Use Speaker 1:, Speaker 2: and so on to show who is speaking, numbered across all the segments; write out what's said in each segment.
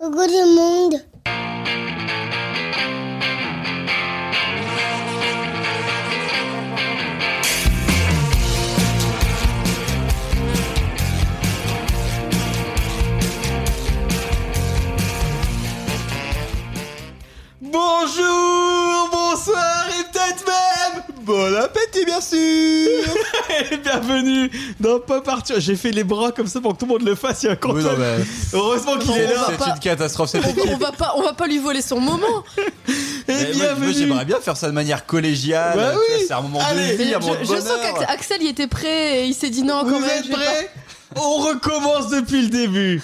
Speaker 1: Coucou le monde.
Speaker 2: Bonjour, bonsoir et peut-être même bon appétit bien sûr Et bienvenue dans Pop Arthur. J'ai fait les bras comme ça pour que tout le monde le fasse, il y a un
Speaker 3: Oui,
Speaker 2: contrôle.
Speaker 3: non, mais
Speaker 2: Heureusement qu'il est là.
Speaker 3: c'est une catastrophe cette équipe.
Speaker 4: On, on va pas, on va pas lui voler son moment.
Speaker 2: Et
Speaker 3: Mais moi, moi,
Speaker 2: bienvenue.
Speaker 3: J'aimerais bien faire ça de manière collégiale.
Speaker 2: Bah
Speaker 3: tu vois,
Speaker 2: oui.
Speaker 3: C'est un moment
Speaker 2: Allez.
Speaker 3: de
Speaker 4: Je,
Speaker 3: vie, un moment de
Speaker 4: je sens
Speaker 3: bonheur.
Speaker 4: qu'Axel y était prêt et il s'est dit non quand
Speaker 2: Vous
Speaker 4: même.
Speaker 2: êtes
Speaker 4: je vais
Speaker 2: prêts On recommence depuis le début.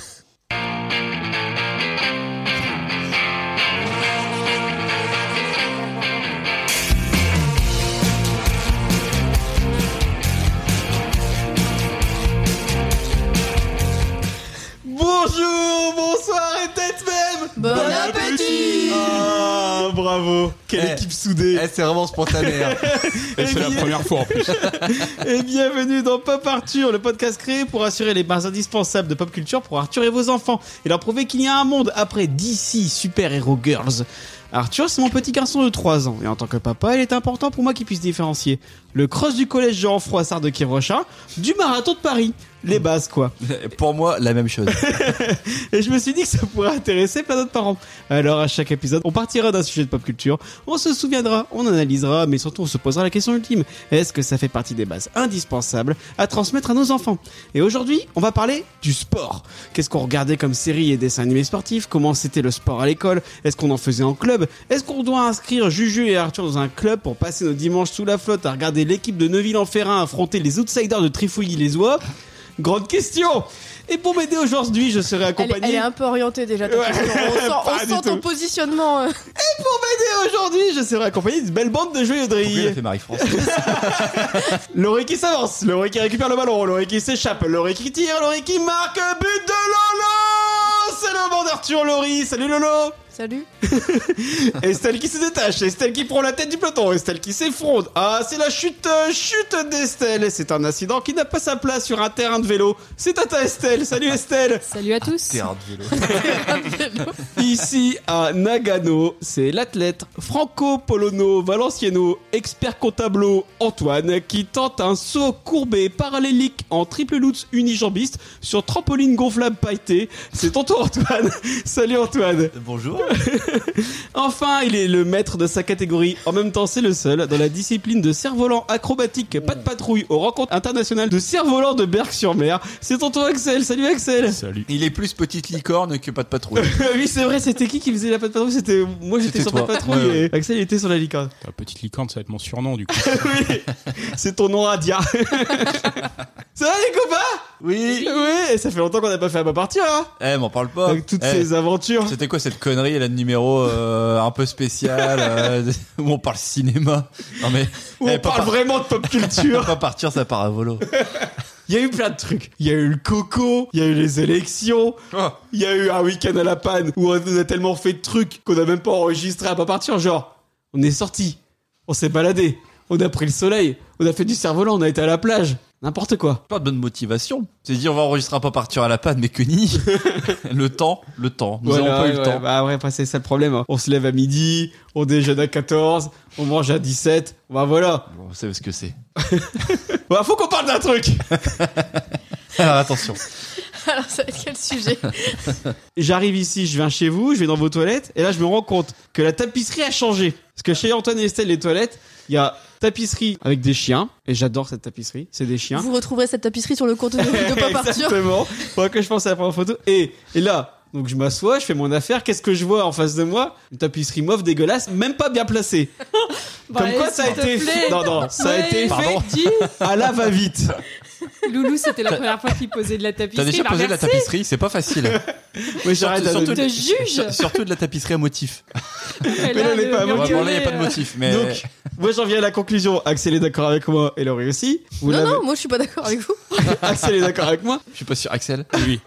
Speaker 2: Bonjour, bonsoir et peut-être même
Speaker 4: Bon appétit.
Speaker 2: Ah, bravo Quelle
Speaker 3: Eh,
Speaker 2: équipe soudée
Speaker 3: Eh, c'est vraiment spontané. hein.
Speaker 2: Et
Speaker 5: Et c'est la
Speaker 2: bien-
Speaker 5: première fois en plus.
Speaker 2: Et bienvenue dans Pop Arthur, le podcast créé pour assurer les bases indispensables de pop culture pour Arthur et vos enfants et leur prouver qu'il y a un monde après DC Super Hero Girls. Arthur, c'est mon petit garçon de 3 ans et en tant que papa, il est important pour moi qu'il puisse différencier le cross du collège Jean Froissart de Kévrochin du marathon de Paris. Les bases, quoi.
Speaker 3: Pour moi, la même chose.
Speaker 2: Et je me suis dit que ça pourrait intéresser plein d'autres parents. Alors, à chaque épisode, on partira d'un sujet de pop culture, on se souviendra, on analysera, mais surtout on se posera la question ultime. Est-ce que ça fait partie des bases indispensables à transmettre à nos enfants Et aujourd'hui, on va parler du sport. Qu'est-ce qu'on regardait comme série et dessins animés sportifs Comment c'était le sport à l'école Est-ce qu'on en faisait en club Est-ce qu'on doit inscrire Juju et Arthur dans un club pour passer nos dimanches sous la flotte à regarder l'équipe de Neuville-en-Ferrin affronter les outsiders de Trifouille-les-Oies Grande question Et pour m'aider aujourd'hui, je serai
Speaker 4: pas- Elle,
Speaker 2: accompagné...
Speaker 4: elle est un peu orientée déjà. ta
Speaker 2: Ouais.
Speaker 4: question. On sent, on
Speaker 2: Pas
Speaker 4: sent
Speaker 2: du tout.
Speaker 4: ton positionnement. euh.
Speaker 2: Et aujourd'hui, je serai accompagné d'une belle bande de joyeux
Speaker 3: Pourquoi il a
Speaker 2: drilles.
Speaker 3: fait Marie-France
Speaker 2: Laurie qui s'avance, Laurie qui récupère le ballon, Laurie qui s'échappe, Laurie qui tire, Laurie qui marque, but de Lolo C'est le monde d'Arthur Laurie, salut Lolo
Speaker 4: Salut.
Speaker 2: Estelle qui se détache, Estelle qui prend la tête du peloton, Estelle qui s'effronte. Ah, c'est la chute, euh, chute d'Estelle. Et C'est un incident qui n'a pas sa place sur un terrain de vélo. C'est Tata Estelle, salut Estelle.
Speaker 6: Salut à tous.
Speaker 3: T'es un de vélo.
Speaker 2: Ici à Nagano, c'est l'athlète Franco Polono Valenciano, expert comptable Antoine, qui tente un saut courbé parallélique en triple lutz unijambiste sur trampoline gonflable pailletée. C'est tonton Antoine. Salut Antoine.
Speaker 3: Bonjour.
Speaker 2: Enfin, il est le maître de sa catégorie. En même temps, c'est le seul dans la discipline de cerf-volant acrobatique, pas de patrouille, aux rencontres internationales de cerf-volant de Berck-sur-Mer. C'est tonton Axel. Salut Axel.
Speaker 5: Salut.
Speaker 3: Il est plus petite licorne que pas de patrouille.
Speaker 2: oui, c'est vrai, c'était qui qui faisait la pas de patrouille C'était moi, j'étais
Speaker 3: C'était
Speaker 2: sur pas de
Speaker 3: toi.
Speaker 2: patrouille
Speaker 3: Ouais,
Speaker 2: et Axel il était sur la licorne.
Speaker 5: Ta petite licorne, ça va être mon surnom du coup.
Speaker 2: oui, c'est ton nom Radia. ça va les copains
Speaker 3: Oui.
Speaker 2: Oui, et ça fait longtemps qu'on n'a pas fait à ma partie hein
Speaker 3: Eh, m'en parle pas.
Speaker 2: Avec toutes
Speaker 3: Eh,
Speaker 2: ces aventures.
Speaker 3: C'était quoi cette connerie là de numéro euh, un peu spécial euh, où on parle cinéma Non mais
Speaker 2: Où
Speaker 3: eh,
Speaker 2: on parle
Speaker 3: pas, par-
Speaker 2: vraiment de pop culture.
Speaker 3: pas partir ça part à volo.
Speaker 2: Il y a eu plein de trucs. Il y a eu le coco, il y a eu les élections,
Speaker 3: Oh,
Speaker 2: Il y a eu un week-end à la panne où on a tellement fait de trucs qu'on a même pas enregistré à pas partir. Genre, on est sorti, on s'est baladé, on a pris le soleil, on a fait du cerf-volant, on a été à la plage. N'importe quoi.
Speaker 3: Pas de bonne motivation. C'est dit on va enregistrer un pas partir à la panne mais que ni le temps, le temps. Nous
Speaker 2: Voilà,
Speaker 3: avons pas eu
Speaker 2: ouais,
Speaker 3: le temps.
Speaker 2: Bah ouais, après, c'est ça le problème. hein. On se lève à midi, on déjeune à 14, on mange à 17. Bah voilà.
Speaker 3: Bon, vous savez ce que c'est.
Speaker 2: Bah faut qu'on parle d'un truc.
Speaker 3: Alors attention.
Speaker 4: Alors ça va être quel sujet
Speaker 2: J'arrive ici, je viens chez vous, je vais dans vos toilettes, et là je me rends compte que la tapisserie a changé. Parce que chez Antoine et Estelle, les toilettes, il y a tapisserie avec des chiens, et j'adore cette tapisserie, c'est des chiens.
Speaker 4: Vous retrouverez cette tapisserie sur le compte de, de Pop Arthur.
Speaker 2: Exactement. Faudra que je pense à la première photo. Et, et là, donc je m'assois, je fais mon affaire. Qu'est-ce que je vois en face de moi Une tapisserie mauve dégueulasse, même pas bien placée. Comme
Speaker 6: Bah,
Speaker 2: quoi
Speaker 6: allez,
Speaker 2: ça a
Speaker 6: s'il te
Speaker 2: été
Speaker 6: plaît.
Speaker 2: fait. Non, non, ça a
Speaker 6: Ouais,
Speaker 2: été fait
Speaker 3: Pardon
Speaker 6: dis,
Speaker 2: à la va-vite.
Speaker 6: Loulou, c'était la première fois qu'il posait de la
Speaker 3: T'as
Speaker 6: tapisserie.
Speaker 3: déjà
Speaker 6: bah,
Speaker 3: posé de la
Speaker 6: merci.
Speaker 3: tapisserie, c'est pas facile.
Speaker 2: Mais j'arrête
Speaker 3: Surtout-
Speaker 2: à-
Speaker 3: surtout-
Speaker 6: Je te juge.
Speaker 3: Sur- Surtout de la tapisserie à motif.
Speaker 6: Mais
Speaker 2: là, elle est
Speaker 6: le
Speaker 2: pas à
Speaker 6: mur
Speaker 2: moi.
Speaker 6: du
Speaker 3: Vraiment là, il n'y a
Speaker 6: lait,
Speaker 3: pas de
Speaker 6: euh,
Speaker 3: motif mais
Speaker 2: Donc, moi j'en viens à la conclusion. Axel est d'accord avec moi et Laurie aussi. Vous
Speaker 4: non
Speaker 2: l'avez-
Speaker 4: non, moi je suis pas d'accord avec vous.
Speaker 2: Axel est d'accord avec moi.
Speaker 3: je suis pas sûr Axel.
Speaker 5: Oui.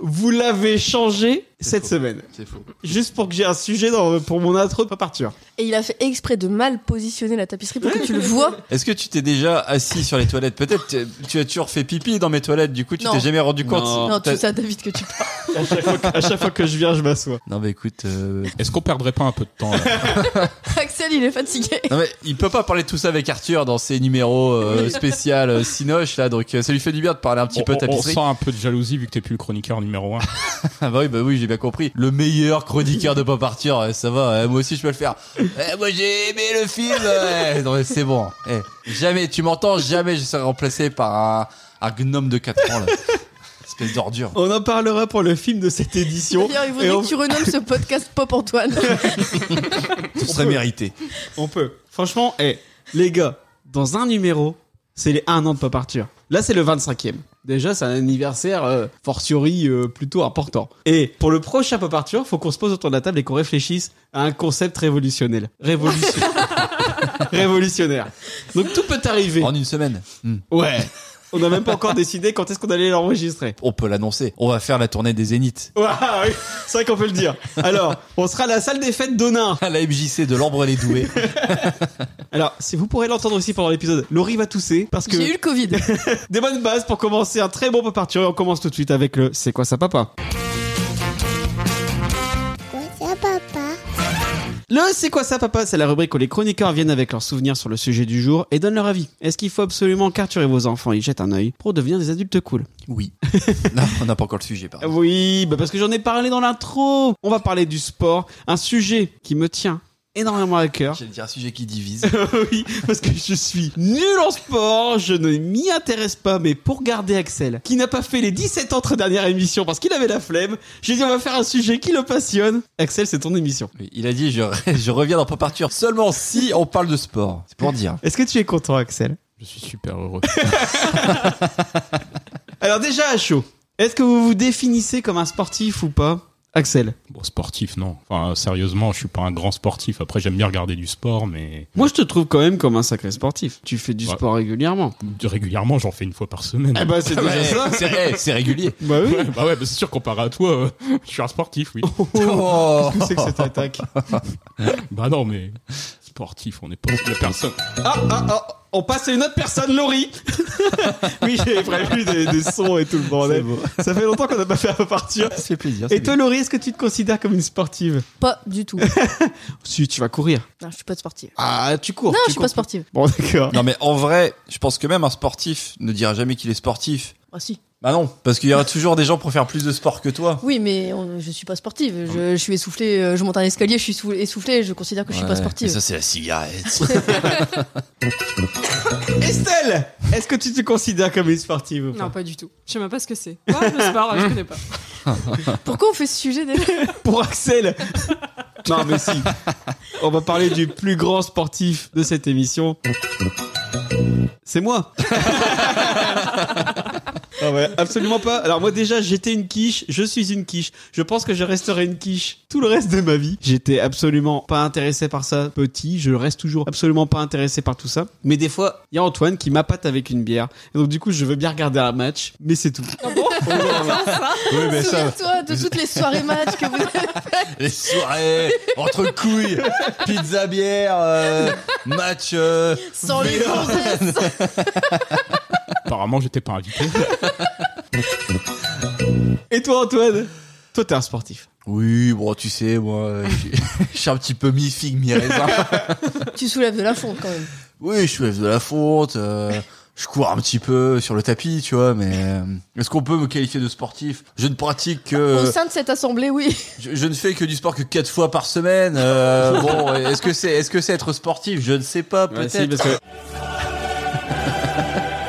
Speaker 2: Vous l'avez changé cette
Speaker 3: faux.
Speaker 2: semaine.
Speaker 3: C'est faux.
Speaker 2: Juste pour que j'ai un sujet dans- pour mon intro de partir.
Speaker 4: Et il a fait exprès de mal positionner la tapisserie pour que tu le vois.
Speaker 3: Est-ce que tu t'es déjà assis sur les toilettes Peut-être tu- tu as toujours fait pipi dans mes toilettes, du coup tu
Speaker 4: Non.
Speaker 3: t'es jamais rendu compte.
Speaker 2: Non.
Speaker 4: Non,
Speaker 3: T'as-
Speaker 4: tout ça, David, que tu parles.
Speaker 2: À chaque fois que, à chaque fois que je viens, je m'assois.
Speaker 3: Non, mais écoute, euh,
Speaker 5: Est-ce qu'on perdrait pas un peu de temps là
Speaker 4: Axel, il est fatigué.
Speaker 3: non mais il peut pas parler de tout ça avec Arthur dans ses numéros euh, spéciaux euh, Cinoche là, donc euh, ça lui fait du bien de parler un petit peu
Speaker 5: on, on- on
Speaker 3: tapisserie.
Speaker 5: sent un peu de jalousie vu que t'es plus le chroniqueur numéro 1.
Speaker 3: Ah bah oui, bah oui, j'ai bien compris. Le meilleur chroniqueur de Pop Arthur, euh, ça va, euh, moi aussi je peux le faire. Eh, moi j'ai aimé le film, ouais. Non, mais c'est bon. Eh, jamais, tu m'entends, jamais je serai remplacé par un, un gnome de 4 ans là. Espèce d'ordure.
Speaker 2: On en parlera pour le film de cette édition.
Speaker 4: D'ailleurs, il
Speaker 2: Et
Speaker 4: faudrait
Speaker 2: on-
Speaker 4: que tu renommes ce podcast Pop Antoine.
Speaker 3: Ce serait
Speaker 2: peut.
Speaker 3: mérité.
Speaker 2: On peut. Franchement, eh, les gars, dans un numéro, c'est les 1 an de Pop Arthur. Là, c'est le 25e. Déjà, c'est un anniversaire euh, fortiori euh, plutôt important. Et pour le prochain Pop Arthur, faut qu'on se pose autour de la table et qu'on réfléchisse à un concept révolutionnel. Révolution- Révolutionnaire. Donc tout peut arriver.
Speaker 3: En une semaine. Hmm.
Speaker 2: Ouais. On n'a même pas encore décidé quand est-ce qu'on allait l'enregistrer.
Speaker 3: On peut l'annoncer. On va faire la tournée des Zéniths.
Speaker 2: Ouah, oui, c'est vrai qu'on peut le dire. Alors, on sera à la salle des fêtes d'Onin.
Speaker 3: À la MJC de l'Ambre les Doués.
Speaker 2: Alors, si vous pourrez l'entendre aussi pendant l'épisode, Laurie va tousser parce que
Speaker 4: J'ai eu le Covid.
Speaker 2: Des bonnes bases pour commencer un très bon pop Arthur et on commence tout de suite avec le C'est quoi ça papa
Speaker 7: Quoi ça, papa
Speaker 2: Le C'est quoi ça papa C'est la rubrique où les chroniqueurs viennent avec leurs souvenirs sur le sujet du jour et donnent leur avis. Est-ce qu'il faut absolument qu'Arthur et vos enfants y jettent un œil pour devenir des adultes cool
Speaker 3: Oui. Non, on n'a pas encore le sujet, pardon.
Speaker 2: Oui, bah parce que j'en ai parlé dans l'intro On va parler du sport, un sujet qui me tient énormément à cœur.
Speaker 3: J'allais dire un sujet qui divise.
Speaker 2: oui, parce que je suis nul en sport, je ne m'y intéresse pas, mais pour garder Axel, qui n'a pas fait les 17 autres dernières émissions parce qu'il avait la flemme, j'ai dit on va faire un sujet qui le passionne. Axel, c'est ton émission.
Speaker 3: Oui, Il a dit je, je reviens dans Pop Arthur seulement si on parle de sport. C'est pour dire.
Speaker 2: Est-ce que tu es content, Axel
Speaker 5: Je suis super heureux.
Speaker 2: Alors déjà à chaud, est-ce que vous vous définissez comme un sportif ou pas Axel
Speaker 5: Bon, sportif, non. Enfin, euh, sérieusement, je suis pas un grand sportif. Après, j'aime bien regarder du sport, mais
Speaker 2: Moi je te trouve quand même comme un sacré sportif. Tu fais du
Speaker 5: Ouais.
Speaker 2: sport régulièrement.
Speaker 5: régulièrement, j'en fais une fois par semaine.
Speaker 2: Eh bah c'est déjà
Speaker 3: Ouais,
Speaker 2: ça.
Speaker 3: c'est eh, c'est régulier.
Speaker 2: Bah oui.
Speaker 5: Ouais, bah ouais, bah c'est sûr, comparé à toi, euh, je suis un sportif, oui.
Speaker 3: Oh.
Speaker 2: Qu'est-ce que c'est que cette attaque
Speaker 5: bah non, mais sportif, on n'est pas la personne.
Speaker 2: Ah, ah, ah, on passe à une autre personne, Laurie. oui, j'ai prévu des, des sons et tout le
Speaker 3: C'est
Speaker 2: bordel.
Speaker 3: beau.
Speaker 2: Ça fait longtemps qu'on n'a pas fait un partir.
Speaker 3: Ça fait plaisir. c'est
Speaker 2: Et toi, Laurie, est-ce que tu te considères comme une sportive
Speaker 4: Pas du tout.
Speaker 2: Si, tu vas courir.
Speaker 4: Non, je suis pas sportive.
Speaker 2: Ah, tu cours.
Speaker 4: Non,
Speaker 2: tu
Speaker 4: je suis
Speaker 2: cours.
Speaker 4: pas sportive.
Speaker 2: Bon, d'accord.
Speaker 3: bien. Non mais en vrai, je pense que même un sportif ne dira jamais qu'il est sportif.
Speaker 4: Ah si.
Speaker 3: Bah non, parce qu'il y aura toujours des gens pour faire plus de sport que toi.
Speaker 4: Oui, mais on- je suis pas sportive.
Speaker 3: Ah.
Speaker 4: Je, je suis essoufflée. euh, Je monte un escalier, je suis sou- essoufflée. Je considère que je suis pas
Speaker 3: Ouais,
Speaker 4: sportive.
Speaker 3: mais Ça c'est la cigarette.
Speaker 2: Estelle, est-ce que tu te considères comme une sportive ou pas
Speaker 6: Non, pas du tout. Je sais même pas ce que c'est. Quoi le sport Je connais pas.
Speaker 4: Pourquoi on fait ce sujet déjà
Speaker 2: Pour Axel. non, mais si. On va parler du plus grand sportif de cette émission. C'est moi. Ah ouais, absolument pas. Alors moi déjà, j'étais une quiche, je suis une quiche. Je pense que je resterai une quiche tout le reste de ma vie. J'étais absolument pas intéressé par ça petit, je reste toujours absolument pas intéressé par tout ça. Mais des fois, il y a Antoine qui m'appâte avec une bière. Et donc du coup, je veux bien regarder un match, mais c'est tout.
Speaker 3: oui mais ça,
Speaker 4: Souviens-toi de toutes les soirées matchs que vous avez.
Speaker 3: les soirées entre couilles, pizza bière, euh, match. euh,
Speaker 4: Sans les gonzesses.
Speaker 5: Apparemment, j'étais pas invité.
Speaker 2: Et toi Antoine Toi t'es un sportif.
Speaker 3: Oui bon tu sais moi, je- je suis un petit peu mi figue mi raisin.
Speaker 4: Tu soulèves de la fonte quand même.
Speaker 3: Oui, je soulève de la fonte, euh, je cours un petit peu sur le tapis, tu vois, mais euh, est-ce qu'on peut me qualifier de sportif Je ne pratique
Speaker 4: Au
Speaker 3: que...
Speaker 4: sein de cette assemblée, oui.
Speaker 3: Je, je ne fais que du sport que quatre fois par semaine. euh, bon, est-ce que c'est est-ce que c'est être sportif Je ne sais pas,
Speaker 2: Ouais,
Speaker 3: peut-être.
Speaker 2: si, parce que-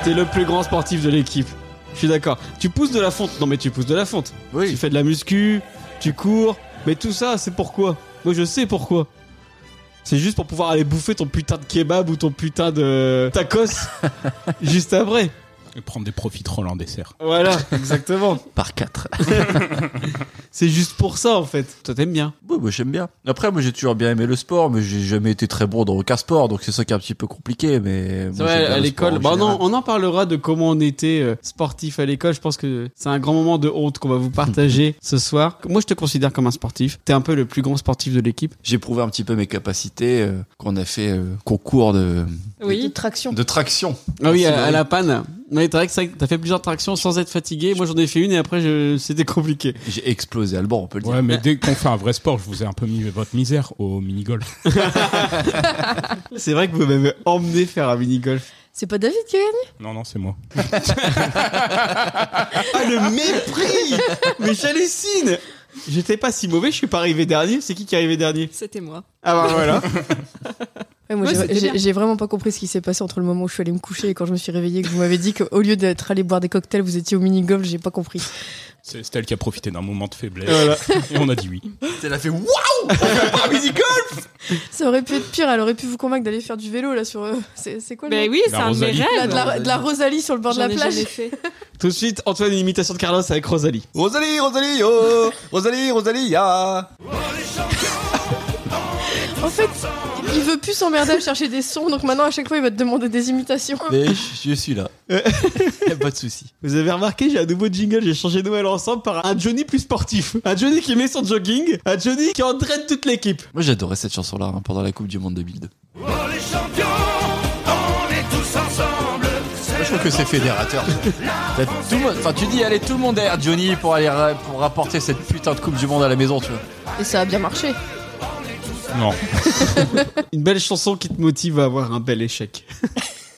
Speaker 2: T'es le plus grand sportif de l'équipe. Je suis d'accord. Tu pousses de la fonte. Non, mais tu pousses de la fonte. Tu
Speaker 3: Oui,
Speaker 2: fais de la muscu, tu cours. Mais tout ça, c'est pourquoi Moi, je sais pourquoi. C'est juste pour pouvoir aller bouffer ton putain de kebab ou ton putain de tacos juste après.
Speaker 5: Et prendre des profiteroles en dessert.
Speaker 2: Voilà, exactement.
Speaker 3: par quatre.
Speaker 2: C'est juste pour ça en fait. Toi, t'aimes bien.
Speaker 3: Oui, oui, moi j'aime bien. Après, moi j'ai toujours bien aimé le sport, mais j'ai jamais été très bon dans aucun sport, donc c'est ça qui est un petit peu compliqué. Mais
Speaker 2: C'est
Speaker 3: moi,
Speaker 2: vrai,
Speaker 3: j'aime bien
Speaker 2: à
Speaker 3: le
Speaker 2: l'école.
Speaker 3: sport en
Speaker 2: Bah non,
Speaker 3: général.
Speaker 2: on en parlera de comment on était euh, sportif à l'école. Je pense que c'est un grand moment de honte qu'on va vous partager ce soir. Moi, je te considère comme un sportif. T'es un peu le plus grand sportif de l'équipe.
Speaker 3: j'ai prouvé un petit peu mes capacités euh, quand on a fait euh, concours de
Speaker 4: De
Speaker 6: Oui.
Speaker 4: traction.
Speaker 3: de traction.
Speaker 2: Ah oui,
Speaker 3: Merci,
Speaker 2: à, à
Speaker 3: Laurie.
Speaker 2: la panne. Mais c'est vrai que c'est- t'as fait plusieurs tractions sans être fatigué. Moi, j'en ai fait une et après, je- c'était compliqué.
Speaker 3: J'ai explosé Alban, on peut le dire.
Speaker 5: Ouais, mais dès qu'on fait un vrai sport, je vous ai un peu mis votre misère au mini-golf.
Speaker 2: C'est vrai que vous m'avez emmené faire un mini-golf.
Speaker 4: C'est pas David qui a gagné
Speaker 5: Non, non, c'est moi.
Speaker 2: Ah, le mépris Mais j'hallucine J'étais pas si mauvais, je suis pas arrivé dernier. C'est qui qui est arrivé dernier
Speaker 6: C'était moi.
Speaker 2: Ah bah voilà.
Speaker 4: Ouais, moi,
Speaker 6: Ouais,
Speaker 4: j'ai-
Speaker 6: c'était bien.
Speaker 4: j'ai j'ai vraiment pas compris ce qui s'est passé entre le moment où je suis allée me coucher et quand je me suis réveillée que vous m'avez dit qu'au lieu d'être allé boire des cocktails, vous étiez au mini-golf, j'ai pas compris.
Speaker 5: C'est Estelle qui a profité d'un moment de faiblesse.
Speaker 2: Voilà.
Speaker 5: Et on a dit oui.
Speaker 3: Elle a fait waouh
Speaker 4: Ça aurait pu être pire, elle aurait pu vous convaincre d'aller faire du vélo là sur. euh, C'est c'est quoi le
Speaker 6: Ben
Speaker 4: nom
Speaker 6: oui, c'est
Speaker 5: La
Speaker 6: un de mes
Speaker 5: Rosalie.
Speaker 4: Là, Bah,
Speaker 6: rêves.
Speaker 4: de, la, de la Rosalie sur le bord de la
Speaker 6: J'en ai
Speaker 4: plage.
Speaker 6: jamais fait.
Speaker 2: Tout de suite, Antoine, une imitation de Carlos avec Rosalie.
Speaker 3: Rosalie, Rosalie, oh Rosalie, Rosalie, ah
Speaker 4: En fait, il veut plus s'emmerder à chercher des sons, donc maintenant à chaque fois il va te demander des imitations.
Speaker 3: Mais je je suis là. y a pas de souci.
Speaker 2: Vous avez remarqué, j'ai un nouveau jingle, j'ai changé Noël ensemble par un Johnny plus sportif. Un Johnny qui met son jogging, un Johnny qui entraîne toute l'équipe.
Speaker 3: Moi j'adorais cette chanson là pendant la Coupe du Monde 2002. Moi, je trouve que c'est fédérateur. T'as tout le monde- Enfin, tu dis, allez, tout le monde derrière Johnny pour aller ra- pour rapporter cette putain de Coupe du Monde à la maison, tu vois.
Speaker 4: Et ça a bien marché.
Speaker 5: Non.
Speaker 2: Une belle chanson qui te motive à avoir un bel échec.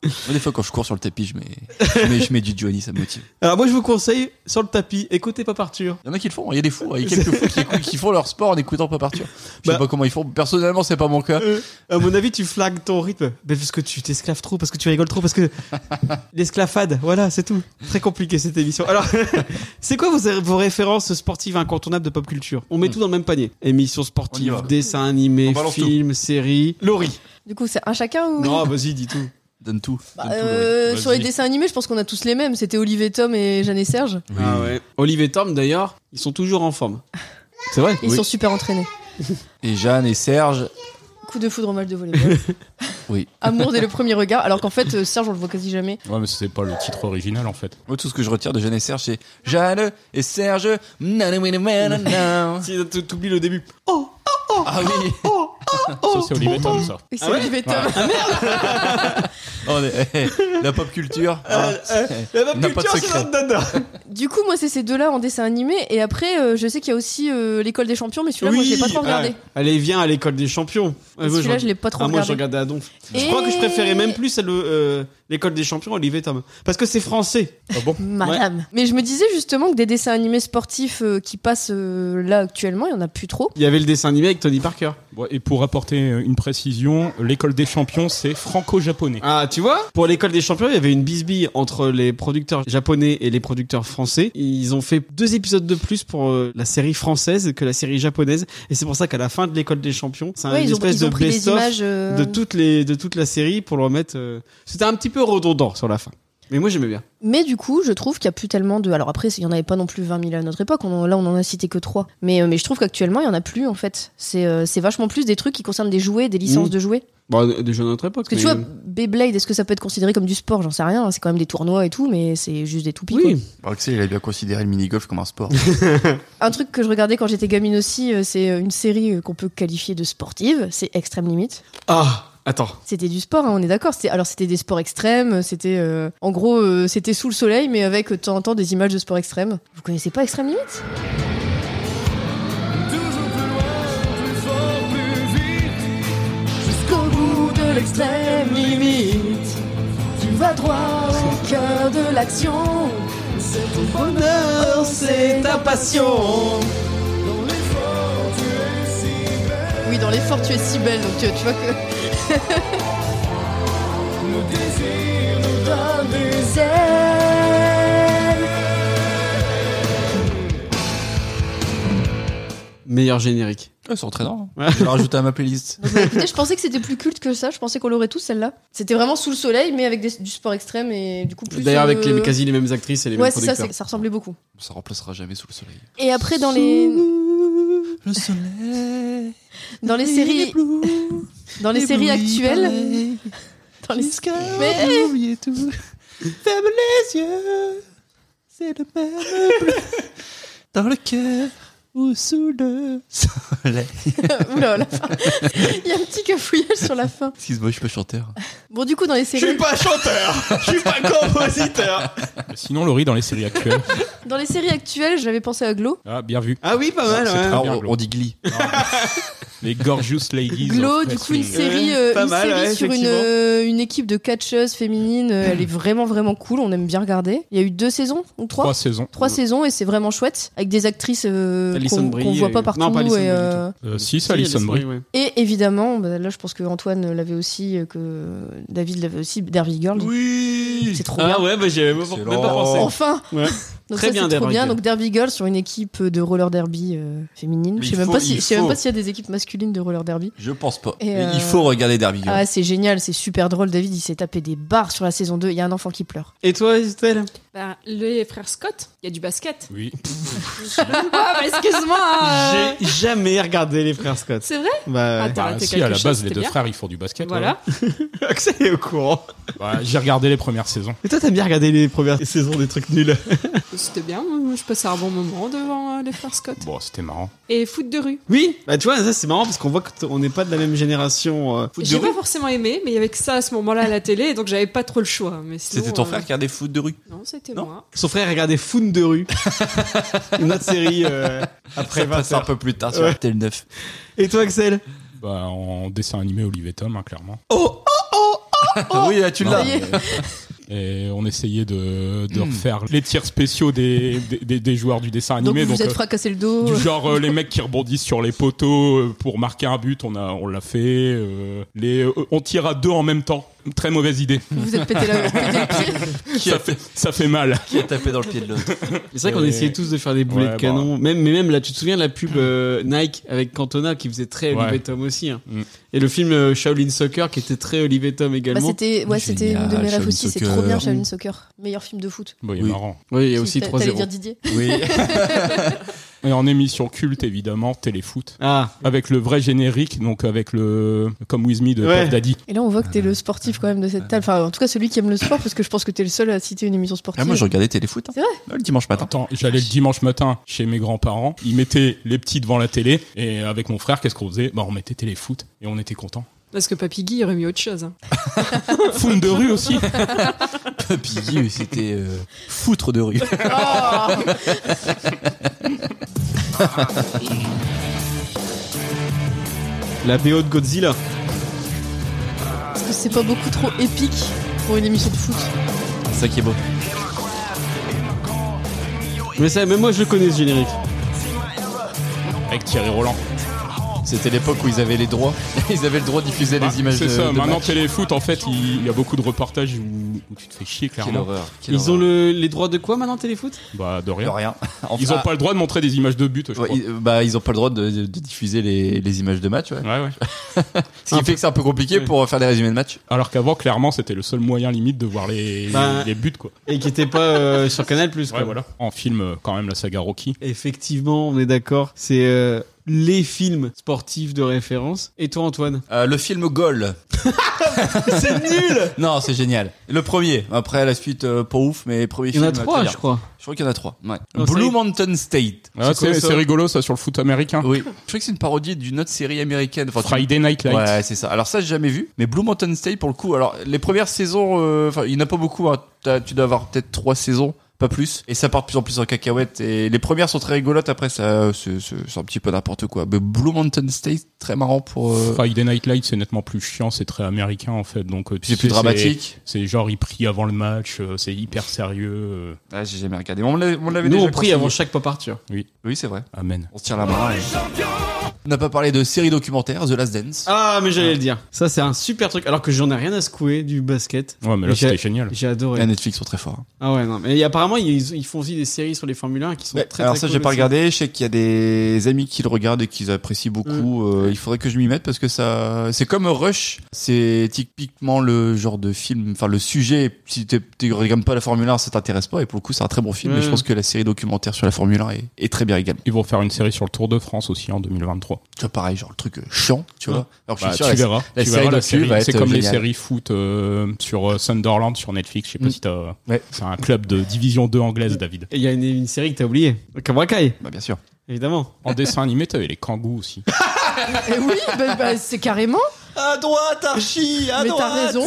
Speaker 3: Moi, des fois, quand je cours sur le tapis, je mets, je mets, je mets du Johnny, ça me motive.
Speaker 2: Alors moi je vous conseille, sur le tapis, écoutez pas Parture.
Speaker 3: Il y en a qui le font, il y a des fous, hein. il y a quelques fous qui, écoutent- qui font leur sport en écoutant pas partir. Je sais
Speaker 2: Bah.
Speaker 3: pas comment ils font, personnellement, c'est pas mon cas.
Speaker 2: Euh, à mon avis, tu flagues ton rythme. Mais parce que tu t'esclaves trop, parce que tu rigoles trop, parce que l'esclafade, voilà, c'est tout. Très compliqué cette émission. Alors, c'est quoi vos, vos références sportives incontournables de pop culture On met tout dans le même panier. Émissions
Speaker 3: Hmm. On y
Speaker 2: sportives,
Speaker 3: va.
Speaker 2: dessins
Speaker 3: On
Speaker 2: animés,
Speaker 3: balance tout.
Speaker 2: films, séries. Laurie.
Speaker 4: Du coup, c'est un chacun ou
Speaker 2: Non, vas-y, dis tout.
Speaker 3: Donne tout.
Speaker 4: Bah,
Speaker 3: donne tout, Laurie.
Speaker 4: euh,
Speaker 5: Vas-y.
Speaker 4: Sur les dessins animés, je pense qu'on a tous les mêmes. C'était Olivier Tom et Jeanne et Serge.
Speaker 2: Ah ouais. Olive et Tom, d'ailleurs, ils sont toujours en forme. C'est vrai
Speaker 4: Ils
Speaker 3: Oui.
Speaker 4: sont super entraînés.
Speaker 3: Et Jeanne et Serge,
Speaker 4: Coup de foudre au match de volleyball.
Speaker 3: Oui.
Speaker 4: Amour dès le premier regard, alors qu'en fait, euh, Serge, on le voit quasi jamais.
Speaker 5: Ouais, mais c'est pas le titre original en fait.
Speaker 3: moi, tout ce que je retire de Jeanne et Serge, c'est Jeanne et Serge. nananananana.
Speaker 2: Si t- t'oublies le début.
Speaker 3: Ah oui,
Speaker 5: ça, c'est Olivier Tom, ça.
Speaker 4: Oui, c'est
Speaker 2: Ah ouais
Speaker 4: Olivier Tom.
Speaker 3: On est- eh, la pop culture.
Speaker 2: Euh,
Speaker 3: hein.
Speaker 2: La même
Speaker 3: On n'a pas de
Speaker 2: culture, c'est
Speaker 3: secret.
Speaker 2: notre dada.
Speaker 4: Du coup, moi, c'est ces deux-là en dessin animé. Et après, euh, je sais qu'il y a aussi euh, l'école des champions, mais celui-là, moi, je l'ai pas trop regardé.
Speaker 2: Ah ouais. Allez, viens à l'école des champions.
Speaker 4: Et
Speaker 2: Ouais, moi,
Speaker 4: celui-là,
Speaker 2: je-
Speaker 4: je l'ai pas trop
Speaker 2: Ah, moi, je
Speaker 4: regardé.
Speaker 2: regardais à donf. Je
Speaker 4: Et-
Speaker 2: crois que je préférais même plus à le, euh, l'école des champions, Olivier Tom. Parce que c'est français.
Speaker 5: Ah bon
Speaker 4: Madame. Mais je me disais justement que des dessins animés sportifs euh, qui passent euh, là actuellement, il y en a plus trop.
Speaker 2: Il y avait le dessin animé avec Tony Parker.
Speaker 5: Bon, Et pour apporter euh, une précision, l'école des champions, c'est franco-japonais.
Speaker 2: Ah, tu vois Pour l'école des champions, il y avait une bisbille entre les producteurs japonais et les producteurs français. Ils ont fait deux épisodes de plus pour euh, la série française que la série japonaise. Et c'est pour ça qu'à la fin de l'école des champions, c'est
Speaker 4: Ouais,
Speaker 2: une
Speaker 4: ils ont,
Speaker 2: espèce
Speaker 4: ils ont
Speaker 2: de
Speaker 4: pris des
Speaker 2: best-of
Speaker 4: images. euh,
Speaker 2: de, toutes les, de toute la série pour le remettre. euh, C'était un petit peu redondant sur la fin. Mais moi, j'aimais bien.
Speaker 4: Mais du coup, je trouve qu'il y a plus tellement de. Alors après, il y en avait pas non plus 20 000 à notre époque. On en- Là, on en a cité que trois. Mais, euh, mais je trouve qu'actuellement, il y en a plus en fait. C'est euh, c'est vachement plus des trucs qui concernent des jouets, des licences
Speaker 2: Mm.
Speaker 4: de jouets.
Speaker 2: Bon, déjà à notre époque.
Speaker 4: Parce que tu
Speaker 2: mais- euh,
Speaker 4: vois, Beyblade, est-ce que ça peut être considéré comme du sport J'en sais rien. hein. C'est quand même des tournois et tout, mais c'est juste des toupies. quoi.
Speaker 2: oui.
Speaker 3: Axel, il Bah, a bien considéré le mini-golf comme un sport.
Speaker 4: Un truc que je regardais quand j'étais gamine aussi, euh, c'est euh, une série euh, qu'on peut qualifier de sportive. C'est Extrême Limite.
Speaker 2: Ah, attends.
Speaker 4: C'était du sport, hein, on est d'accord. C'était- Alors c'était des sports extrêmes. euh, C'était euh, en gros, euh, c'était sous le soleil, mais avec euh, de temps en temps des images de sport extrême. Vous connaissez pas Extrême Limite Jusqu'au bout de l'extrême limite, tu vas droit au cœur de l'action. C'est ton bonheur, c'est ta passion. Oui, dans l'effort, tu es si belle, donc tu, tu vois que.
Speaker 2: Meilleur générique.
Speaker 3: c'est entraînant. hein.
Speaker 2: Ouais.
Speaker 3: Je vais le rajouter à ma playlist.
Speaker 4: Donc, bah, écoutez, je pensais que c'était plus culte que ça. Je pensais qu'on l'aurait tous celle-là. C'était vraiment sous le soleil, mais avec des- du sport extrême et du coup plus.
Speaker 2: D'ailleurs, avec
Speaker 4: euh,
Speaker 2: les, quasi les mêmes actrices et les
Speaker 4: Ouais,
Speaker 2: mêmes
Speaker 4: c'est ça,
Speaker 2: producteurs.
Speaker 4: c'est- ça ressemblait beaucoup.
Speaker 3: Ça remplacera jamais sous le soleil.
Speaker 4: Et après, dans les.
Speaker 3: Le soleil.
Speaker 4: Dans les séries, dans les séries actuelles, dans les... Mais-
Speaker 2: tout. Ferme les yeux, c'est le même bleu. Dans le cœur ou sous le
Speaker 3: Allez,
Speaker 4: Oula, la fin. Il y a un petit cafouillage sur la fin.
Speaker 3: Excuse-moi, je suis pas chanteur.
Speaker 2: Ah
Speaker 4: Bon, du coup, dans les
Speaker 2: Je suis
Speaker 4: séries,
Speaker 2: pas chanteur, je suis pas compositeur.
Speaker 5: Sinon, Laurie, dans les séries actuelles.
Speaker 4: dans les séries actuelles, j'avais pensé à Glow.
Speaker 5: Ah, bien vu.
Speaker 2: Ah oui, pas mal,
Speaker 5: C'est très
Speaker 2: ouais.
Speaker 5: bien,
Speaker 3: Ah, on,
Speaker 5: Glo.
Speaker 3: on dit Glee.
Speaker 5: Les Gorgeous Ladies.
Speaker 4: Glow,
Speaker 5: of
Speaker 4: du coup, une
Speaker 5: Wrestling.
Speaker 4: série,
Speaker 2: Ouais,
Speaker 4: euh,
Speaker 2: pas
Speaker 4: une
Speaker 2: mal,
Speaker 4: série
Speaker 2: ouais,
Speaker 4: sur une,
Speaker 2: effectivement.
Speaker 4: euh, une équipe de catcheuses féminines. euh, Elle est vraiment, vraiment cool. On aime bien regarder. Il y a eu deux saisons ou trois
Speaker 5: Trois saisons.
Speaker 4: Trois saisons et c'est vraiment chouette avec des actrices euh,
Speaker 2: Mm. Alison
Speaker 4: qu'on
Speaker 2: Brie
Speaker 4: qu'on voit pas
Speaker 2: et-
Speaker 4: partout
Speaker 2: non, pas Alison
Speaker 4: et,
Speaker 2: Brie du
Speaker 4: euh,
Speaker 5: Euh,
Speaker 2: Ah,
Speaker 5: si, c'est Alison Brie.
Speaker 2: ouais.
Speaker 4: et évidemment bah, là je pense que Antoine l'avait aussi euh, que David l'avait aussi Derby Girl
Speaker 3: Oui
Speaker 4: c'est trop bien
Speaker 2: Ah ouais, bah j'y avais même pas même pas pensé.
Speaker 4: enfin
Speaker 2: Ouais.
Speaker 4: donc
Speaker 2: Très
Speaker 4: ça
Speaker 2: bien,
Speaker 4: c'est trop
Speaker 2: Derby
Speaker 4: bien
Speaker 2: Girl.
Speaker 4: donc Derby Girl sur une équipe de roller derby euh, féminine
Speaker 3: Mais
Speaker 4: je
Speaker 3: il
Speaker 4: sais même
Speaker 3: faut-
Speaker 4: pas si
Speaker 3: il
Speaker 4: je sais même
Speaker 3: faut.
Speaker 4: pas s'il y a des équipes masculines de roller derby
Speaker 3: Je pense pas.
Speaker 4: Et
Speaker 3: Mais
Speaker 4: euh,
Speaker 3: Il faut regarder Derby Girl.
Speaker 4: ah c'est génial c'est super drôle David il s'est tapé des barres sur la saison 2 il y a un enfant qui pleure
Speaker 2: Et toi, Estelle
Speaker 6: Bah, les frères Scott, il y a du basket.
Speaker 5: Oui.
Speaker 6: Ah, bah, excuse-moi. euh,
Speaker 2: J'ai jamais regardé les frères Scott.
Speaker 6: C'est vrai
Speaker 2: Bah, ouais.
Speaker 6: Attends. T'as
Speaker 5: Bah,
Speaker 6: raté
Speaker 5: si,
Speaker 6: quelque
Speaker 5: à la
Speaker 6: chose,
Speaker 5: base, les
Speaker 6: c'était
Speaker 5: deux
Speaker 6: bien.
Speaker 5: frères, ils font du basket.
Speaker 6: Voilà.
Speaker 2: Axel est au courant.
Speaker 5: ouais. Bah, J'ai regardé les premières saisons.
Speaker 2: Et toi, t'as bien regardé les premières saisons des trucs nuls.
Speaker 6: Bah, C'était bien. moi, Je passais un bon moment devant euh, les frères Scott.
Speaker 5: Bon, c'était marrant.
Speaker 6: Et foot de rue.
Speaker 2: Oui, bah tu vois, ça c'est marrant parce qu'on voit qu'on n'est pas de la même génération. euh, foot de
Speaker 6: J'ai pas
Speaker 2: rue.
Speaker 6: forcément aimé, mais il y avait que ça à ce moment-là à la télé, donc j'avais pas trop le choix. Mais sinon,
Speaker 3: C'était ton
Speaker 6: euh,
Speaker 3: frère qui a des foot de rue.
Speaker 6: Non, c'était
Speaker 3: Non.
Speaker 6: moi.
Speaker 2: Son frère regardait Foon de rue. Une autre série euh, après
Speaker 3: Ça passe
Speaker 2: 20
Speaker 3: un
Speaker 2: heures.
Speaker 3: peu plus tard sur
Speaker 2: Ouais.
Speaker 3: RTL 9.
Speaker 2: Et toi, Axel
Speaker 5: Bah, en dessin animé, Olivier Tom, hein, clairement.
Speaker 2: Oh,
Speaker 3: oui, là, tu
Speaker 5: Non,
Speaker 3: l'as.
Speaker 4: y est.
Speaker 5: mais- Et on essayait de, de refaire les tirs spéciaux des, des, des- des joueurs du dessin
Speaker 4: donc
Speaker 5: animé.
Speaker 4: vous vous êtes
Speaker 5: euh,
Speaker 4: fracassé le dos
Speaker 5: Du genre euh, les mecs qui rebondissent sur les poteaux euh, pour marquer un but, on a on l'a fait. euh, les euh, on tire à deux en même temps, très mauvaise idée.
Speaker 4: vous vous êtes pété la pété le Bah, pied
Speaker 3: Qui
Speaker 5: Ça
Speaker 3: a,
Speaker 5: fait ça fait mal.
Speaker 3: qui a tapé dans le pied de l'autre
Speaker 2: C'est vrai qu'on
Speaker 5: Et-
Speaker 2: essayait tous de faire des boulets
Speaker 5: Ouais,
Speaker 2: de canon. Même, mais même là, tu te souviens de la pub euh, Nike avec Cantona qui faisait très
Speaker 5: Ouais.
Speaker 2: Olivier Tom aussi. hein.
Speaker 5: Mm.
Speaker 2: Et le film euh, Shaolin Soccer qui était très Olivier Tom
Speaker 4: Bah,
Speaker 2: également.
Speaker 4: c'était ouais, c'était une
Speaker 3: Génial,
Speaker 4: de mes rêves
Speaker 3: Shaolin
Speaker 4: aussi, c'est
Speaker 3: Soccer.
Speaker 4: trop bien Shaolin Soccer, meilleur film de foot.
Speaker 5: Bon, il est
Speaker 3: Oui.
Speaker 5: marrant.
Speaker 2: oui, il y a aussi
Speaker 4: T'a- T'allais
Speaker 2: 3-0.
Speaker 4: dire Didier
Speaker 3: Oui.
Speaker 5: Et en émission culte évidemment, téléfoot
Speaker 2: Ah,
Speaker 5: avec le vrai générique donc avec le comme With Me de
Speaker 2: Ouais.
Speaker 5: Puff Daddy.
Speaker 4: Et là on voit que t'es
Speaker 3: Ah.
Speaker 4: le sportif quand même de cette table, enfin en tout cas celui qui aime le sport parce que je pense que t'es le seul à citer une émission sportive.
Speaker 3: Ah, moi, je regardais Téléfoot. hein.
Speaker 4: C'est vrai
Speaker 3: Ouais, Le dimanche matin.
Speaker 5: Attends, j'allais le dimanche matin chez mes grands-parents, ils mettaient les petits devant la télé et avec mon frère, qu'est-ce qu'on faisait Bah on mettait téléfoot et on était contents.
Speaker 6: Parce que Papy Guy il aurait mis autre chose. hein.
Speaker 5: Foule de rue aussi.
Speaker 3: Piggy, c'était euh, foutre de rue.
Speaker 4: Oh
Speaker 2: la BO de Godzilla.
Speaker 4: parce que c'est pas beaucoup trop épique pour une émission de foot.
Speaker 3: C'est ça qui est beau.
Speaker 2: Mais ça, même moi, je le connais ce générique.
Speaker 5: Avec Thierry Roland.
Speaker 3: C'était l'époque où ils avaient les droits. Ils avaient le droit de diffuser
Speaker 5: Bah,
Speaker 3: les images
Speaker 5: C'est
Speaker 3: de,
Speaker 5: ça,
Speaker 3: de
Speaker 5: maintenant
Speaker 3: matchs.
Speaker 5: téléfoot, en fait, il, il y a beaucoup de reportages où, où tu te fais chier,
Speaker 3: Quelle
Speaker 5: clairement.
Speaker 3: horreur. quelle
Speaker 2: Ils ont
Speaker 3: horreur.
Speaker 2: le- les droits de quoi maintenant, Téléfoot
Speaker 5: Bah, de
Speaker 3: De
Speaker 5: rien.
Speaker 3: rien.
Speaker 5: Ils ont
Speaker 3: Enfin,
Speaker 5: pas le droit de montrer des images de but, je crois.
Speaker 3: ouais, ils- euh, bah, ils ont pas le droit de, de diffuser les, les images de match. ouais.
Speaker 5: Ouais, ouais.
Speaker 3: Ce
Speaker 5: Ah.
Speaker 3: qui fait que c'est un peu compliqué
Speaker 5: Ouais.
Speaker 3: pour faire des résumés de match.
Speaker 5: Alors qu'avant, clairement, c'était le seul moyen limite de voir les,
Speaker 2: Bah,
Speaker 5: les buts, quoi.
Speaker 2: Et qui était pas euh, sur Canal Plus.
Speaker 5: Ouais, voilà. En film, euh, quand même, la saga Rocky.
Speaker 2: Effectivement, on est d'accord. C'est euh, les films sportifs de référence. Et toi, Antoine
Speaker 3: Euh, le film Goal.
Speaker 2: C'est nul
Speaker 3: Non, c'est génial. Le premier. Après, la suite, euh, pas ouf, mais premier
Speaker 2: Il y en
Speaker 3: film. euh,
Speaker 2: a
Speaker 3: très
Speaker 2: trois,
Speaker 3: bien.
Speaker 2: je crois.
Speaker 3: Je crois qu'il y en a trois. Ouais.
Speaker 2: Non,
Speaker 3: Blue
Speaker 2: c'est-
Speaker 3: Mountain State.
Speaker 5: Ah,
Speaker 2: quoi,
Speaker 5: c'est
Speaker 2: ça
Speaker 5: c'est rigolo, ça, sur le foot américain.
Speaker 3: Oui. Je crois que c'est une parodie d'une autre série américaine. Enfin, tu-
Speaker 5: Friday Night Lights.
Speaker 3: Ouais, c'est ça. Alors ça, j'ai jamais vu. Mais Blue Mountain State, pour le coup, alors les premières saisons, euh, enfin, il n'y en a pas beaucoup. hein. T'as- Tu dois avoir peut-être trois saisons, pas plus. Et ça part de plus en plus en cacahuète. Et les premières sont très rigolotes. Après, ça, c'est c'est- c'est un petit peu n'importe quoi. Mais Blue Mountain State, très marrant pour. euh,
Speaker 5: Friday Night Lights, c'est nettement plus chiant, c'est très américain, en fait. Donc, euh, tu
Speaker 3: C'est plus
Speaker 5: sais,
Speaker 3: dramatique.
Speaker 5: C'est genre, il prie avant le match, euh, c'est hyper sérieux. euh.
Speaker 3: Ah, j'ai jamais regardé. Mais On me l'avait- on l'avait
Speaker 2: Nous,
Speaker 3: déjà
Speaker 2: on prie
Speaker 3: conseillé.
Speaker 2: avant chaque pop Arthur.
Speaker 3: Oui, c'est vrai.
Speaker 5: Amen.
Speaker 3: On se tire la main. et- On n'a pas parlé de série documentaire, The Last Dance.
Speaker 2: Ah, mais j'allais le dire. Ça, c'est un super truc. Alors que j'en ai rien à secouer du basket.
Speaker 5: Ouais, mais là,
Speaker 2: Et j'ai-
Speaker 5: c'était génial.
Speaker 2: J'ai
Speaker 3: Et
Speaker 2: adoré.
Speaker 3: Netflix sont très forts. hein.
Speaker 2: Ah ouais, non. Mais apparemment, ils, ils font aussi des séries sur les Formule 1 qui sont
Speaker 3: Ouais,
Speaker 2: très
Speaker 3: alors
Speaker 2: très
Speaker 3: ça
Speaker 2: cool
Speaker 3: j'ai pas
Speaker 2: aussi.
Speaker 3: regardé, je sais qu'il y a des amis qui le regardent et qu'ils apprécient beaucoup.
Speaker 2: Mm.
Speaker 3: Euh, il faudrait que je m'y mette parce que ça, c'est comme Rush, c'est typiquement le genre de film, enfin le sujet. Si t'es- tu regardes pas la Formule 1, ça t'intéresse pas et pour le coup c'est un très bon film.
Speaker 2: Ouais.
Speaker 3: Et je pense que la série documentaire sur la Formule 1 est, est très bien également.
Speaker 5: Ils vont faire une série sur le Tour de France aussi en 2023. moi.
Speaker 3: Tu vois, pareil, genre le truc euh, chiant,
Speaker 2: Mm.
Speaker 3: tu vois. Alors que je suis
Speaker 5: Bah, tu
Speaker 3: sûr, la-
Speaker 5: verras.
Speaker 3: la
Speaker 5: tu
Speaker 3: série
Speaker 5: verras, la
Speaker 3: dessus va
Speaker 5: série. C'est
Speaker 3: être
Speaker 5: comme les
Speaker 3: géniale.
Speaker 5: séries foot euh, sur euh, Sunderland sur Netflix. Je sais pas
Speaker 3: Mm.
Speaker 5: si t'as.
Speaker 3: Ouais.
Speaker 5: C'est un club de division 2 anglaise, David.
Speaker 2: Et Il y a une, une série que t'as oubliée. Cobra Kai,
Speaker 3: Bah, bien sûr.
Speaker 2: Mm. évidemment.
Speaker 5: En dessin animé, t'avais les kangous aussi.
Speaker 4: Eh oui, bah, bah, c'est carrément.
Speaker 3: À droite, Archie, à
Speaker 4: mais t'as raison.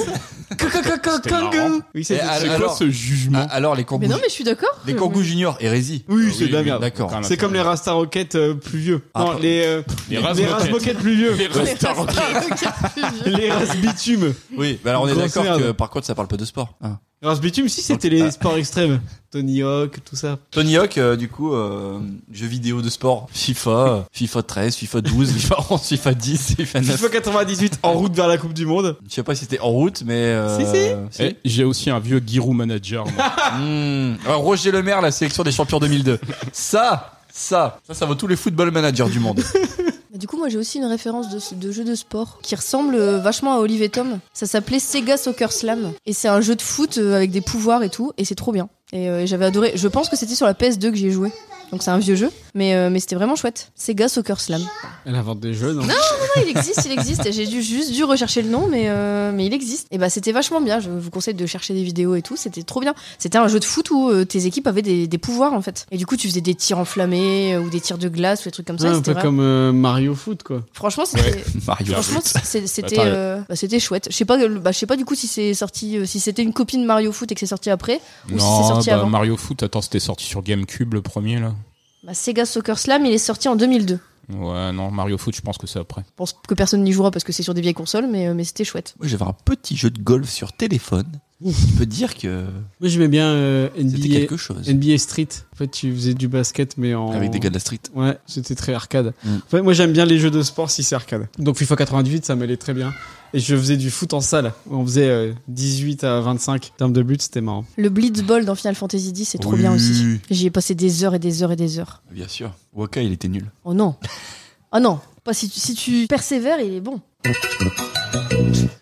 Speaker 5: C'était marrant.
Speaker 2: Oui, c'est
Speaker 3: Et à-
Speaker 5: C'est quoi
Speaker 3: alors-
Speaker 5: ce jugement
Speaker 3: Ah, alors, les
Speaker 4: Mais
Speaker 3: kangous.
Speaker 4: non, mais je suis d'accord.
Speaker 3: Les kangous juniors, hérésie.
Speaker 2: Oui,
Speaker 5: Ah
Speaker 2: c'est
Speaker 5: oui,
Speaker 2: de la
Speaker 5: oui,
Speaker 2: merde.
Speaker 3: Euh, D'accord.
Speaker 5: Aucun
Speaker 2: C'est comme les
Speaker 5: intérêt.
Speaker 2: Rasta Rocket euh, plus vieux.
Speaker 3: Ah,
Speaker 2: non,
Speaker 3: pardon.
Speaker 2: les, euh,
Speaker 5: les
Speaker 2: les Rasta
Speaker 5: Razmoket.
Speaker 2: Rocket plus vieux.
Speaker 5: Les Rasta Rocket.
Speaker 2: les Ras Bitume.
Speaker 3: Oui, bah alors on est
Speaker 2: Grosse
Speaker 3: d'accord
Speaker 2: merde.
Speaker 3: que par contre ça parle peu de sport. hein.
Speaker 2: Ras Bitume, si c'était les sports extrêmes. Tony Hawk, tout ça.
Speaker 3: Tony Hawk, euh, du coup, euh, jeux vidéo de sport, FIFA, euh, FIFA 13, FIFA 12, FIFA 11, FIFA 10, FIFA 9.
Speaker 2: FIFA 98 en route vers la Coupe du Monde.
Speaker 3: Je sais pas si t'es en route, mais. euh,
Speaker 5: Eh, J'ai aussi un vieux Girou manager. moi.
Speaker 3: Hmm. Alors, Roger Le Maire, la sélection des champions 2002. Ça, ça, ça, ça vaut tous les football managers du monde.
Speaker 4: Bah, Du coup, moi j'ai aussi une référence de, ce- de jeu de sport qui ressemble euh, vachement à Olive et Tom. Ça s'appelait Sega Soccer Slam. Et c'est un jeu de foot euh, avec des pouvoirs et tout. Et c'est trop bien. Et euh, j'avais adoré. Je pense que c'était sur la PS2 que j'y ai joué. Donc c'est un vieux jeu. Mais, euh, mais c'était vraiment chouette. Sega Soccer Slam.
Speaker 2: Elle invente des jeux, non
Speaker 4: Ouais, Ah, il existe, il existe. J'ai dû, juste dû rechercher le nom, mais, euh, mais il existe. Et bah c'était vachement bien. Je vous conseille de chercher des vidéos et tout. C'était trop bien. C'était un jeu de foot où euh, tes équipes avaient des, des pouvoirs en fait. Et du coup, tu faisais des tirs enflammés euh, ou des tirs de glace ou des trucs comme ça.
Speaker 2: Un
Speaker 4: C'était
Speaker 2: peu
Speaker 4: vraiment-
Speaker 2: comme euh, Mario Foot, quoi.
Speaker 4: Franchement, c'était.
Speaker 3: Mario.
Speaker 4: Franchement, c'est- c'était
Speaker 5: Attends,
Speaker 4: euh, bah, c'était chouette. Je sais pas, le- bah, je sais pas du coup si c'est sorti, euh, si c'était une copie de Mario Foot et que c'est sorti après, ou si c'est
Speaker 5: Non,
Speaker 4: sorti
Speaker 5: bah,
Speaker 4: avant.
Speaker 5: Mario Foot, attends, c'était sorti sur GameCube le premier là.
Speaker 4: Bah, Sega Soccer Slam, il est sorti en 2002.
Speaker 5: Ouais, non, Mario Foot, je pense que c'est après.
Speaker 4: Je pense que personne n'y jouera parce que c'est sur des vieilles consoles, mais, euh, mais c'était chouette.
Speaker 3: Moi, j'avais un petit jeu de golf sur téléphone. Je peux dire que
Speaker 2: Moi, j'aimais bien euh,
Speaker 3: c'était
Speaker 2: NBA,
Speaker 3: quelque chose.
Speaker 2: NBA Street. En fait, tu faisais du basket, mais en.
Speaker 3: Avec des gars de la street.
Speaker 2: Ouais, c'était très arcade.
Speaker 3: Mm.
Speaker 2: En fait, moi, j'aime bien les jeux de sport si c'est arcade. Donc, FIFA 98, ça m'allait très bien. Et je faisais du foot en salle. On faisait euh, 18 à 25 en termes de but, c'était marrant.
Speaker 4: Le Blitzball dans Final Fantasy X, c'est trop
Speaker 3: Oui.
Speaker 4: bien aussi. J'y ai passé des heures et des heures et des heures.
Speaker 3: Bien sûr. Waka, il était nul.
Speaker 4: Oh non, oh non. Pas si, tu, si tu persévères, il est bon.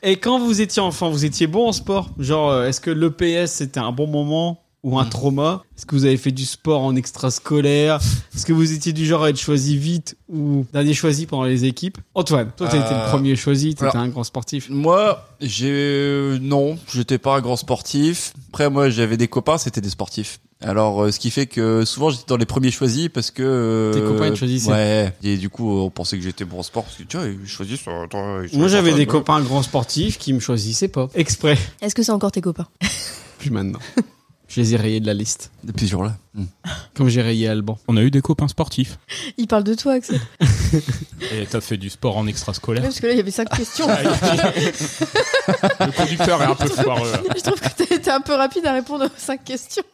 Speaker 2: Et quand vous étiez enfant, vous étiez bon en sport Genre, euh, est-ce que l'EPS, c'était un bon moment ou
Speaker 3: Mm.
Speaker 2: un trauma Est-ce que vous avez fait du sport en extrascolaire Est-ce que vous étiez du genre à être choisi vite ou dernier choisi pendant les équipes Antoine, toi, t'as été
Speaker 3: Euh,
Speaker 2: le premier choisi, t'étais
Speaker 3: alors-
Speaker 2: un grand sportif.
Speaker 3: Moi, j'ai euh, non, j'étais pas un grand sportif. Après, moi, j'avais des copains, c'était des sportifs. Alors, euh, ce qui fait que souvent j'étais dans les premiers choisis parce que euh,
Speaker 2: Tes copains, ils te choisissaient.
Speaker 3: Ouais. Et du coup, on pensait que j'étais bon en sport parce que tu vois, ils choisissent. euh, attends, ils
Speaker 2: Moi,
Speaker 3: choisissent
Speaker 2: j'avais
Speaker 3: ça,
Speaker 2: des
Speaker 3: bah.
Speaker 2: copains grands sportifs qui me choisissaient pas. Exprès.
Speaker 4: Est-ce que c'est encore tes copains
Speaker 2: Plus maintenant. Je les ai rayés de la liste.
Speaker 3: Depuis ce jour-là. Mm.
Speaker 2: Comme j'ai rayé Alban.
Speaker 5: On a eu des copains sportifs.
Speaker 4: Il parle de toi, Axel.
Speaker 5: Et t'as fait du sport en
Speaker 4: Ouais,
Speaker 5: extrascolaire.
Speaker 4: parce que là, il y avait cinq questions.
Speaker 5: Le conducteur est un peu foireux. là.
Speaker 4: Je trouve que t'as été un peu rapide à répondre aux cinq questions.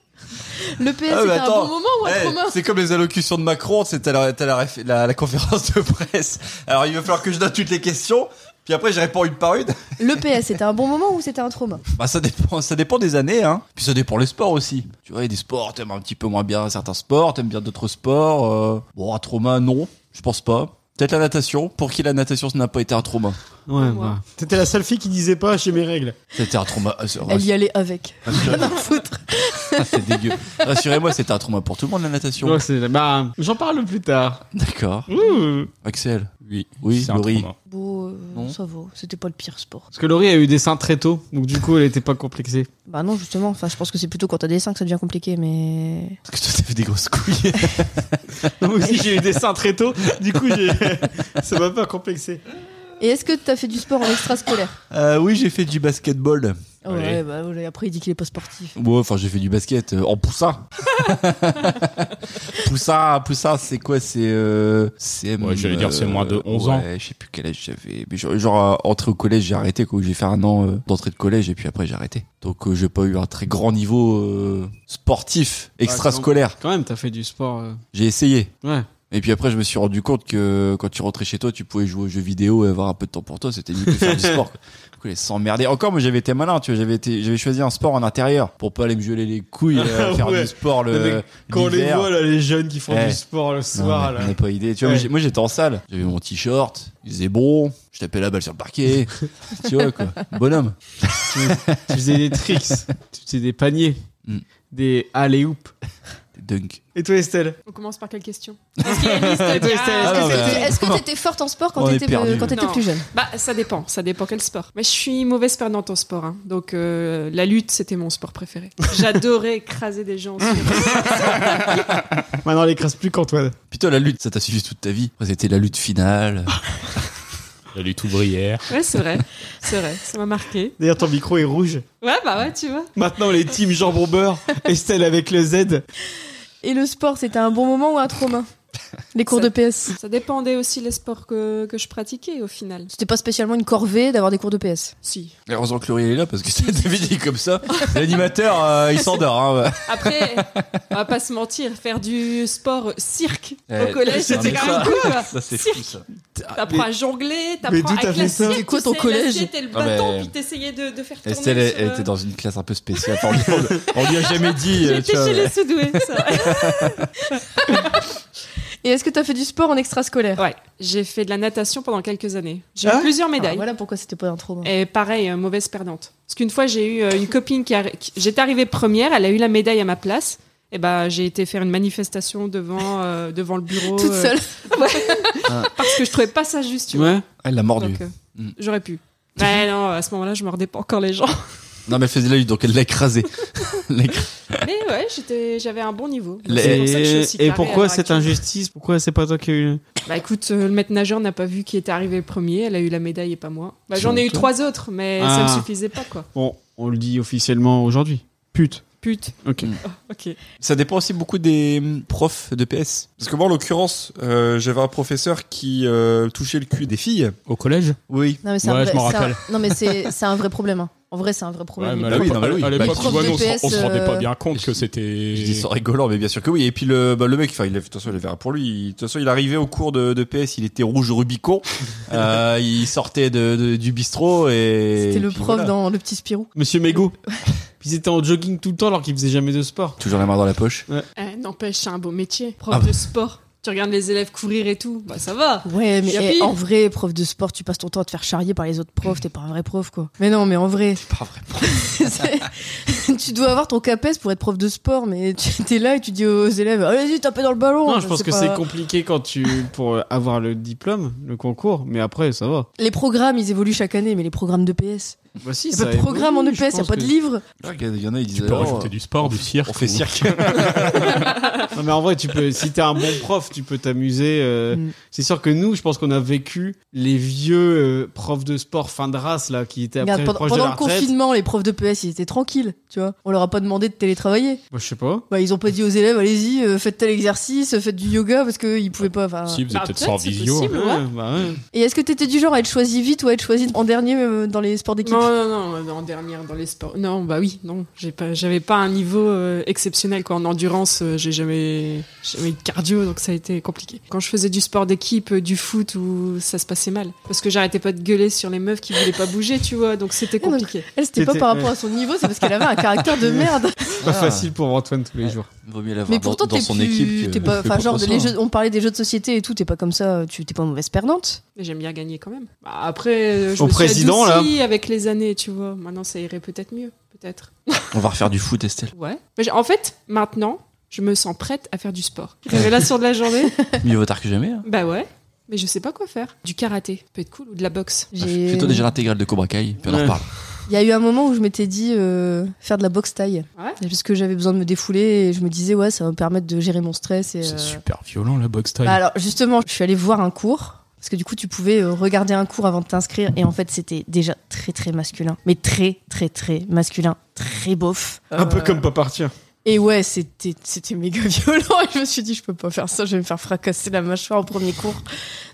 Speaker 4: Le PS, c'était
Speaker 3: Ah, mais
Speaker 4: un
Speaker 3: attends.
Speaker 4: bon moment ou un
Speaker 3: Eh,
Speaker 4: trauma
Speaker 3: c'est comme les allocutions de Macron, c'est t'as la, t'as la, réf- la- la conférence de presse. Alors il va falloir que je donne toutes les questions, puis après je réponds une par une.
Speaker 4: Le PS, c'était un bon moment ou c'était un trauma
Speaker 3: Bah ça dépend, ça dépend des années, hein. Puis ça dépend les sports aussi. Tu vois, il y a des sports, t'aimes un petit peu moins bien certains sports, t'aimes bien d'autres sports. euh. Bon, un trauma, non, je pense pas. Peut-être la natation. Pour qui la natation, ça n'a pas été un trauma
Speaker 2: Ouais, bah.
Speaker 4: Moi.
Speaker 2: ouais. T'étais la seule fille qui disait pas chez mes règles.
Speaker 3: C'était un trauma. euh, c'est-
Speaker 4: Elle y allait avec.
Speaker 3: rassurez-
Speaker 4: Foutre.
Speaker 3: Ah, c'est dégueu. Rassurez-moi, c'était un trauma pour tout le monde la natation.
Speaker 2: Ouais, c'est- bah, j'en parle plus tard.
Speaker 3: D'accord.
Speaker 2: Ouh.
Speaker 3: Axel.
Speaker 5: Oui,
Speaker 3: Oui,
Speaker 5: c'est un
Speaker 3: Laurie.
Speaker 5: trauma.
Speaker 4: Bon, euh,
Speaker 3: Non.
Speaker 4: ça va, c'était pas le pire sport.
Speaker 2: Parce que Laurie a eu des seins très tôt, donc du coup, elle était pas complexée.
Speaker 4: Bah non, justement, enfin, je pense que c'est plutôt quand t'as des 5 que ça devient compliqué, mais.
Speaker 3: Parce que toi, t'avais des grosses couilles.
Speaker 2: Moi aussi, j'ai eu des seins très tôt. Du coup, j'ai- ça m'a pas complexé.
Speaker 4: Et est-ce que t'as fait du sport en extrascolaire
Speaker 3: Euh, oui, j'ai fait du basketball.
Speaker 4: Ah Ouais, bah ouais, après il dit qu'il est pas sportif.
Speaker 3: Ouais, enfin, j'ai fait du basket euh, en poussin. poussin, poussin, c'est quoi C'est. Euh, c'est,
Speaker 5: Ouais, j'allais dire, c'est moins de 11
Speaker 3: ouais,
Speaker 5: ans.
Speaker 3: je sais plus quel âge j'avais. Mais genre, genre, euh, entrée au collège, j'ai arrêté, quoi. J'ai fait un an euh, d'entrée de collège et puis après, j'ai arrêté. Donc, euh, j'ai pas eu un très grand niveau euh, sportif, extrascolaire.
Speaker 2: Quand même, t'as fait du sport. euh.
Speaker 3: J'ai essayé.
Speaker 2: Ouais.
Speaker 3: Et puis après, je me suis rendu compte que quand tu rentrais chez toi, tu pouvais jouer aux jeux vidéo et avoir un peu de temps pour toi. C'était mieux que de faire du sport. quoi. Du coup, les s'emmerder. Encore, moi, j'avais été malin, tu vois. J'avais été, j'avais choisi un sport en intérieur pour pas aller me geler les couilles euh,
Speaker 2: Ah
Speaker 3: faire
Speaker 2: ouais.
Speaker 3: du sport
Speaker 2: Mais
Speaker 3: le.
Speaker 2: Quand on les
Speaker 3: l'hiver.
Speaker 2: voit, là, les jeunes qui font
Speaker 3: Eh.
Speaker 2: du sport le
Speaker 3: Non,
Speaker 2: soir,
Speaker 3: mais
Speaker 2: là.
Speaker 3: on n'a pas idée. Tu vois,
Speaker 2: Ouais.
Speaker 3: moi, j'ai- moi, j'étais en salle. J'avais mon t-shirt. Il faisait bon. Je tapais la balle sur le parquet. tu vois, quoi. Bonhomme.
Speaker 2: tu faisais des tricks, tu faisais des paniers,
Speaker 3: Mm.
Speaker 2: des alley-oop,
Speaker 8: Dunk.
Speaker 2: Et toi, Estelle
Speaker 6: On commence par quelle question Est-ce qu'il y a une liste de
Speaker 2: Attends,
Speaker 6: gaz
Speaker 2: Estelle,
Speaker 6: Est-ce que
Speaker 8: Ah,
Speaker 6: c'est-
Speaker 8: bah,
Speaker 4: Est-ce que t'étais forte en sport quand
Speaker 8: On est
Speaker 4: t'étais
Speaker 8: perdu.
Speaker 4: quand t'étais
Speaker 6: Non.
Speaker 4: plus jeune
Speaker 6: Bah, ça dépend, ça dépend quel sport. Mais je suis mauvaise perdante en sport, hein. donc euh, la lutte c'était mon sport préféré. J'adorais écraser des gens.
Speaker 2: Maintenant, elle écrase plus qu'Antoine.
Speaker 8: Puis toi, la lutte, ça t'a suivi toute ta vie. Après, C'était la lutte finale.
Speaker 5: La lutte ouvrière.
Speaker 6: Ouais, c'est vrai, c'est vrai, ça m'a marqué.
Speaker 2: D'ailleurs, ton micro est rouge.
Speaker 6: Ouais, bah ouais, tu vois.
Speaker 2: Maintenant, les teams jambon beurre, Estelle avec le Z.
Speaker 4: Et le sport, c'était un bon moment ou un trauma Les cours de
Speaker 6: Ça-
Speaker 4: PS.
Speaker 6: Ça dépendait aussi les sports que, que je pratiquais au final.
Speaker 4: C'était pas spécialement une corvée d'avoir des cours de PS.
Speaker 6: Si.
Speaker 8: Et Heureusement que Laurie est là parce que c'est David dit comme ça. L'animateur, euh, il s'endort. Hein.
Speaker 6: Après, on va pas se mentir, faire du sport cirque
Speaker 8: Eh,
Speaker 6: au collège,
Speaker 8: ça,
Speaker 6: c'était
Speaker 8: mais
Speaker 6: quand
Speaker 8: ça-
Speaker 6: même cool. quoi.
Speaker 8: Ça, c'est
Speaker 6: Cirque.
Speaker 8: fou, ça.
Speaker 6: T'apprends à jongler,
Speaker 2: mais
Speaker 6: t'apprends
Speaker 2: d'où t'as
Speaker 6: à
Speaker 2: fait ça
Speaker 6: classer.
Speaker 4: C'est quoi ton collège
Speaker 6: C'était le
Speaker 8: Ah,
Speaker 6: bâton,
Speaker 8: mais-
Speaker 6: puis t'essayais de, de faire tourner.
Speaker 8: Estelle, elle,
Speaker 6: sur,
Speaker 8: elle
Speaker 6: euh,
Speaker 8: était dans une classe un peu spéciale. Enfin, on, lui, on lui a jamais dit. euh, tu
Speaker 6: J'étais
Speaker 8: vois,
Speaker 6: chez
Speaker 8: mais-
Speaker 6: les Soudoués, ça.
Speaker 4: Et est-ce que t'as fait du sport en extrascolaire
Speaker 6: Ouais, j'ai fait de la natation pendant quelques années. J'ai eu
Speaker 2: Ah ouais
Speaker 6: plusieurs
Speaker 4: Ah,
Speaker 6: médailles.
Speaker 4: Voilà pourquoi c'était pas un trauma.
Speaker 6: Et pareil, euh, mauvaise perdante. Parce qu'une fois, j'ai eu euh, une copine qui, a- qui- j'étais arrivée première, elle a eu la médaille à ma place. Et bah, j'ai été faire une manifestation devant euh, devant le bureau
Speaker 4: Toute
Speaker 6: euh,
Speaker 4: seule.
Speaker 6: parce que je trouvais pas ça juste, tu vois.
Speaker 2: Ouais.
Speaker 8: Elle l'a mordu.
Speaker 6: Donc, euh,
Speaker 8: Mm.
Speaker 6: j'aurais pu. Mais non, à ce moment-là, je mordais pas encore les gens.
Speaker 8: Non, mais elle faisait la lutte, donc elle l'a écrasée. Elle l'a écrasée.
Speaker 6: Mais ouais, j'étais, j'avais un bon niveau. Donc,
Speaker 8: Les-
Speaker 6: c'est pour ça que je suis aussi
Speaker 2: Et,
Speaker 6: carrée à
Speaker 2: pourquoi
Speaker 6: l'heure
Speaker 2: cette
Speaker 6: actuelle.
Speaker 2: injustice Pourquoi c'est pas toi qui as eu.
Speaker 6: Bah écoute, euh, le maître nageur n'a pas vu qui était arrivé premier. Elle a eu la médaille et pas moi. Bah, j'en ai eu
Speaker 2: Surtout.
Speaker 6: trois autres, mais ça
Speaker 2: Ah.
Speaker 6: me suffisait pas quoi.
Speaker 2: Bon, on le dit officiellement aujourd'hui. Pute.
Speaker 6: Pute.
Speaker 2: Ok.
Speaker 6: Oh, ok.
Speaker 8: Ça dépend aussi beaucoup des hum, profs de PS.
Speaker 3: Parce que moi, en l'occurrence, euh, j'avais un professeur qui euh, touchait le cul des filles.
Speaker 5: Au collège
Speaker 8: Oui.
Speaker 4: Non mais c'est un
Speaker 5: Ouais,
Speaker 4: vrai-
Speaker 5: je m'en
Speaker 4: c'est un-
Speaker 5: rappelle.
Speaker 4: Non mais c'est c'est un vrai problème. hein. En vrai, c'est un vrai problème.
Speaker 8: à l'époque- à
Speaker 5: à
Speaker 8: l'époque,
Speaker 5: l'époque,
Speaker 8: tu
Speaker 5: tu
Speaker 4: vois, nous,
Speaker 5: on
Speaker 4: on s'en- on
Speaker 5: se
Speaker 4: se
Speaker 5: rendait
Speaker 4: rendait
Speaker 5: pas
Speaker 4: pas
Speaker 5: bien compte
Speaker 8: que
Speaker 5: que c'était.
Speaker 8: Je dis ça en rigolant, mais bien sûr que oui. Et puis le, bah, le mec, enfin, il a- de toute façon, il avait un pour lui. De toute façon, il arrivait au cours de, de PS, il était rouge Rubicon. Euh, il sortait de, de- du bistrot et.
Speaker 4: C'était le
Speaker 8: et puis
Speaker 4: prof
Speaker 8: voilà.
Speaker 4: dans Le Petit Spirou.
Speaker 2: Monsieur Mégo. Puis ils étaient en jogging tout le temps alors qu'ils faisaient jamais de sport.
Speaker 8: Toujours la main dans la poche.
Speaker 6: Eh, N'empêche, c'est un beau métier. Prof
Speaker 8: Ah bah.
Speaker 6: de sport. Tu regardes les élèves courir et tout. Bah ça va.
Speaker 4: Ouais, mais
Speaker 6: Y'a
Speaker 4: eh,
Speaker 6: pire.
Speaker 4: en vrai, prof de sport, tu passes ton temps à te faire charrier par les autres profs. T'es pas un vrai prof, quoi. Mais non, mais en vrai,
Speaker 8: Pas vrai.
Speaker 4: c'est- tu dois avoir ton CAPES pour être prof de sport, mais tu t'es là et tu dis aux élèves, allez-y, tapez dans le ballon.
Speaker 2: Non, je pense que c'est
Speaker 4: pas-
Speaker 2: compliqué quand tu pour avoir le diplôme, le concours, mais après ça va.
Speaker 4: Les programmes, ils évoluent chaque année, mais les programmes de PS.
Speaker 2: Bah si,
Speaker 4: Y a pas de programme en E EPS, y a pas de livre.
Speaker 8: Il y en a, ils
Speaker 5: Tu
Speaker 8: disaient.
Speaker 5: peux
Speaker 8: oh,
Speaker 5: rajouter du sport, du cirque.
Speaker 8: on fait
Speaker 5: ou-
Speaker 8: cirque.
Speaker 2: Non mais en vrai, tu peux si t'es un bon prof, tu peux t'amuser. euh,
Speaker 4: Mm.
Speaker 2: C'est sûr que nous, je pense qu'on a vécu les vieux euh, profs de sport fin de race là qui étaient après
Speaker 4: Regarde, pendant,
Speaker 2: proches
Speaker 4: pendant
Speaker 2: de la
Speaker 4: le
Speaker 2: retraite.
Speaker 4: confinement, les profs de PS, ils étaient tranquilles, tu vois. On leur a pas demandé de télétravailler.
Speaker 2: Moi, je sais pas.
Speaker 4: Bah, ils ont pas dit aux élèves, allez-y, euh, faites tel exercice, euh, faites du yoga, parce qu'ils pouvaient pas. enfin.
Speaker 5: Si, vous
Speaker 6: Bah,
Speaker 5: êtes peut-être
Speaker 6: peut-être,
Speaker 5: sans
Speaker 6: c'est
Speaker 5: visio.
Speaker 6: possible. Ouais.
Speaker 2: bah ouais.
Speaker 4: Et est-ce que t'étais du genre à être choisi vite ou à être choisi en dernier euh, dans les sports d'équipe
Speaker 6: Non, non, non, en dernière dans les sports. Non, bah oui, non, j'ai pas, j'avais pas un niveau euh, exceptionnel quoi. En endurance, euh, j'ai jamais, jamais eu de cardio, donc ça a été compliqué. Quand je faisais du sport d'équipe, euh, du foot, où ça se passait mal, parce que j'arrêtais pas de gueuler sur les meufs qui voulaient pas bouger, tu vois, donc c'était
Speaker 4: donc-
Speaker 6: compliqué.
Speaker 4: Elle, c'était pas
Speaker 2: T'étais-
Speaker 4: par rapport à son niveau, c'est parce qu'elle avait un caractère de merde.
Speaker 2: C'est pas facile pour Antoine tous les jours.
Speaker 8: Vaut mieux l'avoir
Speaker 4: Mais
Speaker 8: dans,
Speaker 4: pourtant,
Speaker 8: dans
Speaker 4: t'es
Speaker 8: son
Speaker 4: plus-
Speaker 8: équipe. euh, que-
Speaker 4: t'es pas,
Speaker 8: que
Speaker 4: enfin, genre,
Speaker 8: contre
Speaker 4: les
Speaker 8: soi.
Speaker 4: jeux- on parlait des jeux de société et tout, t'es pas comme ça, tu t'es pas mauvaise perdante.
Speaker 6: Mais j'aime bien gagner quand même. Bah, après, euh, je
Speaker 2: Au
Speaker 6: me suis
Speaker 2: président,
Speaker 6: adoucie avec les années, tu vois. Maintenant, ça irait peut-être mieux, peut-être.
Speaker 8: On va refaire du foot, Estelle.
Speaker 6: Ouais. Mais j'ai- en fait, maintenant, je me sens prête à faire du sport. Révélation de la journée.
Speaker 8: Mieux vaut tard que jamais. hein.
Speaker 6: Bah ouais, mais je sais pas quoi faire. Du karaté, peut être cool, ou de la boxe.
Speaker 4: J'ai-
Speaker 8: Bah, Fais-toi déjà l'intégrale de Cobra Kai, puis on en
Speaker 2: Ouais.
Speaker 8: reparle.
Speaker 4: Il y a eu un moment où je m'étais dit euh, faire de la boxe taille.
Speaker 6: Ouais.
Speaker 4: Parce que j'avais besoin de me défouler et je me disais, ouais, ça va me permettre de gérer mon stress. Et, euh,
Speaker 5: C'est super violent la boxe
Speaker 4: Bah
Speaker 5: style.
Speaker 4: alors justement, je suis allée voir un cours. Parce que du coup, tu pouvais euh, regarder un cours avant de t'inscrire. Et en fait, c'était déjà très, très masculin. Mais très, très, très masculin. Très beauf.
Speaker 2: Un peu
Speaker 4: Euh,
Speaker 2: comme pas partir.
Speaker 4: Et ouais, c'était c'était méga violent. Et je me suis dit, je peux pas faire ça. Je vais me faire fracasser la mâchoire au premier cours.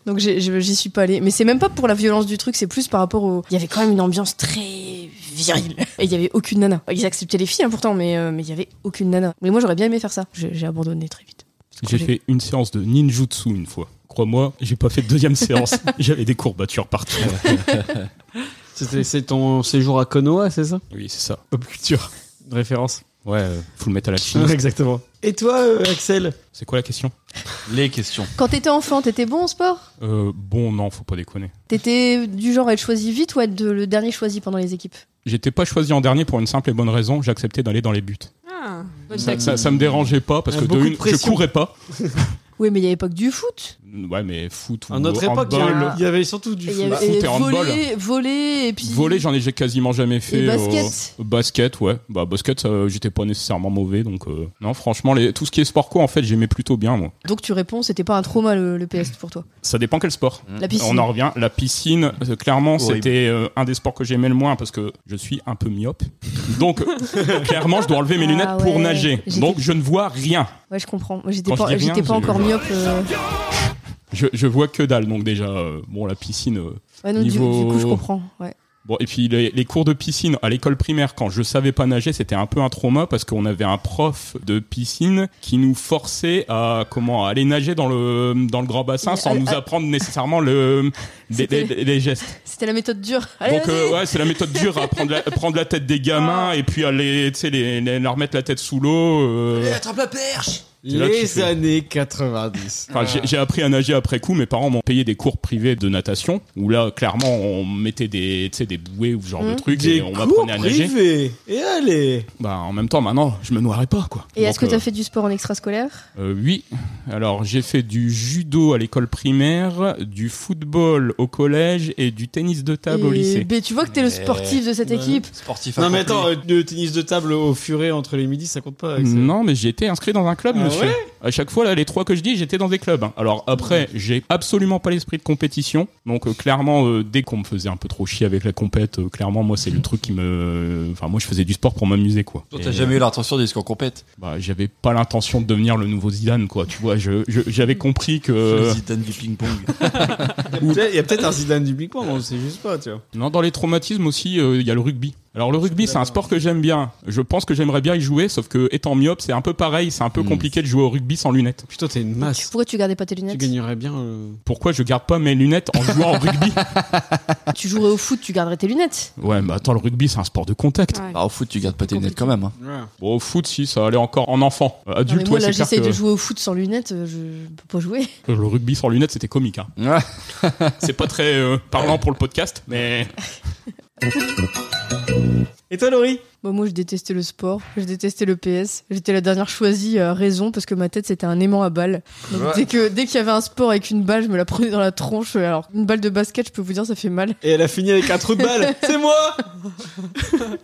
Speaker 4: Donc j'ai- je- j'y suis pas allée. Mais c'est même pas pour la violence du truc. C'est plus par rapport au. Il y avait quand même une ambiance très virile. Et il y avait aucune nana. Ils acceptaient les filles hein, pourtant, mais euh, mais il y avait aucune nana. Mais moi, j'aurais bien aimé faire ça. J'ai j'ai abandonné très vite.
Speaker 5: J'ai fait une séance de ninjutsu une fois. Crois-moi, j'ai pas fait de deuxième séance. J'avais des courbatures partout.
Speaker 2: C'était c'est ton séjour à Konoha, c'est ça
Speaker 5: Oui, c'est ça.
Speaker 2: Pop culture. Une référence.
Speaker 5: Ouais, euh, faut le mettre à la chine.
Speaker 2: Exactement. Et toi, euh, Axel
Speaker 5: C'est quoi la question
Speaker 8: Les questions.
Speaker 4: Quand t'étais enfant, t'étais bon au sport
Speaker 5: euh, Bon, non, faut pas déconner.
Speaker 4: T'étais du genre à être choisi vite ou à être de- le dernier choisi pendant les équipes
Speaker 5: J'étais pas choisi en dernier pour une simple et bonne raison, j'acceptais d'aller dans les buts.
Speaker 6: Ah, bonne
Speaker 5: Ça,
Speaker 6: tactique.
Speaker 5: ça- ça me dérangeait pas parce
Speaker 2: Ah,
Speaker 5: que de
Speaker 2: beaucoup de
Speaker 5: une, je
Speaker 2: pression.
Speaker 5: courais pas.
Speaker 4: Oui, mais il y avait pas que du foot.
Speaker 5: Ouais, mais foot ou
Speaker 2: À notre époque, hein. il y
Speaker 5: handball,
Speaker 2: a- il y avait surtout du
Speaker 4: Il y
Speaker 2: foot.
Speaker 4: avait
Speaker 5: foot et handball.
Speaker 4: voler, voler, et puis.
Speaker 5: Voler, j'en ai j'ai quasiment jamais fait.
Speaker 4: Et basket.
Speaker 5: euh, basket, ouais. Bah, basket, ça, j'étais pas nécessairement mauvais, donc euh, non, franchement, les, tout ce qui est sport co, en fait, j'aimais plutôt bien, moi.
Speaker 4: Donc tu réponds, c'était pas un trauma le, le PS pour toi.
Speaker 5: Ça dépend quel sport.
Speaker 4: La piscine.
Speaker 5: Mm. On en revient. La piscine, euh, clairement,
Speaker 8: Horrible.
Speaker 5: c'était euh, un des sports que j'aimais le moins parce que je suis un peu myope. Donc, clairement, je dois enlever mes
Speaker 4: Ah
Speaker 5: lunettes pour
Speaker 4: ouais.
Speaker 5: nager.
Speaker 4: J'étais-
Speaker 5: Donc, je ne vois rien.
Speaker 4: Ouais, je comprends. Moi, j'étais
Speaker 5: Quand
Speaker 4: pas,
Speaker 5: je dis rien,
Speaker 4: j'étais pas
Speaker 5: c'est-
Speaker 4: encore myope. euh.
Speaker 5: Je, je vois que dalle. Donc, déjà, euh, bon, la piscine. euh,
Speaker 4: Ouais, non, du- du,
Speaker 5: Niveau-
Speaker 4: coup, je comprends. Ouais.
Speaker 5: Bon, et puis les, les cours de piscine à l'école primaire, quand je savais pas nager, c'était un peu un trauma parce qu'on avait un prof de piscine qui nous forçait à comment à aller nager dans le dans le grand bassin
Speaker 4: Mais
Speaker 5: sans
Speaker 4: à-
Speaker 5: nous
Speaker 4: à-
Speaker 5: apprendre nécessairement le les,
Speaker 4: C'était-
Speaker 5: les- les gestes.
Speaker 4: C'était la méthode dure. Allez,
Speaker 5: Donc
Speaker 4: vas-y. Ah.
Speaker 5: euh, ouais, c'est la méthode dure à prendre la, prendre la tête des gamins et puis aller tu sais les, les- leur mettre la tête sous l'eau. euh.
Speaker 8: Eh, attrape la perche
Speaker 5: C'est là que tu
Speaker 2: Les
Speaker 5: fais.
Speaker 2: années 90.
Speaker 5: Enfin, j'ai- j'ai appris à nager après coup. Mes parents m'ont payé des cours privés de natation où là clairement on mettait des tu sais des bouées ou ce genre de
Speaker 4: Mhm.
Speaker 5: trucs et
Speaker 2: Des
Speaker 5: on
Speaker 2: cours
Speaker 5: m'apprenait à nager.
Speaker 2: privés. Et allez
Speaker 5: Bah en même temps maintenant je me noierais pas quoi.
Speaker 4: Et est-ce que
Speaker 5: Donc,
Speaker 4: t'as fait du sport en extrascolaire
Speaker 5: euh, euh, Oui. Alors j'ai fait du judo à l'école primaire, du football au collège et du tennis de table au
Speaker 4: Et-
Speaker 5: lycée.
Speaker 4: Mais tu vois que t'es le
Speaker 8: Mais-
Speaker 4: sportif de cette
Speaker 2: Ouais.
Speaker 4: équipe.
Speaker 8: Sportif
Speaker 2: Non mais
Speaker 8: accompli.
Speaker 2: attends, euh, le tennis de table au furet entre les midis, ça compte pas avec ça.
Speaker 5: Non, mais j'ai été inscrit dans un club,
Speaker 2: Ah
Speaker 5: monsieur.
Speaker 2: ouais
Speaker 5: à chaque fois, là, les trois que je dis, j'étais dans des clubs. hein. Alors après, j'ai absolument pas l'esprit de compétition. Donc euh, clairement, euh, dès qu'on me faisait un peu trop chier avec la compète, euh, clairement, moi, c'est le truc qui me. Enfin, moi, je faisais du sport pour m'amuser, quoi.
Speaker 8: Toi,
Speaker 5: Et,
Speaker 8: t'as jamais eu l'intention de dire qu'on compète.
Speaker 5: bah, j'avais pas l'intention de devenir le nouveau Zidane, quoi. Tu vois, je- je- j'avais compris que.
Speaker 8: Le Zidane du ping-pong.
Speaker 2: Il y a peut-être- il y a peut-être un Zidane du Big Bang, on sait juste pas, tu vois.
Speaker 5: Non, dans les traumatismes aussi, euh, il y a le rugby. Alors le rugby, c'est un sport que j'aime bien. Je pense que j'aimerais bien y jouer, sauf que étant myope, c'est un peu pareil, c'est un peu
Speaker 2: Hmm.
Speaker 8: Mm.
Speaker 5: compliqué de jouer au rugby sans lunettes.
Speaker 2: Putain, t'es une
Speaker 4: Tu-
Speaker 2: masse.
Speaker 4: Pourquoi tu gardais pas tes
Speaker 2: Ah, Tu
Speaker 4: lunettes
Speaker 2: gagnerais bien. euh,
Speaker 5: Pourquoi je garde pas mes lunettes en jouant au rugby
Speaker 4: Ah, Tu jouerais au foot, tu garderais tes lunettes.
Speaker 5: Ouais, mais attends, le rugby, c'est un sport de contact.
Speaker 6: Ouais.
Speaker 8: Bah, au foot, tu gardes pas tes lunettes quand même. hein.
Speaker 5: Bon, au foot, si, ça allait encore en enfant. Euh,
Speaker 4: Non, mais
Speaker 5: adulte,
Speaker 4: moi,
Speaker 5: ouais,
Speaker 4: là,
Speaker 5: c'est clair
Speaker 4: j'essaye
Speaker 5: que
Speaker 4: de jouer au foot sans lunettes, euh, je, je peux pas jouer.
Speaker 5: que le rugby sans lunettes, c'était comique. hein.
Speaker 8: Ouais.
Speaker 5: c'est pas très euh, parlant pour le podcast, mais...
Speaker 2: Et toi, Laurie
Speaker 4: Bon, moi, je détestais le sport, je détestais le PS. J'étais la dernière choisie à raison parce que ma tête, c'était un aimant à balles. Donc,
Speaker 8: Ouais.
Speaker 4: dès que dès qu'il y avait un sport avec une balle, je me la prenais dans la tronche. Alors, une balle de basket, je peux vous dire, ça fait mal.
Speaker 2: Et elle a fini avec un trou de balle. C'est moi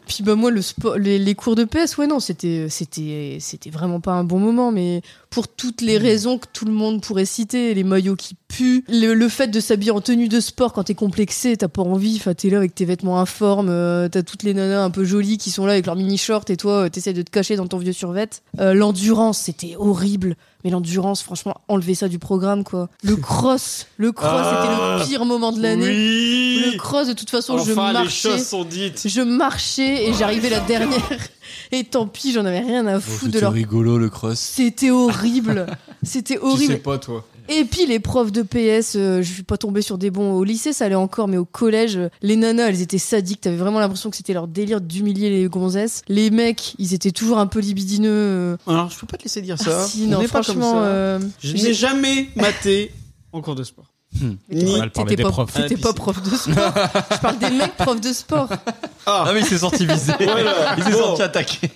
Speaker 4: Puis, bah, moi, le sport, les, les cours de PS, ouais, non, c'était c'était c'était vraiment pas un bon moment. Mais pour toutes les raisons que tout le monde pourrait citer, les maillots qui puent, le, le fait de s'habiller en tenue de sport quand t'es complexé, t'as pas envie, enfin, t'es là avec tes vêtements informes, euh, t'as toutes les nanas un peu jolies qui sont là avec leurs mini shorts et toi, euh, t'essayes de te cacher dans ton vieux survêt. Euh, l'endurance, c'était horrible. Mais l'endurance, franchement, enlever ça du programme, quoi. Le cross, le cross,
Speaker 2: Ah,
Speaker 4: c'était le pire moment de l'année.
Speaker 2: Oui
Speaker 4: Le cross, de toute façon, je
Speaker 2: Enfin, les
Speaker 4: marchais.
Speaker 2: choses sont dites.
Speaker 4: Je marchais et j'arrivais la dernière. Et tant pis, j'en avais rien à foutre de
Speaker 8: C'était
Speaker 4: leur.
Speaker 8: rigolo, le cross.
Speaker 4: C'était horrible. C'était horrible.
Speaker 2: pas, toi.
Speaker 4: Et puis les profs de PS, euh, je suis pas tombée sur des bons au lycée, ça allait encore, mais au collège, euh, les nanas, elles étaient sadiques. T'avais vraiment l'impression que c'était leur délire d'humilier les gonzesses. Les mecs, ils étaient toujours un peu libidineux. euh.
Speaker 2: Alors, je peux pas te laisser dire ça.
Speaker 4: Ah, si,
Speaker 2: On
Speaker 4: non,
Speaker 2: n'est pas
Speaker 4: franchement,
Speaker 2: comme ça.
Speaker 4: euh,
Speaker 2: Je
Speaker 4: j'ai-
Speaker 2: n'ai jamais maté en cours de sport.
Speaker 8: Hmm.
Speaker 4: Mais t'es
Speaker 2: Ni-
Speaker 4: pas-
Speaker 5: On a parlé
Speaker 4: t'étais
Speaker 5: des
Speaker 4: pas,
Speaker 5: profs.
Speaker 4: t'étais
Speaker 2: Ah,
Speaker 4: pas
Speaker 2: puis-
Speaker 4: prof de sport. je parle des mecs profs de sport.
Speaker 2: Ah,
Speaker 8: Ah, mais il s'est sorti visé.
Speaker 2: Voilà.
Speaker 8: Il s'est
Speaker 2: Bon.
Speaker 8: sorti attaqué.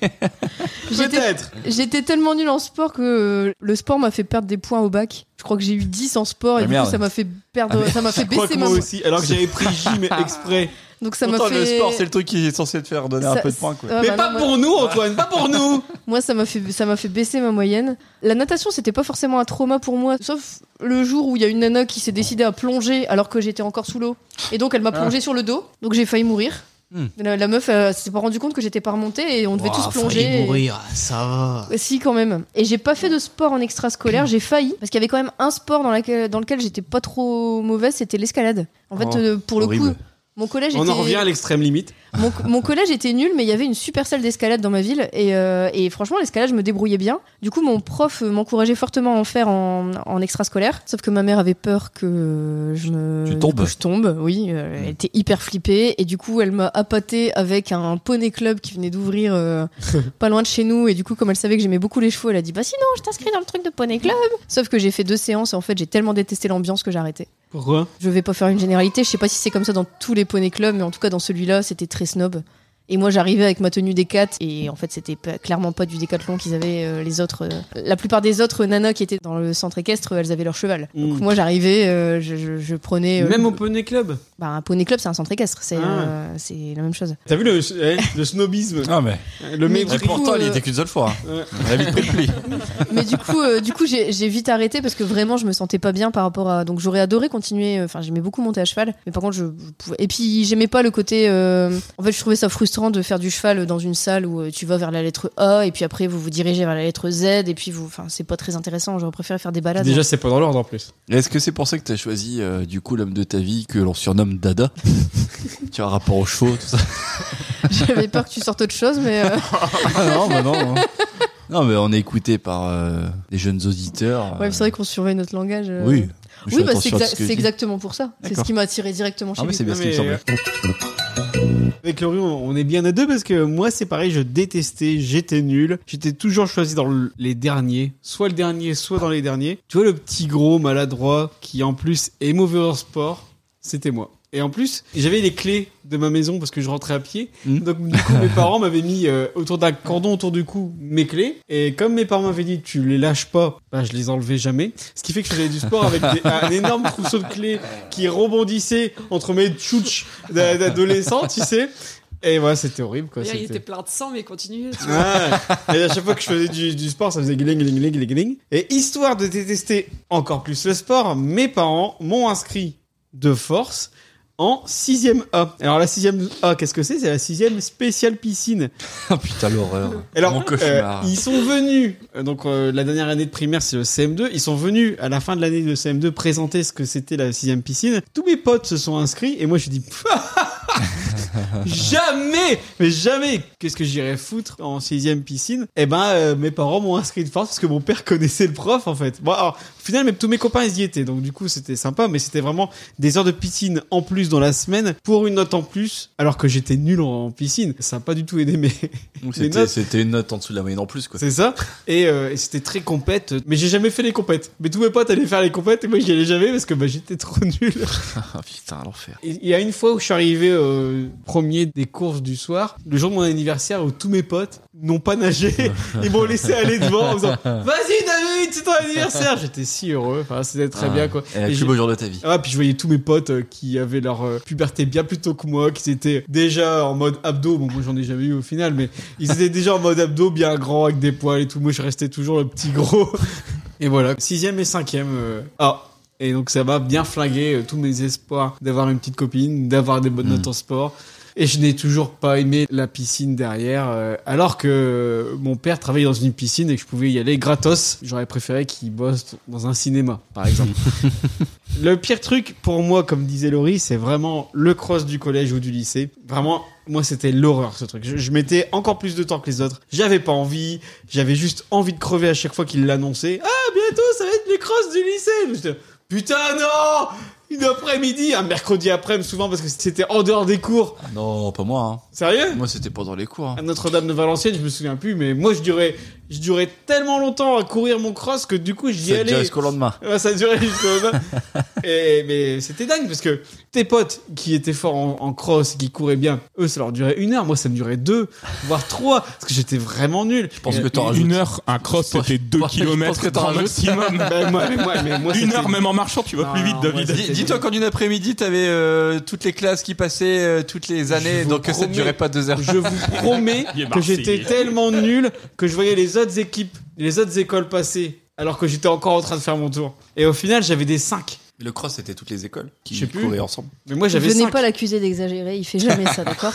Speaker 4: J'étais
Speaker 2: peut-être.
Speaker 4: J'étais tellement nulle en sport que euh, le sport m'a fait perdre des points au bac. Je crois que j'ai eu 10 en sport et
Speaker 8: Ah,
Speaker 4: du
Speaker 8: merde.
Speaker 4: coup ça m'a fait perdre, ça m'a fait
Speaker 2: Ah, Je crois que
Speaker 4: baisser ma
Speaker 2: moi aussi, alors que j'avais pris gym exprès.
Speaker 4: Donc ça m'a
Speaker 8: Pourtant,
Speaker 4: fait.
Speaker 8: le sport, c'est le truc qui est censé te faire donner un
Speaker 4: Ça-
Speaker 8: peu de points, quoi.
Speaker 4: Ah,
Speaker 2: Mais
Speaker 4: bah
Speaker 2: pas
Speaker 4: non, moi,
Speaker 2: pour nous, Antoine, pas pour nous
Speaker 4: moi, ça m'a fait ça m'a fait baisser ma moyenne. La natation c'était pas forcément un trauma pour moi, sauf le jour où il y a une nana qui s'est décidée à plonger alors que j'étais encore sous l'eau et donc elle m'a plongé sur le dos. Donc j'ai failli mourir.
Speaker 8: Ah. Hmm.
Speaker 4: La, la meuf euh, s'est pas rendue compte que j'étais pas remontée et on devait tous plonger. et-
Speaker 2: Oh, ça va.
Speaker 4: Si, quand même. Et j'ai pas fait de sport en
Speaker 8: Hmm.
Speaker 4: extrascolaire, j'ai failli. Parce qu'il y avait quand même un sport dans, laquelle- dans lequel j'étais pas trop mauvaise, c'était l'escalade. En fait,
Speaker 8: Oh,
Speaker 4: euh, pour le
Speaker 8: horrible.
Speaker 4: coup, mon collège,
Speaker 2: On en
Speaker 4: était,
Speaker 2: revient à l'extrême limite.
Speaker 4: mon, mon collège était nul, mais il y avait une super salle d'escalade dans ma ville. Et, euh, et franchement, l'escalade, je me débrouillais bien. Du coup, mon prof euh, m'encourageait fortement à en faire en, en extrascolaire. Sauf que ma mère avait peur que euh, je me.
Speaker 8: Tu tombes. Hmm.
Speaker 4: que je tombe, oui. euh, elle était hyper flippée. Et du coup, elle m'a appâté avec un poney club qui venait d'ouvrir euh, pas loin de chez nous. Et du coup, comme elle savait que j'aimais beaucoup les chevaux, elle a dit Bah sinon, je t'inscris dans le truc de poney club. Sauf que j'ai fait deux séances et en fait, j'ai tellement détesté l'ambiance que j'ai arrêté.
Speaker 2: Pourquoi
Speaker 4: Je vais pas faire une généralité, je sais pas si c'est comme ça dans tous les poney clubs, mais en tout cas dans celui-là, c'était très snob. Et moi, j'arrivais avec ma tenue des 4 et en fait, c'était pas- clairement pas du décathlon qu'ils avaient euh, les autres. euh. La plupart des autres nanas qui étaient dans le centre équestre, elles avaient leur cheval. Donc
Speaker 2: Mm.
Speaker 4: moi, j'arrivais, euh, je, je- je prenais. euh,
Speaker 2: Même
Speaker 4: le-
Speaker 2: au Poney Club.
Speaker 4: bah, un poney club, c'est un centre équestre, c'est
Speaker 2: Ah.
Speaker 4: euh, c'est la même chose.
Speaker 2: T'as vu le, eh, le snobisme,
Speaker 8: Ah, mais.
Speaker 2: le
Speaker 4: Mais
Speaker 2: mépris.
Speaker 4: du coup,
Speaker 8: Pourtant, il
Speaker 4: euh,
Speaker 8: était qu'une seule fois. hein.
Speaker 2: Ouais.
Speaker 8: Il a vite pris le pli.
Speaker 4: Mais du coup, euh, du coup, j'ai j'ai vite arrêté parce que vraiment, je me sentais pas bien par rapport à. Donc, j'aurais adoré continuer. euh, Enfin, j'aimais beaucoup monter à cheval, mais par contre, je, je pouvais. Et puis, j'aimais pas le côté. euh, En fait, je trouvais ça frustrant de faire du cheval dans une salle où euh, tu vas vers la lettre A et puis après, vous vous dirigez vers la lettre Z et puis vous. Enfin, c'est pas très intéressant. J'aurais préféré faire des balades. hein.
Speaker 2: Déjà, c'est pas dans l'ordre en plus.
Speaker 8: Est-ce que c'est pour ça que t'as choisi, euh, du coup, l'homme de ta vie que l'on surnomme Dada Tu as un rapport aux chevaux, tout ça
Speaker 4: J'avais peur que tu sortes autre chose, mais. euh,
Speaker 8: Ah non, bah non. non. Non, mais on est écouté par euh, des jeunes auditeurs.
Speaker 4: Ouais,
Speaker 8: euh,
Speaker 4: c'est vrai qu'on surveille notre langage. euh.
Speaker 8: Oui. je
Speaker 4: Oui,
Speaker 8: fais
Speaker 4: bah, c'est
Speaker 8: attention à
Speaker 4: exa-
Speaker 8: ce que je
Speaker 4: c'est
Speaker 8: dis.
Speaker 4: exactement pour ça. C'est ce
Speaker 8: D'accord.
Speaker 4: qui m'a attiré directement chez
Speaker 8: Ah, mais
Speaker 4: lui.
Speaker 8: c'est bien
Speaker 2: Non,
Speaker 8: ce qui me
Speaker 2: mais-
Speaker 8: semblait.
Speaker 2: Avec Laurie, on on est bien à deux parce que moi, c'est pareil, je détestais, j'étais nul. J'étais toujours choisi dans le- les derniers. Soit le dernier, soit dans les derniers. Tu vois, le petit gros maladroit qui, en plus, est mauvais en sport, c'était moi. Et en plus, j'avais les clés de ma maison parce que je rentrais à pied.
Speaker 8: Mhm.
Speaker 2: Donc, du coup, mes parents m'avaient mis euh, autour d'un cordon autour du cou mes clés. Et comme mes parents m'avaient dit, tu les lâches pas, bah, je les enlevais jamais. Ce qui fait que je faisais du sport avec des- un énorme trousseau de clés qui rebondissait entre mes tchouches d'a- d'adolescent, tu sais. Et voilà, c'était horrible, quoi.
Speaker 6: D'ailleurs, il
Speaker 2: c'était-
Speaker 6: était plein de sang, mais il continuait. tu vois.
Speaker 2: Ouais. Et à chaque fois que je faisais du, du sport, ça faisait gling, gling, gling, gling, gling. Et histoire de détester encore plus le sport, mes parents m'ont inscrit de force en 6ème A. Alors la 6ème A, qu'est-ce que c'est C'est la 6ème spéciale piscine.
Speaker 8: Ah, putain, l'horreur.
Speaker 2: Alors,
Speaker 8: Mon cauchemar.
Speaker 2: euh, ils sont venus, euh, donc euh, la dernière année de primaire c'est le CM2, ils sont venus à la fin de l'année de CM2 présenter ce que c'était la sixième piscine. Tous mes potes se sont inscrits et moi je dis Pff, jamais, mais jamais, qu'est-ce que j'irais foutre en sixième piscine Eh ben euh, mes parents m'ont inscrit de force parce que mon père connaissait le prof en fait. Bon, alors, au final même tous mes copains ils y étaient, donc du coup c'était sympa, mais c'était vraiment des heures de piscine en plus dans la semaine pour une note en plus, alors que j'étais nul en, en piscine. Ça n'a pas du tout aidé mes,
Speaker 8: Donc,
Speaker 2: les
Speaker 8: C'était
Speaker 2: notes.
Speaker 8: c'était une note en dessous de la moyenne en plus, quoi.
Speaker 2: C'est ça. Et, euh, et c'était très compète. Mais j'ai jamais fait les compètes. Mais tous mes potes allaient faire les compètes et moi j'y allais jamais parce que bah, j'étais trop nul.
Speaker 8: Ah, putain, l'enfer.
Speaker 2: Et Il y a une fois où je suis arrivé euh, premier des courses du soir, le jour de mon anniversaire où tous mes potes n'ont pas nagé, ils m'ont laissé aller devant en me disant Vas-y David, c'est ton anniversaire J'étais si heureux. Enfin, c'était très
Speaker 8: Ah,
Speaker 2: bien quoi.
Speaker 8: Et le
Speaker 2: Et
Speaker 8: plus
Speaker 2: j'ai-
Speaker 8: beau jour de ta vie.
Speaker 2: ah, puis je voyais tous mes potes euh, qui avaient leur euh, puberté bien plus tôt que moi, qui étaient déjà en mode abdos. Bon, moi j'en ai jamais eu au final, mais ils étaient déjà en mode abdos bien grand avec des poils et tout. Moi je restais toujours le petit gros. Et voilà, sixième et cinquième. euh, Ah et donc ça m'a bien flingué euh, tous mes espoirs d'avoir une petite copine, d'avoir des bonnes
Speaker 8: Mm.
Speaker 2: notes en sport. Et je n'ai toujours pas aimé la piscine derrière, euh, alors que euh, mon père travaillait dans une piscine et que je pouvais y aller gratos. J'aurais préféré qu'il bosse dans un cinéma, par exemple. Le pire truc pour moi, comme disait Laurie, c'est vraiment le cross du collège ou du lycée. Vraiment, moi, c'était l'horreur ce truc. Je, je mettais encore plus de temps que les autres. J'avais pas envie. J'avais juste envie de crever à chaque fois qu'ils l'annonçaient. Ah, bientôt, ça va être les crosses du lycée. J'étais, Putain, non Une après-midi, un mercredi après-midi, souvent parce que c'était en dehors des cours.
Speaker 8: Ah Non, pas moi.
Speaker 2: Sérieux
Speaker 8: Hein. Moi, c'était pendant les cours. hein.
Speaker 2: à Notre-Dame de Valenciennes, je me souviens plus, mais moi je durais, je durais tellement longtemps à courir mon cross que du coup j'y
Speaker 8: Ça te
Speaker 2: allais.
Speaker 8: dure jusqu'au lendemain.
Speaker 2: Ouais, Ah bah, ça durait jusqu'au lendemain. Et, mais c'était dingue parce que tes potes qui étaient forts en, en cross et qui couraient bien, eux ça leur durait une heure. Moi ça me durait deux, voire trois parce que j'étais vraiment nul.
Speaker 8: Je pense que t'en rajoutes.
Speaker 5: Une heure, un cross,
Speaker 8: Je pense-
Speaker 5: c'était 2
Speaker 8: je pense que
Speaker 5: km
Speaker 8: t'en
Speaker 5: grand
Speaker 8: rajoutes.
Speaker 5: maximum.
Speaker 2: Ben, moi, mais moi, mais moi,
Speaker 5: Une
Speaker 2: c'était-
Speaker 5: heure, même en marchant, tu vas
Speaker 2: Non,
Speaker 5: plus vite,
Speaker 2: moi,
Speaker 5: David.
Speaker 8: Dis- Dis-toi qu'en une après-midi, t'avais euh, toutes les classes qui passaient, euh, toutes les années,
Speaker 2: vous
Speaker 8: donc que ça ne
Speaker 2: promets.
Speaker 8: durait pas deux heures.
Speaker 2: Je vous promets
Speaker 5: Il est
Speaker 2: que
Speaker 5: Marseillais.
Speaker 2: j'étais tellement nul que je voyais les autres équipes, les autres écoles passer alors que j'étais encore en train de faire mon tour. Et au final j'avais des 5.
Speaker 8: Mais le cross, c'était toutes les écoles
Speaker 2: Je
Speaker 8: qui
Speaker 2: sais plus.
Speaker 8: couraient ensemble.
Speaker 2: Mais moi j'avais
Speaker 4: Venez
Speaker 2: 5.
Speaker 4: pas l'accuser d'exagérer, il fait jamais ça, d'accord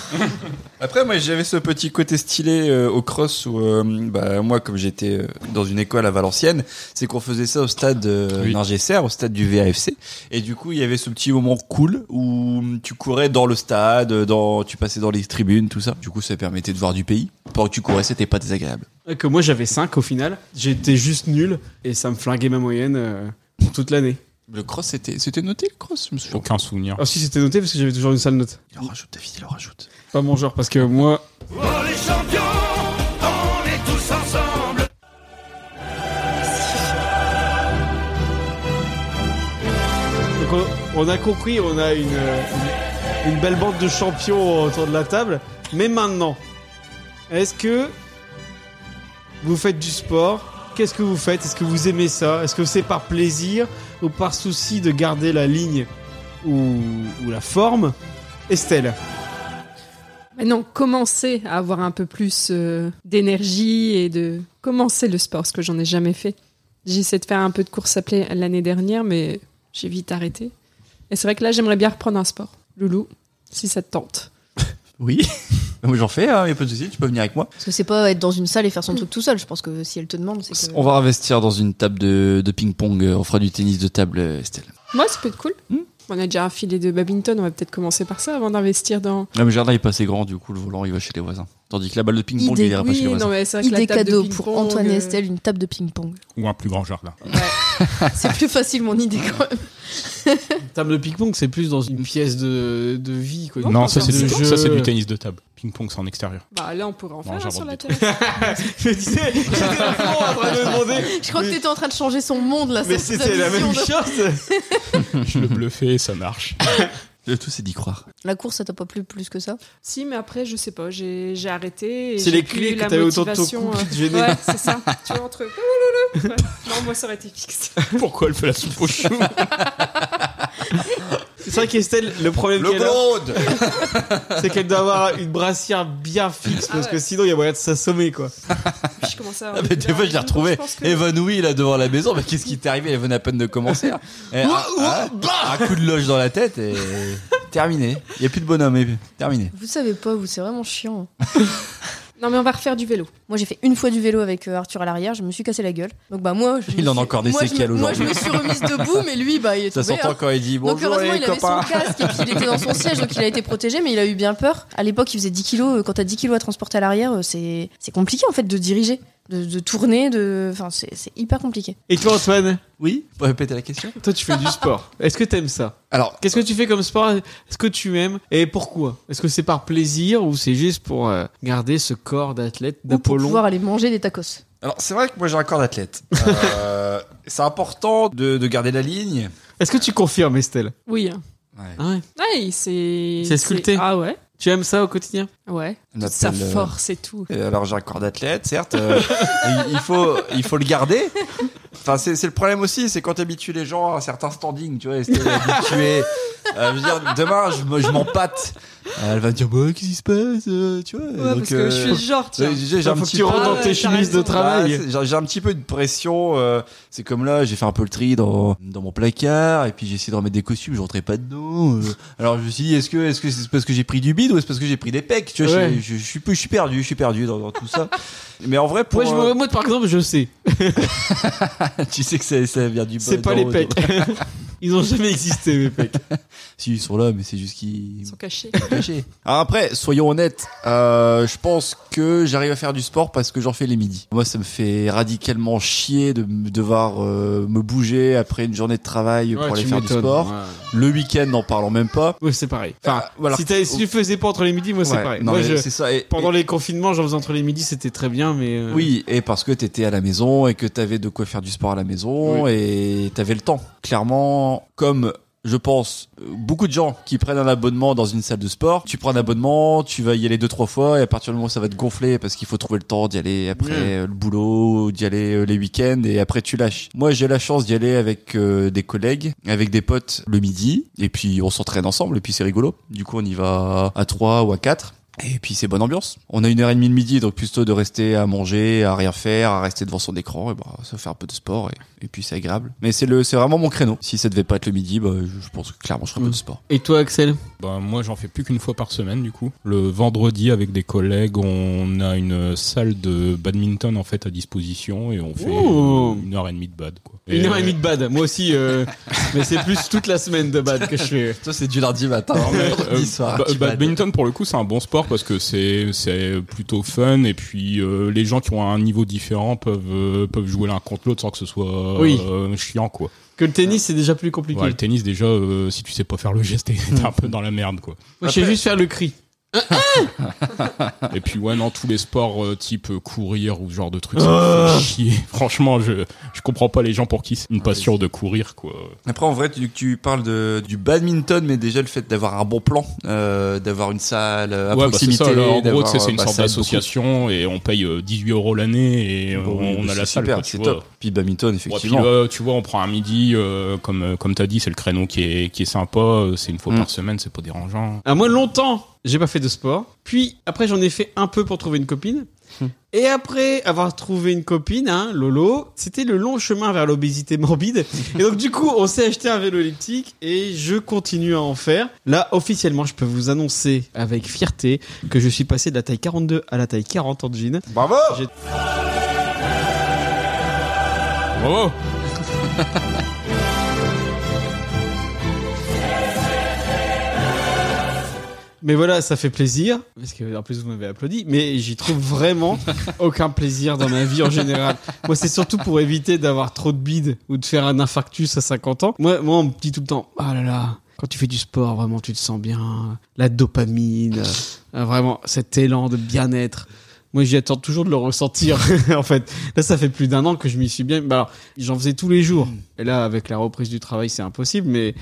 Speaker 3: Après, moi, j'avais ce petit côté stylé euh, au cross où, euh, bah, moi, comme j'étais euh, dans une école à Valenciennes, c'est qu'on faisait ça au stade euh,
Speaker 5: Oui.
Speaker 3: Nargesser, au stade du VAFC. Et du coup, il y avait ce petit moment cool où hum, tu courais dans le stade, dans, tu passais dans les tribunes, tout ça. Du coup, ça permettait de voir du pays. Pendant que tu courais, c'était pas désagréable.
Speaker 2: Que moi j'avais 5 au final. J'étais juste nul et ça me flinguait ma moyenne euh, pour toute l'année.
Speaker 8: Le cross, c'était c'était noté le cross, je me souviens.
Speaker 5: Aucun souvenir.
Speaker 2: Ah si c'était noté parce que j'avais toujours une sale note.
Speaker 8: Il en rajoute, David, il en rajoute.
Speaker 2: Pas mon genre parce que moi. les champions, on est tous ensemble. On a compris, on a une, euh, une, une belle bande de champions autour de la table. Mais maintenant, est-ce que vous faites du sport Qu'est-ce que vous faites Est-ce que vous aimez ça Est-ce que c'est par plaisir ou par souci de garder la ligne ou, ou la forme Estelle
Speaker 6: Maintenant, commencer à avoir un peu plus euh, d'énergie et de commencer le sport, ce que j'en ai jamais fait. J'ai essayé de faire un peu de course à pied l'année dernière, mais j'ai vite arrêté. Et c'est vrai que là, j'aimerais bien reprendre un sport. Loulou, si ça te tente.
Speaker 3: Oui.
Speaker 9: Moi j'en fais, hein, y a pas de soucis, tu peux venir avec moi.
Speaker 4: Parce que c'est pas être dans une salle et faire son truc tout seul. Je pense que si elle te demande, c'est que.
Speaker 9: On va investir dans une table de, de ping-pong, euh, on fera du tennis de table, euh, Estelle.
Speaker 6: Moi, ça peut être cool. On a déjà un filet de badminton, on va peut-être commencer par ça avant d'investir dans.
Speaker 9: Ah, mais le jardin est pas assez grand, du coup le volant il va chez les voisins. Tandis que la balle de ping-pong il
Speaker 4: Idée,
Speaker 9: ira pas chez
Speaker 6: Oui,
Speaker 9: les
Speaker 6: non,
Speaker 9: voisins.
Speaker 6: mais c'est vrai que la
Speaker 4: Idée
Speaker 6: table de
Speaker 4: cadeau pour
Speaker 6: ping-pong,
Speaker 4: Antoine et
Speaker 6: euh,
Speaker 4: Estelle, une table de ping-pong.
Speaker 5: Ou un plus grand jardin.
Speaker 4: C'est plus facile mon idée quand même.
Speaker 2: Table de ping-pong, c'est plus dans une pièce de, de vie. Quoi.
Speaker 5: Non, ça c'est
Speaker 2: De
Speaker 5: du,
Speaker 2: jeu.
Speaker 5: ça, c'est du tennis de table. Ping-pong, c'est en extérieur.
Speaker 6: Bah là, on pourrait en
Speaker 5: Non,
Speaker 6: faire un
Speaker 5: j'invente
Speaker 6: sur
Speaker 5: des
Speaker 6: la
Speaker 5: trucs.
Speaker 6: terrasse.
Speaker 2: Je disais, j'étais vraiment en train de me demander.
Speaker 4: Je crois que
Speaker 2: mais-
Speaker 4: t'étais en train de changer son monde là.
Speaker 2: Mais
Speaker 4: sa- sa
Speaker 2: c'était la
Speaker 4: vision
Speaker 2: même
Speaker 4: de-
Speaker 2: chose
Speaker 5: Je le bluffais, ça marche.
Speaker 9: Le tout c'est d'y croire.
Speaker 4: La course, ça t'a pas plu plus que ça
Speaker 6: Si, mais après, je sais pas, j'ai j'ai arrêté. et
Speaker 2: C'est
Speaker 6: j'ai
Speaker 2: les
Speaker 6: plus
Speaker 2: clés
Speaker 6: eu
Speaker 2: que
Speaker 6: la
Speaker 2: t'avais autour de ton
Speaker 6: motivation,
Speaker 2: cou
Speaker 6: euh,
Speaker 2: qui te gênaient.
Speaker 6: Ouais, c'est ça. Tu vois, entre. Ouais. Non, moi, ça aurait été fixe.
Speaker 2: Ah,
Speaker 5: Pourquoi elle fait la soupe au chou
Speaker 2: C'est vrai qu'Estelle, le problème
Speaker 9: Le
Speaker 2: qu'elle a,
Speaker 9: blonde
Speaker 2: c'est qu'elle doit avoir une brassière bien fixe,
Speaker 6: Ah
Speaker 2: parce que
Speaker 6: ouais.
Speaker 2: sinon, il y a moyen de s'assommer, quoi.
Speaker 6: Puis je commençais à.
Speaker 2: bah,
Speaker 3: Ah, mais des fois, je l'ai retrouvée
Speaker 6: pense que-
Speaker 3: évanouie là devant la maison. Mais qu'est-ce qui t'est arrivé Elle venait à peine de commencer. là. Et un, un- un coup de loge dans la tête et terminé. Il n'y a plus de bonhomme. Et... Terminé.
Speaker 4: Vous savez pas, vous, c'est vraiment chiant.
Speaker 6: Non, mais on va refaire du vélo.
Speaker 4: Moi, j'ai fait une fois du vélo avec euh, Arthur à l'arrière, je me suis cassé la gueule. Donc, bah, moi. je
Speaker 3: Il
Speaker 4: me
Speaker 3: en a
Speaker 4: suis-
Speaker 3: encore des
Speaker 4: moi, je me-
Speaker 3: séquelles
Speaker 4: Moi, je
Speaker 3: aujourd'hui.
Speaker 4: me suis remise debout, mais lui, bah, il est
Speaker 3: Ça
Speaker 4: tombé.
Speaker 3: s'entend
Speaker 4: hein.
Speaker 3: quand il dit
Speaker 4: Donc,
Speaker 3: bonjour
Speaker 4: heureusement,
Speaker 3: les
Speaker 4: il avait son
Speaker 3: copains.
Speaker 4: casque et puis il était dans son siège, donc il a été protégé, mais il a eu bien peur. À l'époque, il faisait 10 kilos. euh, Quand t'as 10 kilos à transporter à l'arrière, euh, c'est c'est compliqué en fait de diriger, de, de tourner, de. Enfin, c'est c'est hyper compliqué.
Speaker 2: Et toi, Antoine,
Speaker 3: Oui. Vous pouvez répéter la question
Speaker 2: toi, tu fais du sport. Est-ce que t'aimes ça
Speaker 3: Alors,
Speaker 2: Qu'est-ce que tu fais comme sport Est-ce que tu aimes Et pourquoi Est-ce que c'est par plaisir ou c'est juste pour euh, garder ce corps d'athlète
Speaker 4: Ou Pour
Speaker 2: d'Apollon
Speaker 4: pouvoir aller manger des tacos.
Speaker 3: alors c'est vrai que moi j'ai un corps d'athlète. Euh, c'est important de, de garder la ligne.
Speaker 2: Est-ce que tu confirmes, Estelle
Speaker 6: Oui. hein.
Speaker 2: Ah ouais.
Speaker 6: Ouais, c'est.
Speaker 2: C'est sculpté.
Speaker 6: c'est- Ah ouais
Speaker 2: Tu aimes ça au quotidien
Speaker 6: Ouais.
Speaker 3: On
Speaker 6: Toute sa
Speaker 3: appelle, euh,
Speaker 6: force et tout.
Speaker 3: Euh, Alors j'ai un corps d'athlète, certes. euh, il, il faut, il faut le garder. Enfin, c'est, c'est le problème aussi, c'est quand t'habitues les gens à un certain standing, tu vois, Estelle est habituée. Euh, je veux dire, demain, je, me- je m'empâte. Euh, Elle va me dire, bah, qu'est-ce qui se passe, euh, tu vois. euh,
Speaker 6: Ouais, parce que je suis genre, tiens.
Speaker 3: j'ai, j'ai un
Speaker 2: Bah, Faut que
Speaker 3: petit
Speaker 2: tu
Speaker 3: peu-
Speaker 2: rentres
Speaker 6: Ah
Speaker 2: dans
Speaker 6: ouais,
Speaker 2: tes
Speaker 6: t'as
Speaker 2: chemises de
Speaker 6: raison.
Speaker 2: travail.
Speaker 3: Bah, c'est- j'ai- J'ai un petit peu de pression. euh, c'est comme là, j'ai fait un peu le tri dans, dans mon placard et puis j'ai essayé de remettre des costumes. Je rentrais pas dedans. euh. alors je me suis dit, est-ce que est-ce que c'est parce que j'ai pris du bide ou est-ce parce que j'ai pris des pecs Tu vois,
Speaker 2: Ouais.
Speaker 3: je, je- je suis peu- je suis perdu, je suis perdu dans, dans tout ça. Mais en vrai, pour
Speaker 2: Moi, je
Speaker 3: euh,
Speaker 2: me- moi, par exemple, je sais.
Speaker 3: tu sais que ça, ça vient du bas,
Speaker 2: C'est pas
Speaker 3: d'en
Speaker 2: Bah, les
Speaker 3: haut,
Speaker 2: pecs.
Speaker 3: d'en-
Speaker 2: Ils ont jamais existé, mes pecs.
Speaker 3: Si ils sont là, mais c'est juste qu'ils
Speaker 6: Ils sont cachés.
Speaker 3: Caché. Alors après, soyons honnêtes, euh, je pense que j'arrive à faire du sport parce que j'en fais les midis. Moi, ça me fait radicalement chier de me- devoir euh, me bouger après une journée de travail pour aller faire du sport. Le week-end, n'en parlons même pas.
Speaker 2: Ouais, c'est pareil. Enfin,
Speaker 3: Euh, voilà.
Speaker 2: si, t'as- si tu faisais pas entre les midis, moi c'est
Speaker 3: Ouais,
Speaker 2: pareil.
Speaker 3: non,
Speaker 2: moi,
Speaker 3: mais
Speaker 2: je-
Speaker 3: c'est ça. Et-
Speaker 2: pendant les confinements, j'en faisais entre les midis, c'était très bien, mais. euh,
Speaker 3: Oui, et parce que t'étais à la maison et que t'avais de quoi faire du sport à la maison et t'avais le temps. Clairement, comme je pense euh, beaucoup de gens qui prennent un abonnement dans une salle de sport, tu prends un abonnement, tu vas y aller deux trois fois et à partir du moment où ça va te gonfler parce qu'il faut trouver le temps d'y aller après
Speaker 2: Ouais.
Speaker 3: euh, le boulot, d'y aller euh, les week-ends et après tu lâches. Moi j'ai la chance d'y aller avec euh, des collègues, avec des potes le midi et puis on s'entraîne ensemble et puis c'est rigolo. Du coup on y va à trois ou à quatre. Et puis c'est bonne ambiance. On a une heure et demie de midi, donc plutôt de rester à manger, à rien faire, à rester devant son écran, et bah ça fait un peu de sport, et, et puis c'est agréable. Mais c'est le, c'est vraiment mon créneau. Si ça devait pas être le midi, bah je, je pense que clairement je ferais un peu de sport.
Speaker 2: Et toi, Axel
Speaker 5: Bah, moi, j'en fais plus qu'une fois par semaine, du coup. Le vendredi, avec des collègues, on a une euh, salle de badminton en fait à disposition et on fait
Speaker 2: Ouh.
Speaker 5: euh, une heure et demie de bad. Quoi.
Speaker 2: Une heure et demie de bad. Moi aussi, euh, mais c'est plus toute la semaine de bad que je fais.
Speaker 3: Toi c'est du lundi matin, hein,
Speaker 5: Euh,
Speaker 3: bah,
Speaker 5: ba- badminton pour le coup c'est un bon sport parce que c'est c'est plutôt fun et puis euh, les gens qui ont un niveau différent peuvent euh, peuvent jouer l'un contre l'autre sans que ce soit
Speaker 2: Oui.
Speaker 5: euh, chiant quoi.
Speaker 2: Que le tennis, c'est déjà plus compliqué.
Speaker 5: Ouais, le tennis déjà euh, si tu sais pas faire le geste t'es t'es un peu dans la merde quoi.
Speaker 2: Moi, je sais juste faire le cri.
Speaker 5: Et puis ouais, non, tous les sports euh, type euh, courir ou ce genre de trucs, ça me
Speaker 3: Ah.
Speaker 5: fait chier. Franchement, je, je comprends pas les gens pour qui c'est une passion de courir, quoi.
Speaker 3: Après, en vrai, tu, tu parles de, du badminton, mais déjà le fait d'avoir un bon plan, euh, d'avoir une salle à
Speaker 5: ouais, bah, c'est
Speaker 3: proximité.
Speaker 5: ça. alors, en gros,
Speaker 3: d'avoir,
Speaker 5: tu sais, c'est une
Speaker 3: bah,
Speaker 5: sorte
Speaker 3: ça aide
Speaker 5: d'association et on paye euh, 18 euros l'année et euh,
Speaker 3: beaucoup. Bon, oui,
Speaker 5: on
Speaker 3: bah,
Speaker 5: a la
Speaker 3: c'est
Speaker 5: salle,
Speaker 3: super,
Speaker 5: quoi, tu
Speaker 3: c'est
Speaker 5: vois.
Speaker 3: top. Puis badminton,
Speaker 5: Ouais, puis,
Speaker 3: effectivement.
Speaker 5: euh, tu vois, on prend un midi, euh, comme, euh, comme t'as dit, c'est le créneau qui est, qui est sympa, euh, c'est une fois
Speaker 3: Mm.
Speaker 5: par semaine, c'est pas dérangeant.
Speaker 2: À Ah, moi, longtemps, j'ai pas fait de sport. Puis après, j'en ai fait un peu pour trouver une copine. Et après avoir trouvé une copine, hein, Lolo, c'était le long chemin vers l'obésité morbide. Et donc du coup, on s'est acheté un vélo elliptique et je continue à en faire. Là, officiellement, je peux vous annoncer avec fierté que je suis passé de la taille 42 à la taille 40 en jean.
Speaker 3: Bravo
Speaker 5: Bravo
Speaker 2: Mais voilà, ça fait plaisir, parce que en plus vous m'avez applaudi, mais j'y trouve vraiment aucun plaisir dans ma vie en général. Moi, c'est surtout pour éviter d'avoir trop de bide ou de faire un infarctus à 50 ans. Moi, moi on me dit tout le temps, ah là là, quand tu fais du sport, vraiment, tu te sens bien, la dopamine, euh, vraiment cet élan de bien-être. Moi, j'y attends toujours de le ressentir, en fait. Là, ça fait plus d'un an que je m'y suis bien. Bah, alors, j'en faisais tous les jours. Et là, avec la reprise du travail, c'est impossible, mais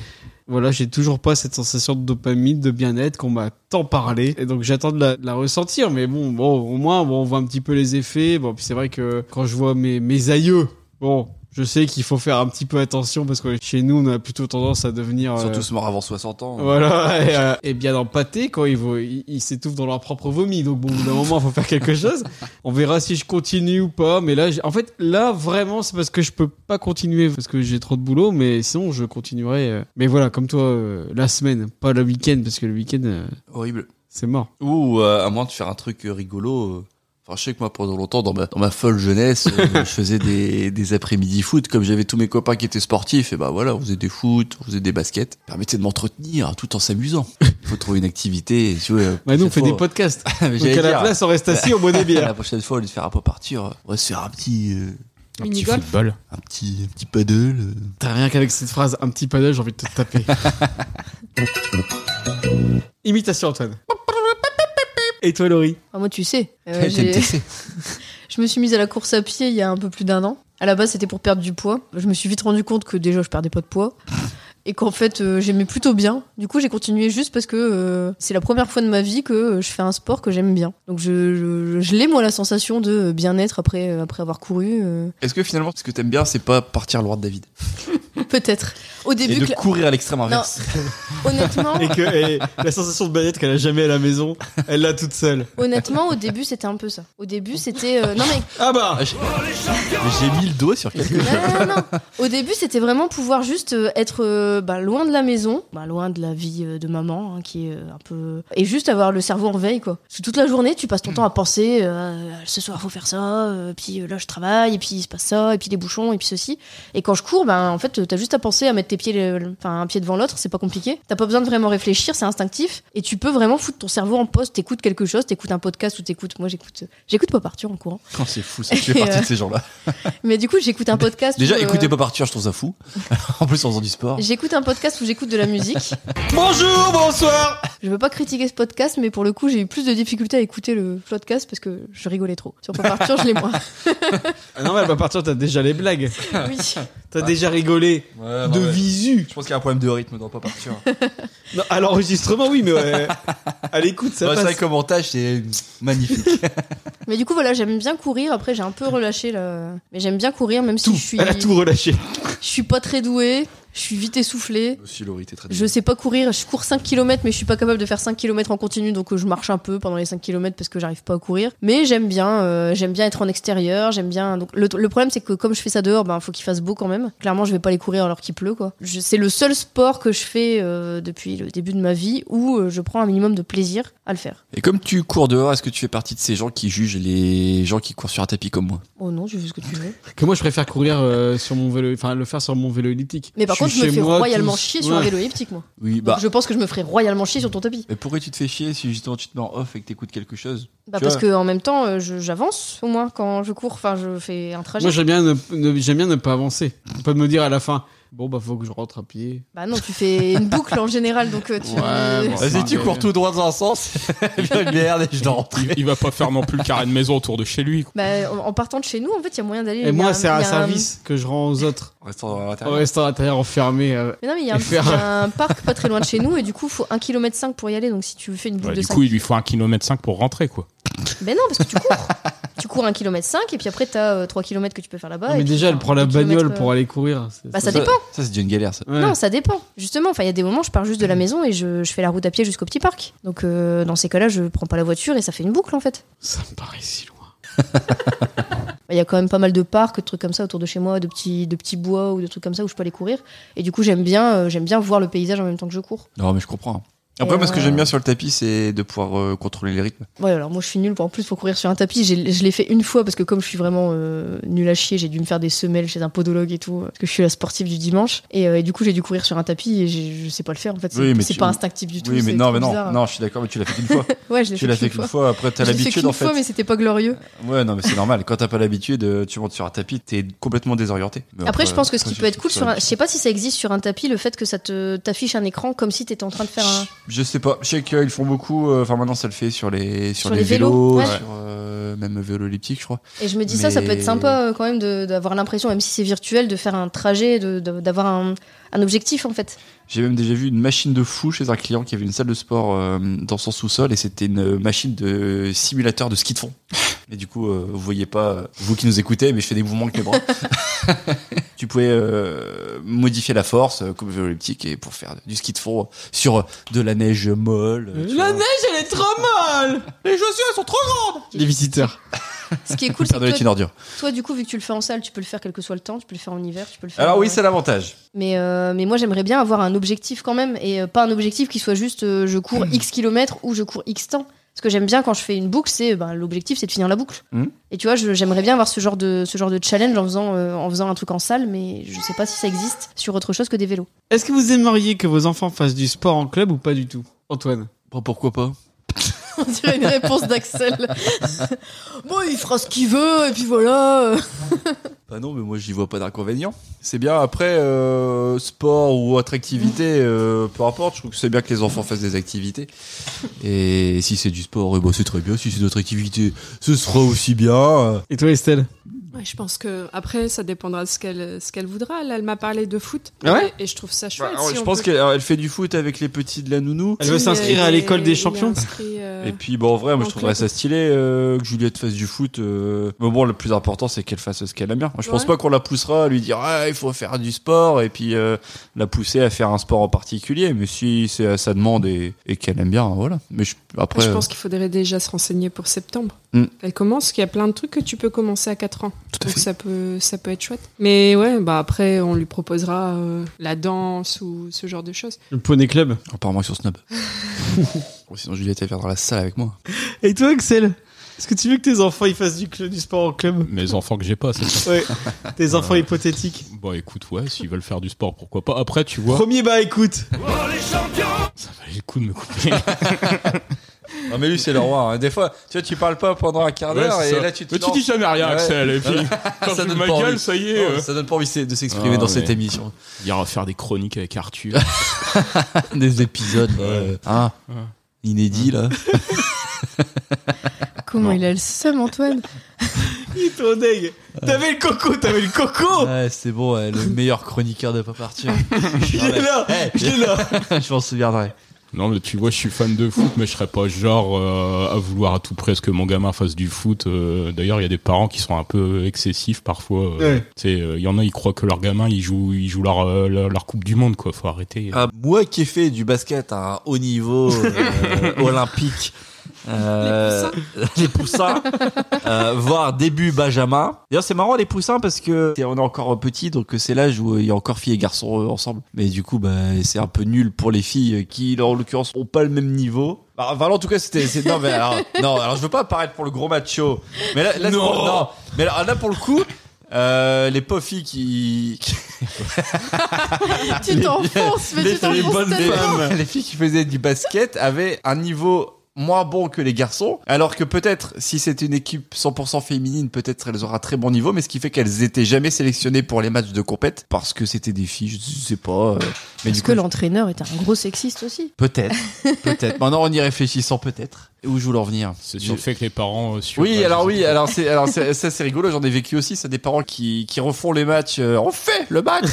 Speaker 2: voilà, j'ai toujours pas cette sensation de dopamine, de bien-être qu'on m'a tant parlé. Et donc j'attends de la, de la ressentir. Mais bon, bon, au moins, bon, on voit un petit peu les effets. Bon, puis c'est vrai que quand je vois mes, mes aïeux, bon, je sais qu'il faut faire un petit peu attention parce que chez nous, on a plutôt tendance à devenir. euh,
Speaker 3: Ils sont tous morts avant 60 ans.
Speaker 2: voilà, et, euh, et bien empâtés quand ils, vont- ils, ils s'étouffent dans leur propre vomi. Donc bon, au bout d'un moment, faut faire quelque chose. On verra si je continue ou pas. Mais là, j'ai- en fait, là vraiment, c'est parce que je peux pas continuer parce que j'ai trop de boulot. Mais sinon, je continuerai. euh. Mais voilà, comme toi, euh, la semaine, pas le week-end, parce que le week-end, euh,
Speaker 3: Horrible.
Speaker 2: c'est mort.
Speaker 3: Ou euh, à moins de faire un truc euh, rigolo. euh. Enfin, je sais que moi, pendant longtemps, dans ma, dans ma folle jeunesse, euh, je faisais des, des après-midi foot. Comme j'avais tous mes copains qui étaient sportifs, et bah voilà, on faisait des foot, on faisait des baskets. Ça Permettait de m'entretenir hein, tout en s'amusant. faut trouver une activité. Tu vois, euh,
Speaker 2: Bah, nous, on
Speaker 3: cette
Speaker 2: fait
Speaker 3: fois-
Speaker 2: des podcasts.
Speaker 3: Mais
Speaker 2: Donc
Speaker 3: j'allais
Speaker 2: à la
Speaker 3: dire,
Speaker 2: place, on reste assis au bout des bières.
Speaker 3: La prochaine fois, au lieu de faire un peu partir, euh, on va se faire un petit, euh,
Speaker 5: Un petit
Speaker 6: Mini-golf.
Speaker 5: football.
Speaker 3: un petit, un petit paddle. euh.
Speaker 2: T'as rien qu'avec cette phrase, un petit paddle, j'ai envie de te taper. Imitation, Antoine. Et toi, Laurie
Speaker 4: Ah, moi, tu sais. euh, j'ai- je me suis mise à la course à pied il y a un peu plus d'un an. À la base, c'était pour perdre du poids. Je me suis vite rendu compte que déjà, je perdais pas de poids. Et qu'en fait, euh, j'aimais plutôt bien. Du coup, j'ai continué juste parce que euh, c'est la première fois de ma vie que euh, je fais un sport que j'aime bien. Donc, je, je, je l'ai, moi, la sensation de euh, bien-être après, euh, après avoir couru. euh,
Speaker 3: Est-ce que finalement, ce que t'aimes bien, c'est pas partir loin de David
Speaker 4: Peut-être. Au
Speaker 3: Et
Speaker 4: début,
Speaker 3: de
Speaker 4: cla-
Speaker 3: courir à l'extrême inverse.
Speaker 4: honnêtement,
Speaker 2: et que et la sensation de bien-être qu'elle a jamais à la maison, elle l'a toute seule.
Speaker 4: honnêtement, au début, c'était un peu ça. Au début, c'était. euh, Non, mais
Speaker 2: Ah bah
Speaker 3: J'ai mis le doigt sur quelque chose.
Speaker 4: Non, non, non. Au début, c'était vraiment pouvoir juste euh, être euh, bah, loin de la maison, bah, loin de la vie euh, de maman, hein, qui est euh, un peu. Et juste avoir le cerveau en veille, quoi. Parce que toute la journée, tu passes ton
Speaker 3: Mm.
Speaker 4: temps à penser euh, ce soir, faut faire ça, euh, puis euh, là, je travaille, et puis il se passe ça, et puis les bouchons, et puis ceci. Et quand je cours, ben en fait, t'as juste à penser à mettre tes pieds, le- le- enfin, un pied devant l'autre, c'est pas compliqué. T'as pas besoin de vraiment réfléchir, c'est instinctif. Et tu peux vraiment foutre ton cerveau en poste, t'écoutes quelque chose, t'écoutes un podcast ou t'écoutes. Moi, j'écoute, j'écoute pas partir en courant.
Speaker 3: Quand c'est fou, ça. Je fais partie de ces gens-là.
Speaker 4: Mais euh, du coup, j'écoute un podcast.
Speaker 3: Déjà,
Speaker 4: où, euh,
Speaker 3: écoutez pas partir, je trouve ça fou. en plus, en faisant du sport.
Speaker 4: J'écoute un podcast où j'écoute de la musique.
Speaker 2: bonjour, bonsoir.
Speaker 4: Je veux pas critiquer ce podcast, mais pour le coup, j'ai eu plus de difficultés à écouter le podcast parce que je rigolais trop. Sur Pop Arthur, je l'ai moins.
Speaker 2: Ah non mais à partir t'as déjà les blagues,
Speaker 4: Oui.
Speaker 2: t'as déjà rigolé
Speaker 3: Ah,
Speaker 2: de visu.
Speaker 3: Je pense qu'il y a un problème de rythme dans pas partir.
Speaker 2: Non, à l'enregistrement oui mais ouais. à l'écoute ça
Speaker 3: C'est
Speaker 2: passe.
Speaker 3: vrai qu'au montage, c'est magnifique.
Speaker 4: Mais du coup, voilà, j'aime bien courir. Après, j'ai un peu relâché là. Mais j'aime bien courir, même si
Speaker 2: Tout,
Speaker 4: je suis,
Speaker 2: elle a tout
Speaker 4: je
Speaker 2: relâché.
Speaker 4: suis pas très douée. Je suis vite essoufflée.
Speaker 3: Aussi, Laurie, t'es très
Speaker 4: Je sais pas courir. Je cours 5 km, mais je suis pas capable de faire 5 km en continu. Donc, euh, je marche un peu pendant les 5 km parce que j'arrive pas à courir. Mais j'aime bien, euh, j'aime bien être en extérieur. J'aime bien. Donc, le, le problème, c'est que comme je fais ça dehors, ben, faut qu'il fasse beau quand même. Clairement, je vais pas les courir alors qu'il pleut, quoi. Je- C'est le seul sport que je fais euh, depuis le début de ma vie où euh, je prends un minimum de plaisir à le faire.
Speaker 3: Et comme tu cours dehors, est-ce que tu fais partie de ces gens qui jugent les gens qui courent sur un tapis comme moi
Speaker 4: Oh non, tu fais ce que tu veux.
Speaker 2: Que moi je préfère courir euh, sur mon vélo, enfin le faire sur mon vélo elliptique.
Speaker 4: Mais par contre,
Speaker 2: suis
Speaker 4: je me
Speaker 2: chez
Speaker 4: fais
Speaker 2: moi,
Speaker 4: royalement
Speaker 2: tous-
Speaker 4: chier sur
Speaker 2: Ouais.
Speaker 4: un vélo elliptique, moi.
Speaker 3: Oui,
Speaker 4: Donc,
Speaker 3: bah.
Speaker 4: je pense que je me ferais royalement chier sur ton tapis.
Speaker 3: Mais pourquoi tu te fais chier si justement tu te mets en off et que t'écoutes quelque chose
Speaker 4: Bah,
Speaker 3: Tu
Speaker 4: parce
Speaker 3: vois.
Speaker 4: que en même temps, euh, je- j'avance au moins quand je cours. Enfin, je fais un trajet.
Speaker 2: Moi j'aime bien ne, ne- j'aime bien ne pas avancer, pas de me dire à la fin. Bon, bah, faut que je rentre à pied.
Speaker 4: Bah non, tu fais une boucle en général, donc euh, tu.
Speaker 2: Ouais, bon.
Speaker 8: Vas-y, tu
Speaker 2: Ouais.
Speaker 8: cours tout droit dans un sens, et puis merde, et je dois rentrer.
Speaker 5: Il, il va pas faire non plus le carré de maison autour de chez lui. quoi.
Speaker 4: Bah, en en partant de chez nous, en fait, il y a moyen d'aller. il y
Speaker 2: Et
Speaker 4: a
Speaker 2: moi, c'est
Speaker 4: il
Speaker 2: un
Speaker 4: y a
Speaker 2: service que je rends aux autres.
Speaker 3: Restant dans
Speaker 2: Au
Speaker 3: l'intérieur.
Speaker 2: restaurant intérieur enfermé. euh,
Speaker 4: Mais non, mais il y a un,
Speaker 2: Et faire-
Speaker 4: il y a un parc pas très loin de chez nous, et du coup, faut 1,5 km pour y aller. Donc si tu fais une boucle
Speaker 5: Ouais,
Speaker 4: de
Speaker 5: du
Speaker 4: 5
Speaker 5: coup, il lui faut un kilomètre cinq pour rentrer, quoi.
Speaker 4: Ben non, parce que tu cours. tu cours 1,5 km, et puis après, t'as as 3 km que tu peux faire là-bas.
Speaker 2: non,
Speaker 4: et
Speaker 2: mais
Speaker 4: puis
Speaker 2: déjà, elle
Speaker 4: t'as
Speaker 2: prend la
Speaker 4: 2 kilomètres,
Speaker 2: bagnole
Speaker 4: euh,
Speaker 2: pour aller courir. c'est-
Speaker 4: Bah, ça dépend.
Speaker 3: Ça, c'est déjà une galère, ça.
Speaker 2: Ouais.
Speaker 4: Non, ça dépend. Justement, enfin, il y a des moments, je pars juste de
Speaker 2: Mm.
Speaker 4: la maison et je, je fais la route à pied jusqu'au petit parc. Donc, euh, dans ces cas-là, je prends pas la voiture et ça fait une boucle en fait.
Speaker 2: Ça me paraît si loin.
Speaker 4: Bah, Il y a quand même pas mal de parcs, de trucs comme ça autour de chez moi, de petits, de petits bois ou de trucs comme ça où je peux aller courir. Et du coup, j'aime bien, euh, j'aime bien voir le paysage en même temps que je cours.
Speaker 3: Non, mais je comprends. Après,
Speaker 4: Et
Speaker 3: moi, ce que
Speaker 4: euh,
Speaker 3: j'aime bien sur le tapis, c'est de pouvoir euh, contrôler les rythmes.
Speaker 4: Ouais, alors moi je suis nulle pour en plus pour courir sur un tapis. J'ai- Je l'ai fait une fois parce que comme je suis vraiment euh, nulle à chier, j'ai dû me faire des semelles chez un podologue et tout parce que je suis la sportive du dimanche. Et, euh, et du coup j'ai dû courir sur un tapis et j'ai- je sais pas le faire en fait. C'est
Speaker 3: Oui, mais
Speaker 4: c'est
Speaker 3: tu-
Speaker 4: pas instinctif du tout.
Speaker 3: oui, mais
Speaker 4: c'est
Speaker 3: non,
Speaker 4: trop
Speaker 3: mais non,
Speaker 4: bizarre.
Speaker 3: non, je suis d'accord, mais tu l'as fait qu'une fois.
Speaker 4: Ouais, je l'ai
Speaker 3: tu
Speaker 4: fait,
Speaker 3: l'as fait
Speaker 4: qu'une
Speaker 3: qu'une
Speaker 4: fois.
Speaker 3: fois, après, t'as
Speaker 4: Je l'ai fait
Speaker 3: l'habitude,
Speaker 4: qu'une
Speaker 3: en fait.
Speaker 4: fois, mais c'était pas glorieux.
Speaker 3: Ouais, non, mais c'est normal. Quand t'as pas l'habitude, euh, tu montes sur un tapis, t'es complètement désorienté. Mais
Speaker 4: Après, je pense que ce
Speaker 3: après,
Speaker 4: qui
Speaker 3: je-
Speaker 4: peut être cool sur un,
Speaker 3: ça-
Speaker 4: je sais pas si ça existe sur un tapis, le fait que ça te t'affiche un écran comme si t'étais en train de faire un.
Speaker 3: Je sais pas. Je sais qu'ils font beaucoup. euh, Enfin, maintenant, ça le fait sur les,
Speaker 4: Sur
Speaker 3: sur les,
Speaker 4: les vélos,
Speaker 3: vélos,
Speaker 4: ouais.
Speaker 3: sur euh, même vélo elliptique, je crois.
Speaker 4: Et je me dis ça, ça peut
Speaker 3: Mais-
Speaker 4: être sympa euh, quand même de- d'avoir l'impression, même si c'est virtuel, de faire un trajet, de- de- d'avoir un, un objectif en fait.
Speaker 3: J'ai même déjà vu une machine de fou chez un client qui avait une salle de sport euh, dans son sous-sol et c'était une machine de simulateur de ski de fond. Et du coup, euh, vous voyez pas, euh, vous qui nous écoutez, mais je fais des mouvements avec mes bras. tu pouvais euh, modifier la force euh, comme vélo elliptique et pour faire du ski de fond sur de la neige molle. euh, tu vois.
Speaker 2: elle est trop molle Les chaussures, elles sont trop grandes Les visiteurs.
Speaker 4: Ce qui est cool, c'est
Speaker 3: Faire de
Speaker 4: que
Speaker 3: la
Speaker 4: toi,
Speaker 3: une ordure.
Speaker 4: Toi, du coup, vu que tu le fais en salle, tu peux le faire quel que soit le temps, tu peux le faire en hiver, tu peux le faire.
Speaker 3: Alors oui,
Speaker 4: euh,
Speaker 3: c'est l'avantage.
Speaker 4: Mais, euh, mais moi, j'aimerais bien avoir un objectif quand même, et euh, pas un objectif qui soit juste euh, je cours X kilomètres ou je cours X temps. Ce que j'aime bien quand je fais une boucle, c'est ben, l'objectif, c'est de finir la boucle.
Speaker 3: Mhm.
Speaker 4: Et tu vois, je- j'aimerais bien avoir ce genre de, ce genre de challenge en faisant, euh, en faisant un truc en salle, mais je sais pas si ça existe sur autre chose que des vélos.
Speaker 2: Est-ce que vous aimeriez que vos enfants fassent du sport en club ou pas du tout Antoine
Speaker 3: pourquoi pas
Speaker 4: On dirait une réponse d'Axel. bon, il fera ce qu'il veut, et puis voilà.
Speaker 3: Bah non, mais moi j'y vois pas d'inconvénient. C'est bien après euh, sport ou autre activité, euh, peu importe. Je trouve que c'est bien que les enfants fassent des activités. Et si c'est du sport, eh ben, c'est très bien. Si c'est d'autres activités, ce sera aussi bien.
Speaker 2: Et toi, Estelle
Speaker 6: Ouais, je pense que après, ça dépendra de ce qu'elle ce qu'elle voudra. Là, elle m'a parlé de foot.
Speaker 2: Ah ouais
Speaker 6: et, et je trouve ça chouette. si
Speaker 3: je
Speaker 6: on
Speaker 3: pense
Speaker 6: peut-
Speaker 3: qu'elle elle fait du foot avec les petits de la nounou.
Speaker 2: Elle veut
Speaker 6: si,
Speaker 2: s'inscrire
Speaker 6: euh,
Speaker 2: à
Speaker 6: il est-
Speaker 2: l'école des
Speaker 6: il est
Speaker 2: champions
Speaker 6: inscrit, euh,
Speaker 3: Et puis, bon, en vrai, moi, je
Speaker 6: En
Speaker 3: trouverais ça
Speaker 6: club.
Speaker 3: stylé euh, que Juliette fasse du foot. euh. Mais bon, le plus important, c'est qu'elle fasse ce qu'elle aime bien. Moi, je pense
Speaker 6: Ouais.
Speaker 3: pas qu'on la poussera à lui dire ah, il faut faire du sport et puis euh, la pousser à faire un sport en particulier. Mais si c'est à sa demande et, et qu'elle aime bien, voilà. Mais je- après,
Speaker 6: je
Speaker 3: euh,
Speaker 6: pense qu'il faudrait déjà se renseigner pour septembre.
Speaker 3: Mm.
Speaker 6: Elle commence, qu'il y a plein de trucs que tu peux commencer à 4 ans.
Speaker 3: euh,
Speaker 6: Donc ça peut, ça peut être chouette. Mais ouais, bah après, on lui proposera euh, la danse ou ce genre de choses.
Speaker 2: Le poney club.
Speaker 3: apparemment, ils sont snob. Bon, sinon, Juliette, elle vient dans la salle avec moi.
Speaker 2: Et toi, Axel Est-ce que tu veux que tes enfants ils fassent du, cl- du sport en club
Speaker 5: Mes enfants que j'ai pas, c'est ça.
Speaker 2: Ouais. tes enfants hypothétiques.
Speaker 5: Bah écoute, ouais, s'ils veulent faire du sport, pourquoi pas. Après, tu vois,
Speaker 2: Premier bas, écoute.
Speaker 5: ça valait le coup de me couper.
Speaker 3: Non, mais lui, c'est le roi. hein. Des fois, tu vois, tu parles pas pendant un quart
Speaker 5: Ouais,
Speaker 3: d'heure
Speaker 5: c'est
Speaker 3: et
Speaker 5: ça.
Speaker 3: là, tu te
Speaker 5: Mais tu
Speaker 3: lances.
Speaker 5: dis jamais rien,
Speaker 3: Ouais.
Speaker 5: Axel. Et puis, quand
Speaker 3: Ça
Speaker 5: tu
Speaker 3: donne
Speaker 5: ma
Speaker 3: pas
Speaker 5: gueule,
Speaker 3: envie.
Speaker 5: ça y
Speaker 3: Non,
Speaker 5: est. euh,
Speaker 3: Ça donne pas envie de s'exprimer
Speaker 5: Ah,
Speaker 3: dans
Speaker 5: mais-
Speaker 3: cette émission.
Speaker 5: Il ira faire des chroniques avec Arthur.
Speaker 3: Des épisodes
Speaker 5: euh,
Speaker 3: hein,
Speaker 5: Ouais.
Speaker 3: inédits, là.
Speaker 4: Comment
Speaker 5: Non.
Speaker 4: il a le seum, Antoine
Speaker 2: Il est trop deg. T'avais le coco, t'avais le coco
Speaker 3: Ouais, c'est bon, ouais, le meilleur chroniqueur de pas partir.
Speaker 2: Il est là Il est là
Speaker 3: je m'en souviendrai.
Speaker 5: Non, mais tu vois, je suis fan de foot, mais je serais pas genre euh, à vouloir à tout près ce que mon gamin fasse du foot. Euh, D'ailleurs, il y a des parents qui sont un peu excessifs parfois. euh.
Speaker 2: Ouais.
Speaker 5: Tu sais, euh, il y en a, ils croient que leur gamin, il joue, il joue leur, euh, leur, leur Coupe du Monde, quoi. Faut arrêter.
Speaker 3: Ah, moi qui ai fait du basket à un haut niveau euh, olympique, euh, les poussins, euh, voire début Benjamin. D'ailleurs, c'est marrant les poussins parce que t'es- on est encore petit, donc c'est l'âge où il y a encore filles et garçons euh, ensemble. Mais du coup, bah, c'est un peu nul pour les filles euh, qui, en l'occurrence, ont pas le même niveau. Bah, Val, en tout cas, c'était. c'est- Non, mais alors, non, alors je veux pas apparaître pour le gros macho. Mais là, là,
Speaker 2: Non.
Speaker 3: c'est- non. Mais alors, là, pour le coup. euh, les pauvres filles qui,
Speaker 4: Tu t'enfonces, mais
Speaker 3: les,
Speaker 4: tu t'enfonces
Speaker 3: bonnes
Speaker 4: tellement.
Speaker 3: femmes. Les filles qui faisaient du basket avaient un niveau moins bons que les garçons. Alors que peut-être, si c'était une équipe 100% féminine, peut-être elles auraient un très bon niveau, mais ce qui fait qu'elles étaient jamais sélectionnées pour les matchs de compète parce que c'était des filles, je sais pas. euh, mais
Speaker 4: Parce
Speaker 3: du
Speaker 4: que
Speaker 3: coup, je-
Speaker 4: l'entraîneur est un gros sexiste aussi.
Speaker 3: peut-être, peut-être. Maintenant, en y réfléchissant, peut-être. Où je voulais en venir
Speaker 5: C'est sur le fait que les parents. euh, suivent,
Speaker 3: oui,
Speaker 5: ouais,
Speaker 3: alors
Speaker 5: je sais
Speaker 3: oui, alors c'est alors c'est- ça c'est rigolo, j'en ai vécu aussi, c'est des parents qui qui refont les matchs, euh, on fait le match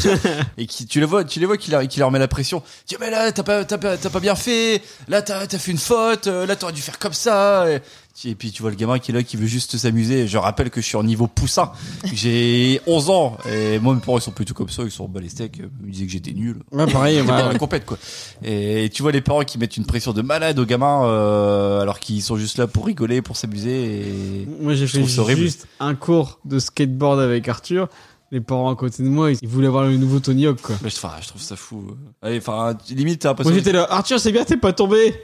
Speaker 3: et qui tu les vois, tu les vois qui leur, qui leur met la pression. Tu dis, mais là t'as pas t'as pas t'as pas bien fait, là t'as t'as fait une faute, euh, là t'aurais dû faire comme ça. Et, tu- et puis tu vois le gamin qui est là qui veut juste s'amuser. Je rappelle que je suis en niveau poussin, j'ai 11 ans et moi mes parents ils sont plutôt comme ça, ils sont bas les steaks, ils me disaient que j'étais nul.
Speaker 2: Ouais, pareil,
Speaker 3: J'étais pas dans la compète quoi. Et tu vois les parents qui mettent une pression de malade aux gamins euh, alors qu'ils sont juste là pour rigoler, pour s'amuser. Et...
Speaker 2: Moi, j'ai
Speaker 3: Je
Speaker 2: fait
Speaker 3: trouve ça horrible.
Speaker 2: juste un cours de skateboard avec Arthur. Les parents à côté de moi, ils ils voulaient voir le nouveau Tony Hawk, quoi.
Speaker 3: Mais je, enfin, je trouve ça fou. Allez, enfin, limite hein, t'as
Speaker 2: Moi,
Speaker 3: l'impression.
Speaker 2: j'étais là, Arthur, c'est bien, t'es pas tombé.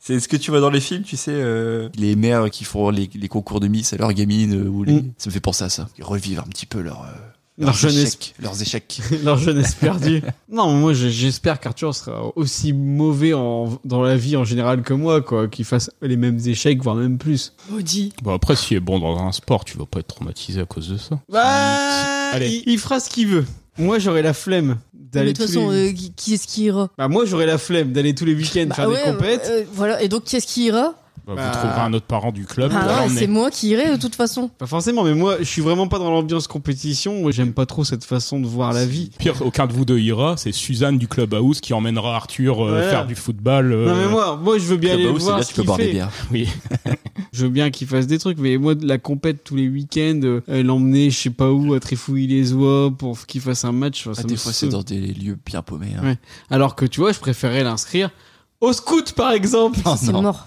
Speaker 3: C'est ce que tu vois dans les films, tu sais, euh, les mères qui font les, les concours de Miss à leurs gamines euh, ou les-
Speaker 2: Mm.
Speaker 3: Ça me fait penser à ça. Ils revivent un petit peu leur, euh,
Speaker 2: Leur jeunesse,
Speaker 3: échecs, leurs échecs.
Speaker 2: leur jeunesse perdue. Non, moi, je- j'espère qu'Arthur sera aussi mauvais en- dans la vie en général que moi, quoi. Qu'il fasse les mêmes échecs, voire même plus.
Speaker 6: Maudit.
Speaker 5: pas. Bon, Bah, après, si est bon dans un sport, tu vas pas être traumatisé à cause de ça.
Speaker 2: Bah,
Speaker 5: Allez.
Speaker 2: Il, il fera ce qu'il veut. Moi, j'aurais la flemme
Speaker 4: Mais
Speaker 2: d'aller
Speaker 4: de toute
Speaker 2: tous
Speaker 4: façon,
Speaker 2: les...
Speaker 4: euh, qui, qui est-ce qui ira
Speaker 2: Bah, moi, j'aurais la flemme d'aller tous les week-ends
Speaker 4: Bah
Speaker 2: faire
Speaker 4: ouais,
Speaker 2: des compètes.
Speaker 4: euh, Voilà, et donc qui est-ce qui ira
Speaker 5: Bah,
Speaker 2: Bah.
Speaker 5: Vous trouverez un autre parent du club.
Speaker 4: Ah
Speaker 5: pour
Speaker 4: non,
Speaker 5: l'emmener.
Speaker 4: C'est moi qui irai de toute façon.
Speaker 2: Pas forcément, mais moi, je suis vraiment pas dans l'ambiance compétition. Moi, j'aime pas trop cette façon de voir la vie.
Speaker 5: Pire, aucun de vous deux ira. C'est Suzanne du club house qui emmènera Arthur euh,
Speaker 2: Voilà.
Speaker 5: faire du football. euh,
Speaker 2: Non, mais moi, moi, je veux bien
Speaker 3: Club
Speaker 2: aller
Speaker 3: House, c'est
Speaker 2: voir
Speaker 3: là,
Speaker 2: ce
Speaker 3: tu peux
Speaker 2: qu'il
Speaker 3: boire des
Speaker 2: fait.
Speaker 3: bières.
Speaker 5: Oui.
Speaker 2: Je veux bien qu'il fasse des trucs, mais moi, de la compète tous les week-ends, euh, euh, l'emmener, je sais pas où, à Trifouille-les-Oies pour qu'il fasse un match, enfin, ça
Speaker 3: Ah,
Speaker 2: me
Speaker 3: des fois, c'est
Speaker 2: saoule.
Speaker 3: dans des lieux bien paumés. hein.
Speaker 2: Ouais. Alors que tu vois, je préférais l'inscrire au scout, par exemple.
Speaker 3: Oh,
Speaker 4: C'est
Speaker 3: non.
Speaker 4: mort.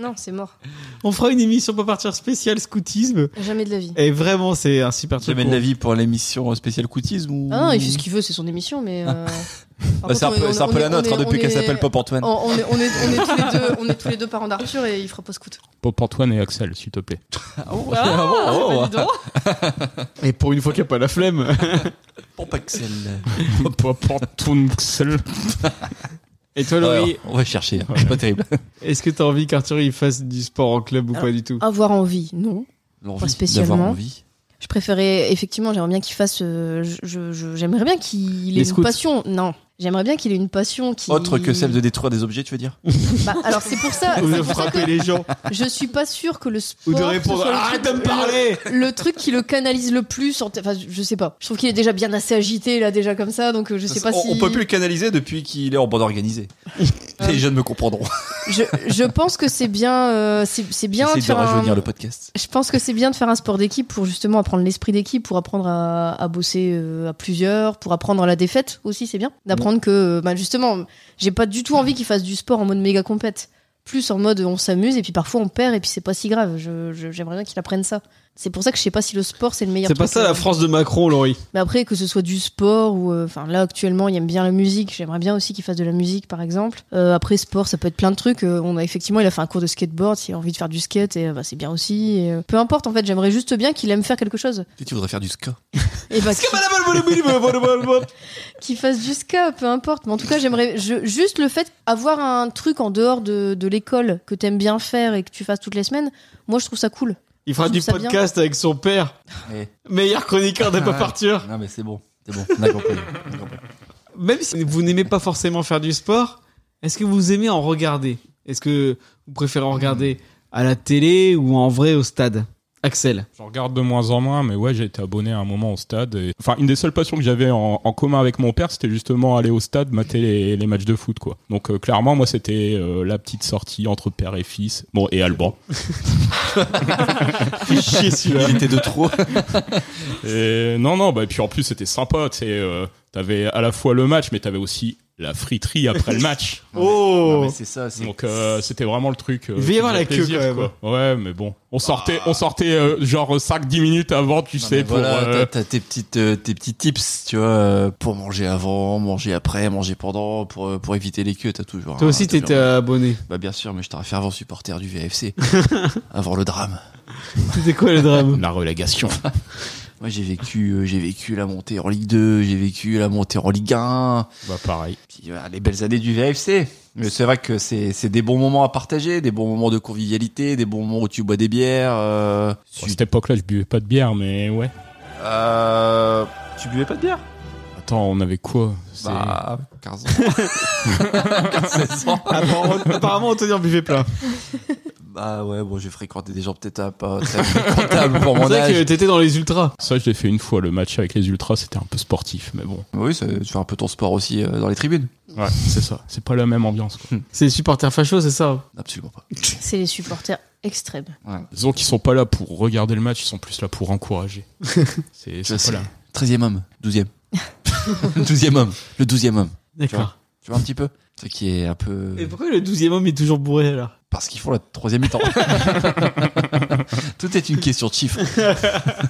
Speaker 4: non, c'est mort.
Speaker 2: On fera une émission pas partir spéciale scoutisme.
Speaker 4: Jamais de la vie.
Speaker 2: Et vraiment, c'est un super
Speaker 3: Tu
Speaker 2: truc.
Speaker 3: amènes la vie pour l'émission spéciale coutisme ou
Speaker 4: Ah non, il fait ce qu'il veut, c'est son émission, mais. euh, par
Speaker 3: Ah, Bah, c'est un
Speaker 4: contre,
Speaker 3: peu,
Speaker 4: on-
Speaker 3: c'est un
Speaker 4: on
Speaker 3: peu
Speaker 4: est-
Speaker 3: la
Speaker 4: on
Speaker 3: nôtre
Speaker 4: est-
Speaker 3: hein, depuis
Speaker 4: on
Speaker 3: qu'elle
Speaker 4: est- Oh,
Speaker 3: s'appelle Pop Antoine.
Speaker 4: On on est, on, est, on, est tous les deux, on est tous les deux parents d'Arthur et il fera pas scout.
Speaker 5: Pop Antoine et Axel, s'il te plaît.
Speaker 3: Ah,
Speaker 6: Ah,
Speaker 3: oh,
Speaker 4: bah, dis donc.
Speaker 2: Et pour une fois qu'il n'y a pas la flemme.
Speaker 3: Pop Axel.
Speaker 5: Pop Antoine, Axel.
Speaker 2: Et toi, Laurie,
Speaker 3: Alors, on va chercher. hein. C'est pas terrible.
Speaker 2: est-ce que t'as envie qu'Arthur il fasse du sport en club ou
Speaker 4: Alors,
Speaker 2: pas du tout
Speaker 4: Avoir envie, non.
Speaker 3: L'envie
Speaker 4: spécialement.
Speaker 3: d'avoir envie.
Speaker 4: Je préférais, effectivement, j'aimerais bien qu'il fasse. euh, je- je- je- j'aimerais bien qu'il
Speaker 2: Les
Speaker 4: ait
Speaker 2: scouts.
Speaker 4: une passion. Non. J'aimerais bien qu'il ait une passion qui.
Speaker 3: Autre que celle de détruire des objets, tu veux dire
Speaker 4: Bah, alors c'est pour ça.
Speaker 2: Ou
Speaker 4: c'est
Speaker 2: de
Speaker 4: pour ça que
Speaker 2: frapper les gens
Speaker 4: je suis pas sûre que le sport.
Speaker 2: Ou de
Speaker 4: ce
Speaker 2: répondre
Speaker 4: soit le
Speaker 2: Arrête de
Speaker 4: truc-
Speaker 2: me parler
Speaker 4: le- Le truc qui le canalise le plus. en t- Enfin, je sais pas. Je trouve qu'il est déjà bien assez agité là, déjà comme ça. Donc euh, je sais pas
Speaker 3: on,
Speaker 4: si.
Speaker 3: on peut plus le canaliser depuis qu'il est en bande organisée. Les jeunes me comprendront.
Speaker 4: je, je pense que c'est bien. euh, c'est c'est bien
Speaker 3: J'essaie
Speaker 4: de
Speaker 3: de
Speaker 4: faire.
Speaker 3: rajeunir
Speaker 4: un-
Speaker 3: le podcast.
Speaker 4: Je pense que c'est bien de faire un sport d'équipe pour justement apprendre l'esprit d'équipe, pour apprendre à, à bosser euh, à plusieurs, pour apprendre à la défaite aussi, c'est bien. D'apprendre que, euh, bah justement, j'ai pas du tout envie qu'ils fassent du sport en mode méga compète. Plus en mode on s'amuse et puis parfois on perd et puis c'est pas si grave. Je- je- J'aimerais bien qu'ils apprennent ça. C'est pour ça que je sais pas si le sport c'est le meilleur.
Speaker 2: C'est pas
Speaker 4: truc,
Speaker 2: ça
Speaker 4: euh,
Speaker 2: la France de Macron, Laurie.
Speaker 4: mais après, que ce soit du sport ou. euh, Enfin, là, actuellement, il aime bien la musique. J'aimerais bien aussi qu'il fasse de la musique, par exemple. Euh, après, sport, ça peut être plein de trucs. Euh, on a effectivement, il a fait un cours de skateboard. S'il a envie de faire du skate, et, euh, bah, c'est bien aussi. Et, euh, peu importe, en fait, j'aimerais juste bien qu'il aime faire quelque chose.
Speaker 3: Tu voudrais faire du ska
Speaker 4: Et bah, qu'il bah, qu'il fasse du ska, peu importe. Mais en tout cas, j'aimerais je- juste le fait avoir un truc en dehors de, de l'école que t'aimes bien faire et que tu fasses toutes les semaines. Moi, je trouve ça cool.
Speaker 2: Il fera
Speaker 4: Je
Speaker 2: du
Speaker 4: trouve ça bien.
Speaker 2: podcast avec son père.
Speaker 3: Eh.
Speaker 2: Meilleur chroniqueur
Speaker 3: Ah
Speaker 2: de Pop Arthur.
Speaker 3: Non mais c'est bon, c'est bon, on a compris. on a compris.
Speaker 2: Même si vous n'aimez pas forcément faire du sport, est-ce que vous aimez en regarder Est-ce que vous préférez en
Speaker 3: Hmm.
Speaker 2: regarder à la télé ou en vrai au stade Axel.
Speaker 5: J'en regarde de moins en moins, mais ouais, j'ai été abonné à un moment au stade. et- Enfin, une des seules passions que j'avais en, en commun avec mon père, c'était justement aller au stade, mater les, les matchs de foot, quoi. Donc, euh, clairement, moi, c'était euh, la petite sortie entre père et fils. Bon, et Alban.
Speaker 2: Chier celui-là.
Speaker 3: Il était de trop.
Speaker 5: Et non, non, bah, et puis en plus, c'était sympa, tu sais, euh, t'avais à la fois le match, mais t'avais aussi la friterie après le match.
Speaker 3: Non,
Speaker 2: Oh
Speaker 3: mais c'est ça, c'est
Speaker 5: Donc, euh, c'était vraiment le truc. euh,
Speaker 2: Il devait y
Speaker 5: qui
Speaker 2: avoir
Speaker 5: faisait
Speaker 2: la queue,
Speaker 5: plaisir,
Speaker 2: quand même.
Speaker 5: quoi. Ouais, mais bon. On sortait, on sortait euh, genre 5-10 minutes avant, tu
Speaker 3: Non, mais
Speaker 5: sais, pour.
Speaker 3: voilà, t'as-
Speaker 5: euh,
Speaker 3: t'as tes petites euh, tes petits tips, tu vois, euh, pour manger avant, manger après, manger pendant, pour euh, pour éviter les queues, t'as toujours.
Speaker 2: Toi
Speaker 3: un-
Speaker 2: aussi
Speaker 3: t'as
Speaker 2: t'étais euh,
Speaker 3: toujours-
Speaker 2: abonné.
Speaker 3: Bah bien sûr, mais j'étais un fervent supporter du VFC avant le drame.
Speaker 2: C'était quoi le drame
Speaker 5: La relégation.
Speaker 3: Moi j'ai vécu euh, j'ai vécu la montée en Ligue 2, j'ai vécu la montée en Ligue 1,
Speaker 5: bah, pareil.
Speaker 3: puis, euh, les belles années du VFC. Mais c'est vrai que c'est c'est des bons moments à partager, des bons moments de convivialité, des bons moments où tu bois des bières. euh,
Speaker 5: À cette époque-là, je buvais pas de bière, mais ouais.
Speaker 3: euh, tu buvais pas de bière
Speaker 5: Attends, on avait quoi C'est-
Speaker 3: Bah, 15 ans.
Speaker 2: Apparemment, apparemment, Anthony en buvait plein.
Speaker 3: Bah ouais, bon, j'ai fréquenté des gens peut-être un pas très fréquentables pour
Speaker 2: C'est
Speaker 3: mon
Speaker 2: vrai que
Speaker 3: âge.
Speaker 2: t'étais dans les ultras.
Speaker 5: Ça, je l'ai fait une fois. Le match avec les Ultras, c'était un peu sportif, mais bon.
Speaker 3: Oui, c'est- tu fais un peu ton sport aussi euh, dans les tribunes.
Speaker 5: Ouais, c'est ça. C'est pas la même ambiance. Quoi.
Speaker 2: C'est les supporters fachos, c'est ça
Speaker 3: Absolument pas.
Speaker 4: C'est les supporters extrêmes.
Speaker 5: Disons qu'ils sont pas là pour regarder le match, ils sont plus là pour encourager. C'est
Speaker 3: Je
Speaker 5: c'est
Speaker 3: sais.
Speaker 5: pas là.
Speaker 3: 13e homme, 12e. 12e homme, le 12e homme.
Speaker 2: D'accord.
Speaker 3: Tu vois un petit peu Ce qui est un peu.
Speaker 2: Et pourquoi le 12 e homme est toujours bourré alors
Speaker 3: Parce qu'ils font la troisième mi-temps. Tout est une question de chiffres.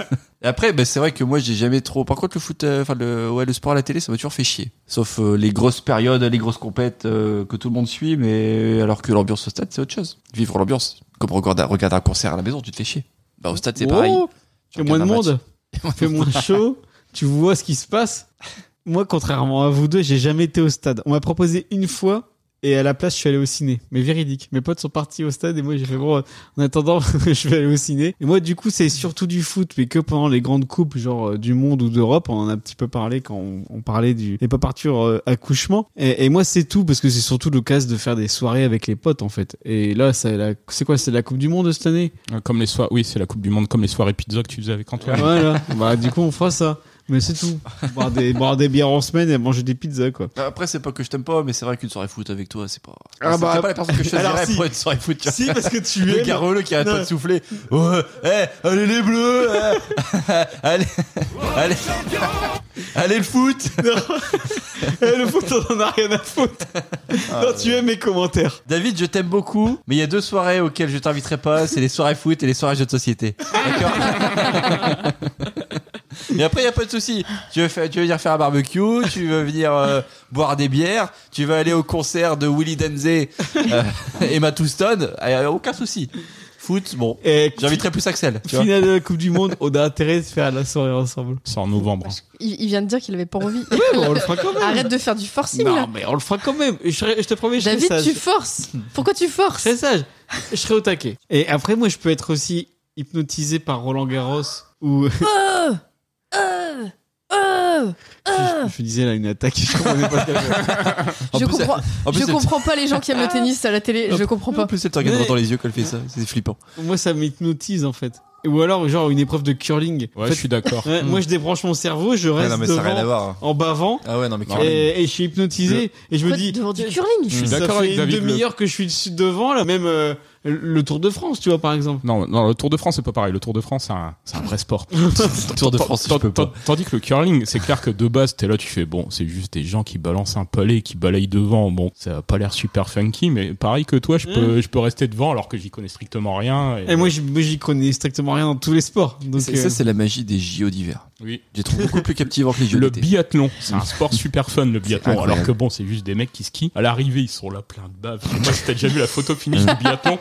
Speaker 3: Et après, ben, c'est vrai que moi, j'ai jamais trop. Par contre, le foot, euh, enfin le, ouais, le sport à la télé, ça m'a toujours fait chier. Sauf euh, les grosses périodes, les grosses compètes euh, que tout le monde suit, mais alors que l'ambiance au stade, c'est autre chose. Vivre l'ambiance, comme regarder, regarder un concert à la maison, tu te fais chier. Bah, au stade, c'est pareil.
Speaker 2: Oh,
Speaker 3: Tu
Speaker 2: Il y a moins de
Speaker 3: regardes un match.
Speaker 2: monde, il fait moins chaud, tu vois ce qui se passe. Moi, contrairement à vous deux, j'ai jamais été au stade. On m'a proposé une fois et à la place, je suis allé au ciné. Mais véridique, mes potes sont partis au stade et moi, j'ai fait bon, en attendant, je vais aller au ciné. Et moi, du coup, c'est surtout du foot, mais que pendant les grandes coupes, genre euh, du monde ou d'Europe. On en a un petit peu parlé quand on, on parlait du les papartures euh, accouchement. Et, et moi, c'est tout parce que c'est surtout l'occasion de faire des soirées avec les potes en fait. Et là, c'est la- c'est quoi C'est la Coupe du Monde cette année
Speaker 5: Euh, Comme les soirs, oui, c'est la Coupe du Monde, comme les soirées pizza que tu faisais avec Antoine.
Speaker 2: voilà. Bah, du coup, on fera ça. Mais c'est tout. Boire des, boire des bières en semaine et manger des pizzas, quoi.
Speaker 3: Après, c'est pas que je t'aime pas, mais c'est vrai qu'une soirée foot avec toi, c'est pas.
Speaker 2: Ah,
Speaker 3: c'est
Speaker 2: bah,
Speaker 3: peut-être pas la personne que je
Speaker 2: alors,
Speaker 3: choisirais
Speaker 2: si.
Speaker 3: pour une soirée foot. tu vois.
Speaker 2: parce que tu
Speaker 3: Le garreleux qui arrête
Speaker 2: Non.
Speaker 3: pas de souffler. Oh, eh, allez les bleus eh, Allez Allez Allez le foot
Speaker 2: le foot, on en a rien à foutre.
Speaker 4: Ah,
Speaker 2: non, tu aimes mes commentaires.
Speaker 3: David, je t'aime beaucoup, mais il y a deux soirées auxquelles je t'inviterai pas, c'est les soirées foot et les soirées jeux de société. D'accord Et après, il n'y a pas de souci. Tu veux, faire, tu veux venir faire un barbecue, tu veux venir euh, boire des bières, tu veux aller au concert de Willy Denze euh, et Emma Touston, euh, aucun souci. Foot, bon.
Speaker 2: Et
Speaker 3: J'inviterai plus Axel. Tu vois.
Speaker 2: finale de la Coupe du Monde, on a intérêt de faire la soirée ensemble.
Speaker 5: C'est en novembre.
Speaker 4: Il, il vient de dire qu'il avait pas envie.
Speaker 2: on le fera quand même.
Speaker 4: Arrête de faire du forcing
Speaker 2: non,
Speaker 4: là.
Speaker 2: mais on le fera quand même. Je, serai- je te promets, je
Speaker 4: David,
Speaker 2: serai sage.
Speaker 4: tu forces. Pourquoi tu
Speaker 2: Je
Speaker 4: forces
Speaker 2: serai sage. Je serai au taquet. Et après, moi, je peux être aussi hypnotisé par Roland Garros ou
Speaker 4: Euh, euh, euh, euh.
Speaker 2: je, je disais là une attaque. Je comprenais pas ce qu'elle faisait.
Speaker 3: En
Speaker 4: Je
Speaker 3: plus,
Speaker 4: comprends,
Speaker 3: En plus,
Speaker 4: je
Speaker 3: elle-
Speaker 4: comprends pas les gens qui aiment le tennis à la télé. Je comprends
Speaker 3: En
Speaker 4: pas.
Speaker 3: plus, elle te regarde droit
Speaker 2: Mais-
Speaker 3: dans les yeux quand elle fait ça. C'est flippant.
Speaker 2: Moi, ça m'hypnotise en fait. Ou alors, genre une épreuve de curling. En
Speaker 5: Ouais,
Speaker 2: fait,
Speaker 5: je suis d'accord.
Speaker 2: Ouais, Moi, je débranche mon cerveau, je reste devant,
Speaker 3: voir.
Speaker 2: en bavant,
Speaker 3: Ah ouais, non, mais
Speaker 2: et, et je suis hypnotisé, et je me
Speaker 4: Pourquoi
Speaker 2: dis,
Speaker 4: devant du
Speaker 2: tiens,
Speaker 4: curling
Speaker 5: Je suis
Speaker 2: ça
Speaker 5: d'accord
Speaker 2: fait
Speaker 5: avec
Speaker 2: une
Speaker 5: David. le-
Speaker 2: demi-heure que je suis dessus devant, là, même euh, le Tour de France, tu vois, par exemple.
Speaker 5: Non, non, le Tour de France, c'est pas pareil. Le Tour de France, c'est un, c'est un vrai sport.
Speaker 3: Tour de France, je
Speaker 5: Tant-
Speaker 3: peux
Speaker 5: tant-
Speaker 3: pas.
Speaker 5: Tandis que le curling, c'est clair que de base, t'es là, tu fais bon, c'est juste des gens qui balancent un palais, qui balayent devant. Bon, ça a pas l'air super funky, mais pareil que
Speaker 3: Mm.
Speaker 5: toi, je peux, je peux rester devant alors que j'y connais strictement rien.
Speaker 2: Et moi, j'y- moi, j'y connais strictement rien dans tous les sports. Donc,
Speaker 3: C'est-
Speaker 2: euh,
Speaker 3: Ça, c'est la magie des JO d'hiver.
Speaker 5: Oui.
Speaker 3: Je les trouve beaucoup plus captivants que les JO
Speaker 5: Le
Speaker 3: d'été.
Speaker 5: biathlon, c'est un sport super fun le biathlon,
Speaker 3: incroyable.
Speaker 5: alors que bon, c'est juste des mecs qui skient. À l'arrivée, ils sont là plein de bave. Moi, si t'as déjà vu la photo finish du biathlon,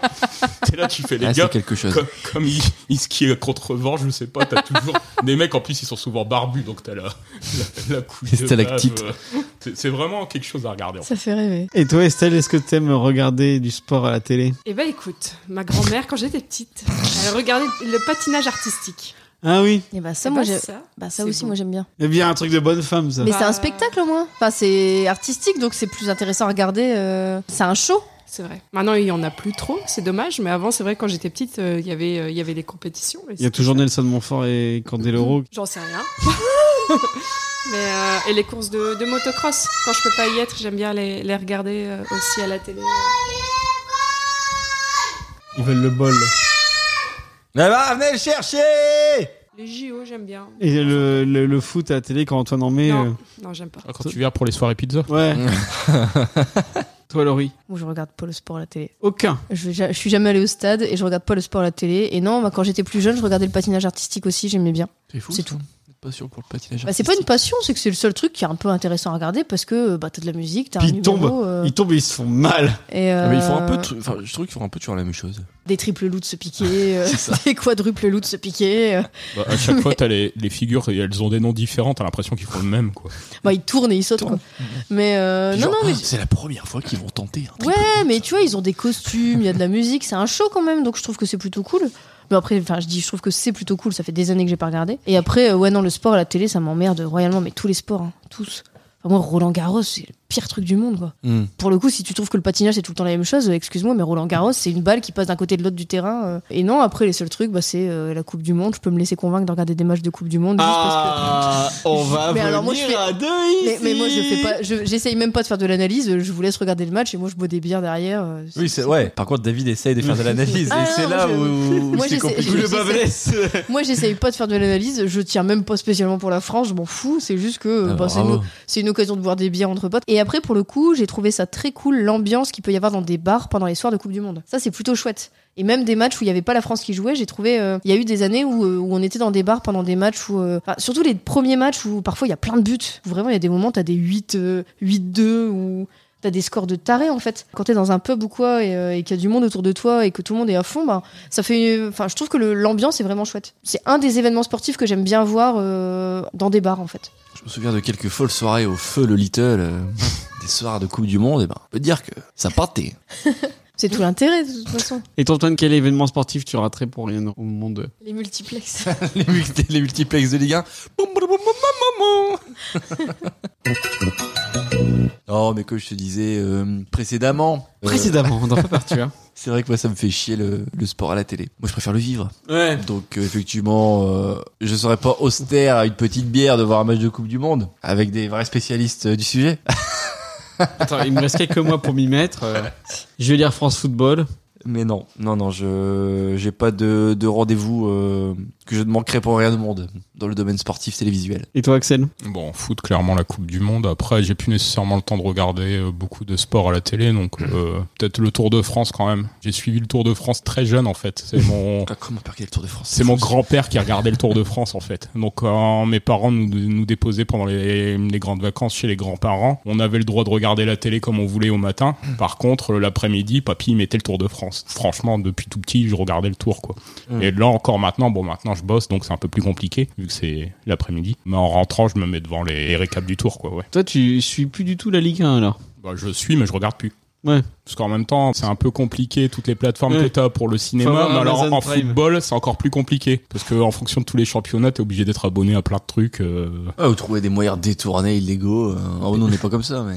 Speaker 5: t'es là, tu fais les
Speaker 3: Ah,
Speaker 5: gars.
Speaker 3: c'est quelque chose.
Speaker 5: Comme, comme ils, ils skient contre vent, je sais pas, t'as toujours des mecs en plus, ils sont souvent barbus, donc t'as la, la, la couille.
Speaker 3: Les
Speaker 5: de
Speaker 3: stalactites.
Speaker 5: bave, euh, C'est c'est vraiment quelque chose à regarder.
Speaker 4: Ça fait rêver.
Speaker 2: Et toi, Estelle, est-ce que t'aimes regarder du sport à la télé
Speaker 6: Eh ben écoute, ma grand-mère, quand j'étais petite, elle regardait le patinage artistique.
Speaker 2: Ah oui.
Speaker 4: Et bah ça,
Speaker 6: Eh
Speaker 4: moi,
Speaker 6: ben,
Speaker 4: j'ai-
Speaker 6: ça,
Speaker 4: bah, ça
Speaker 6: c'est
Speaker 4: aussi,
Speaker 6: bon.
Speaker 4: moi j'aime bien.
Speaker 2: Eh bien, un truc de bonne femme, ça.
Speaker 4: Mais Euh.
Speaker 6: Bah-
Speaker 4: c'est un spectacle au moins. Enfin, c'est artistique, donc c'est plus intéressant à regarder. euh, C'est un show.
Speaker 6: C'est vrai. Maintenant, il y en a plus trop, c'est dommage. Mais avant, c'est vrai, quand j'étais petite, euh, il y avait, euh, il y avait les compétitions.
Speaker 2: Il y
Speaker 6: et
Speaker 2: a
Speaker 6: c'était
Speaker 2: toujours
Speaker 6: chouette.
Speaker 2: Nelson Montfort et Candeloro.
Speaker 6: J'en sais rien. Mais euh, et les courses de, de motocross, quand je peux pas y être, j'aime bien les, les regarder euh, aussi à la télé.
Speaker 2: Ils veulent le bol.
Speaker 3: Là-bas, Ah bah, venez le chercher
Speaker 6: Les JO, j'aime bien.
Speaker 2: Et le, le, le foot à la télé, quand Antoine en met.
Speaker 6: Non, non j'aime pas.
Speaker 5: Ah, Quand tu viens pour les soirées pizza,
Speaker 2: euh, Ouais. toi, Laurie.
Speaker 4: Moi, je regarde pas le sport à la télé.
Speaker 2: Aucun.
Speaker 4: Je, vais ja- je suis jamais allée au stade et je regarde pas le sport à la télé. Et non, bah, quand j'étais plus jeune, je regardais le patinage artistique aussi, j'aimais bien.
Speaker 3: C'est fou.
Speaker 4: C'est tout.
Speaker 3: passion pour le patinage.
Speaker 4: Bah, c'est pas une passion, c'est que c'est le seul truc qui est un peu intéressant à regarder parce que euh, bah, t'as de la musique, t'as un
Speaker 2: Puis ils
Speaker 4: numéro,
Speaker 2: tombent.
Speaker 4: euh,
Speaker 2: Ils tombent et ils se font mal.
Speaker 4: et,
Speaker 3: Ah, mais ils font un
Speaker 4: euh,
Speaker 3: peu, de tru- enfin, je trouve qu'ils font un peu toujours la même chose.
Speaker 4: des triples loups de se piquer, euh, des quadruples loups de se piquer. euh.
Speaker 5: Bah, à chaque fois, t'as les, les figures, et elles ont des noms différents, t'as l'impression qu'ils font le même, quoi.
Speaker 4: Bah, ils tournent et ils sautent. quoi. Mais euh,
Speaker 3: Puis
Speaker 4: non,
Speaker 3: genre,
Speaker 4: non, mais
Speaker 3: Ah, c'est la première fois qu'ils vont tenter. un truc.
Speaker 4: Ouais, mais tu vois, ils ont des costumes, il y a de la musique, c'est un show quand même, donc je trouve que c'est plutôt cool. Mais après, enfin, je dis, je trouve que c'est plutôt cool, ça fait des années que j'ai pas regardé. Et après, euh, ouais, non, le sport à la télé, ça m'emmerde royalement, mais tous les sports, hein, tous. Enfin, moi, Roland Garros, c'est le pire truc du monde, quoi.
Speaker 3: Hmm.
Speaker 4: Pour le coup, si tu trouves que le patinage, c'est tout le temps la même chose, euh, excuse-moi, mais Roland Garros, c'est une balle qui passe d'un côté de l'autre du terrain. euh. Et non, après, les seuls trucs, bah, c'est euh, la Coupe du Monde. Je peux me laisser convaincre de regarder des matchs de Coupe du Monde. juste parce que-
Speaker 2: Ah, on va
Speaker 4: Mais
Speaker 2: venir
Speaker 4: alors moi, je fais-
Speaker 2: à deux
Speaker 4: Mais,
Speaker 2: ici.
Speaker 4: mais moi, je fais pas, je- j'essaye même pas de faire de l'analyse. Je vous laisse regarder le match et moi, je bois des bières derrière. euh,
Speaker 8: Oui, c'est ouais. Par contre, David essaye de faire de l'analyse
Speaker 4: Ah,
Speaker 8: et c'est
Speaker 4: non,
Speaker 8: là
Speaker 4: je-
Speaker 8: où, où
Speaker 4: Moi,
Speaker 8: c'est
Speaker 4: j'essaie-
Speaker 8: compliqué.
Speaker 2: Ou le
Speaker 4: j'essaie-
Speaker 2: Babless.
Speaker 4: Moi, j'essaye pas de faire de l'analyse. Je tiens même pas spécialement pour la France. Je m'en fous. C'est juste que euh,
Speaker 3: Ah,
Speaker 4: bah, c'est,
Speaker 3: bravo.
Speaker 4: une, c'est une occasion de boire des bières entre potes. Et après, pour le coup, j'ai trouvé ça très cool l'ambiance qu'il peut y avoir dans des bars pendant les soirs de Coupe du Monde. Ça, c'est plutôt chouette. Et même des matchs où il y avait pas la France qui jouait, j'ai trouvé. euh, Il y a eu des années où, euh, où on était dans des bars pendant des matchs où. euh, enfin, surtout les premiers matchs où parfois il y a plein de buts. Où vraiment, il y a des moments, t'as des 8, euh, 8-2 ou. T'as des scores de taré en fait. Quand t'es dans un pub ou quoi et, euh, et qu'il y a du monde autour de toi et que tout le monde est à fond, bah, ça fait enfin je trouve que le- l'ambiance est vraiment chouette c'est un des événements sportifs que j'aime bien voir euh, dans des bars en fait
Speaker 3: Je me souviens de quelques folles soirées au feu le Little, euh, des soirs de Coupe du Monde, et ben, on peut dire que ça partait.
Speaker 4: c'est tout l'intérêt de toute façon
Speaker 2: Et toi, Antoine, quel événement sportif tu raterais pour rien au monde
Speaker 4: les multiplex
Speaker 3: les, multi- les multiplex de Ligue 1. Boum, boum, boum, boum, boum, boum. non, mais comme je te disais euh, précédemment, euh,
Speaker 2: Précédemment, on n'en fait partie. hein.
Speaker 3: c'est vrai que moi ça me fait chier le, le sport à la télé. Moi je préfère le vivre.
Speaker 2: Ouais.
Speaker 3: Donc euh, effectivement, euh, je serais pas austère à une petite bière de voir un match de Coupe du Monde avec des vrais spécialistes euh, du sujet.
Speaker 2: Attends, il me reste quelques mois pour m'y mettre. euh, Je vais lire France Football.
Speaker 3: Mais non, non, non, je j'ai pas de, de rendez-vous euh, que je ne manquerai pour rien au monde dans le domaine sportif télévisuel.
Speaker 2: Et toi, Axel
Speaker 5: Bon, on fout clairement la Coupe du Monde. Après, j'ai plus nécessairement le temps de regarder euh, beaucoup de sports à la télé, donc euh, peut-être le Tour de France quand même. J'ai suivi le Tour de France très jeune, en fait. C'est mon...
Speaker 3: Ah, Comment perdre le Tour de France
Speaker 5: C'est mon grand-père qui regardait le Tour de France en fait. Donc quand mes parents nous, nous déposaient pendant les, les grandes vacances chez les grands-parents, on avait le droit de regarder la télé comme on voulait au matin. Par contre, l'après-midi, papy il mettait le Tour de France. Franchement, depuis tout petit, je regardais le Tour quoi.
Speaker 3: Mm.
Speaker 5: Et là encore maintenant, bon maintenant je bosse donc c'est un peu plus compliqué vu que c'est l'après-midi. Mais en rentrant, je me mets devant les, les récaps du Tour quoi. Ouais.
Speaker 2: Toi, tu suis plus du tout la Ligue 1 alors.
Speaker 5: Bah, je suis mais je regarde plus.
Speaker 2: Ouais.
Speaker 5: Parce qu'en même temps, c'est un peu compliqué toutes les plateformes
Speaker 2: Ouais.
Speaker 5: que t'as pour le
Speaker 2: Faut
Speaker 5: cinéma.
Speaker 2: avoir
Speaker 5: Mais alors
Speaker 2: Amazon
Speaker 5: en
Speaker 2: Prime.
Speaker 5: football, c'est encore plus compliqué parce que en fonction de tous les championnats, t'es obligé d'être abonné à plein de trucs. euh.
Speaker 3: Ah, vous trouvez des moyens détournés, illégaux. euh, Ah oh, non, on n'est pas comme ça, mais.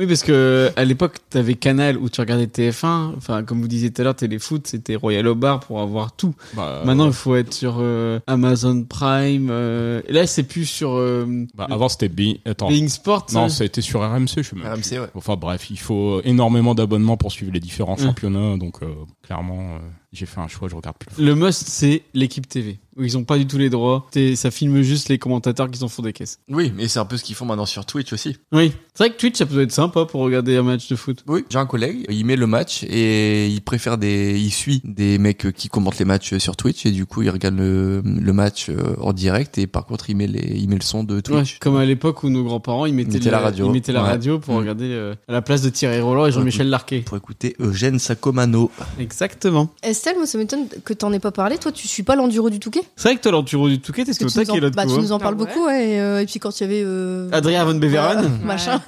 Speaker 2: Oui, parce que à l'époque, t'avais Canal où tu regardais TF1. Enfin, comme vous disiez tout à l'heure, téléfoot, c'était Royal au bar pour avoir tout.
Speaker 3: euh,
Speaker 5: Bah,
Speaker 2: Maintenant, il faut être sur euh, Amazon Prime. euh, et là, c'est plus sur euh,
Speaker 5: bah, avant c'était Bing. Attends.
Speaker 2: Being Sport.
Speaker 5: Non,
Speaker 2: hein.
Speaker 5: ça a été sur RMC, je sais même.
Speaker 3: RMC,
Speaker 5: plus.
Speaker 3: ouais.
Speaker 5: Enfin bref, il faut énormément d'abonnements pour suivre les différents
Speaker 2: Ouais.
Speaker 5: championnats. Donc euh, clairement, euh, j'ai fait un choix, je regarde plus.
Speaker 2: Le must, c'est l'équipe TV. Où ils ont pas du tout les droits. T'es- Ça filme juste les commentateurs qui s'en font des caisses.
Speaker 3: Oui, mais c'est un peu ce qu'ils font maintenant sur Twitch aussi.
Speaker 2: Oui. C'est vrai que Twitch, ça peut être sympa pour regarder un match de foot.
Speaker 3: Oui, j'ai un collègue, il met le match et il préfère des. Il suit des mecs qui commentent les matchs sur Twitch et du coup, il regarde le, le match euh, en direct et par contre, il met, les, il met le son de
Speaker 2: Ouais,
Speaker 3: Twitch.
Speaker 2: comme à l'époque où nos grands-parents, ils mettaient,
Speaker 3: mettaient la
Speaker 2: le-
Speaker 3: radio.
Speaker 2: Ils mettaient la
Speaker 3: Ouais.
Speaker 2: radio pour
Speaker 3: Mm.
Speaker 2: regarder euh, à la place de Thierry Roland et Jean-Michel Larquet.
Speaker 3: Pour écouter Eugène Sacomano.
Speaker 2: Exactement.
Speaker 4: Estelle moi ça m'étonne que t'en aies pas parlé toi tu suis pas l'enduro du Touquet
Speaker 2: C'est vrai que toi, l'enduro du Touquet, t'es
Speaker 4: parce que
Speaker 2: au
Speaker 4: tu nous en,
Speaker 2: taquet l'autre
Speaker 4: bah, tu
Speaker 2: coup. hein.
Speaker 4: nous en
Speaker 6: Ah
Speaker 4: parles
Speaker 6: ouais.
Speaker 4: beaucoup ouais, et, euh, et puis quand il y avait euh,
Speaker 2: Adrien Van
Speaker 4: voilà,
Speaker 2: Beveren.
Speaker 4: machin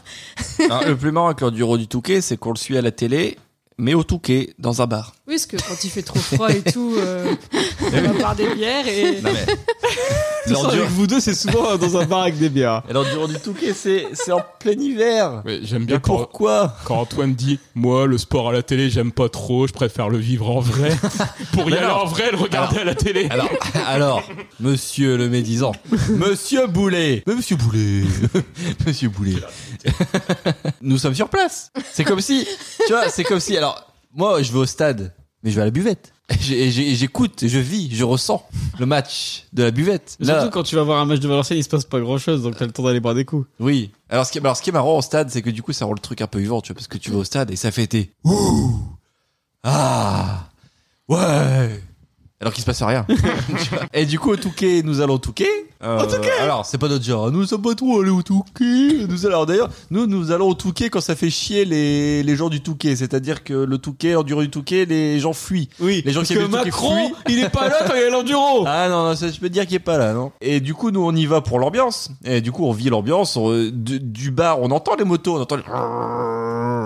Speaker 3: Non, le plus marrant avec l'enduro du Touquet, c'est qu'on le suit à la télé, mais au Touquet, dans un bar.
Speaker 6: Oui, parce que quand il fait trop froid et tout, euh, on va boire des bières et.
Speaker 3: L'enduro
Speaker 2: vous deux, c'est souvent euh, dans un bar avec des bières.
Speaker 3: du Touquet, c'est c'est en plein hiver.
Speaker 5: J'aime bien
Speaker 3: Mais
Speaker 5: quand,
Speaker 3: pourquoi
Speaker 5: quand Antoine dit Moi, le sport à la télé, j'aime pas trop, je préfère le vivre en vrai. pour y
Speaker 3: Mais
Speaker 5: aller
Speaker 3: non.
Speaker 5: en vrai, le regarder à la télé.
Speaker 3: Alors, alors, monsieur le médisant, monsieur Boulet, Mais monsieur Boulet, monsieur Boulet, nous sommes sur place. C'est comme si, tu vois, c'est comme si, alors, moi, je vais au stade, mais je vais à la buvette. J'ai- j'ai- J'écoute, je vis, je ressens le match de la buvette. Là,
Speaker 2: Surtout quand tu vas voir un match de Valenciennes, il se passe pas grand chose, donc t'as le temps d'aller boire des coups.
Speaker 3: oui. Alors ce, qui, est- alors, ce qui est marrant au stade, c'est que du coup, ça rend le truc un peu vivant, tu vois, parce que tu vas au stade et ça fait tes ouh, ah, ouais,
Speaker 8: Alors qu'il se passe rien. Tu vois.
Speaker 3: Et du coup, au Touquet, nous allons Touquet.
Speaker 8: Euh, alors, c'est pas notre
Speaker 3: hein.
Speaker 8: genre. Nous sommes pas trop allés au Touquet. Nous allons, alors, d'ailleurs,
Speaker 3: Nous, nous allons au Touquet quand ça fait chier les, les gens du Touquet. C'est-à-dire que le Touquet, l'enduro du Touquet, les gens fuient.
Speaker 2: Oui,
Speaker 3: Les gens
Speaker 2: parce
Speaker 3: qui
Speaker 2: que
Speaker 3: aiment les trucs qui
Speaker 2: Macron,
Speaker 3: fuient.
Speaker 2: il est pas là quand il y a l'enduro.
Speaker 3: Ah non, non, ça, je peux te dire qu'il est pas là, non Et du coup, nous, on y va pour l'ambiance. Et du coup, on vit l'ambiance. on, euh, du, du bar, on entend les motos, on entend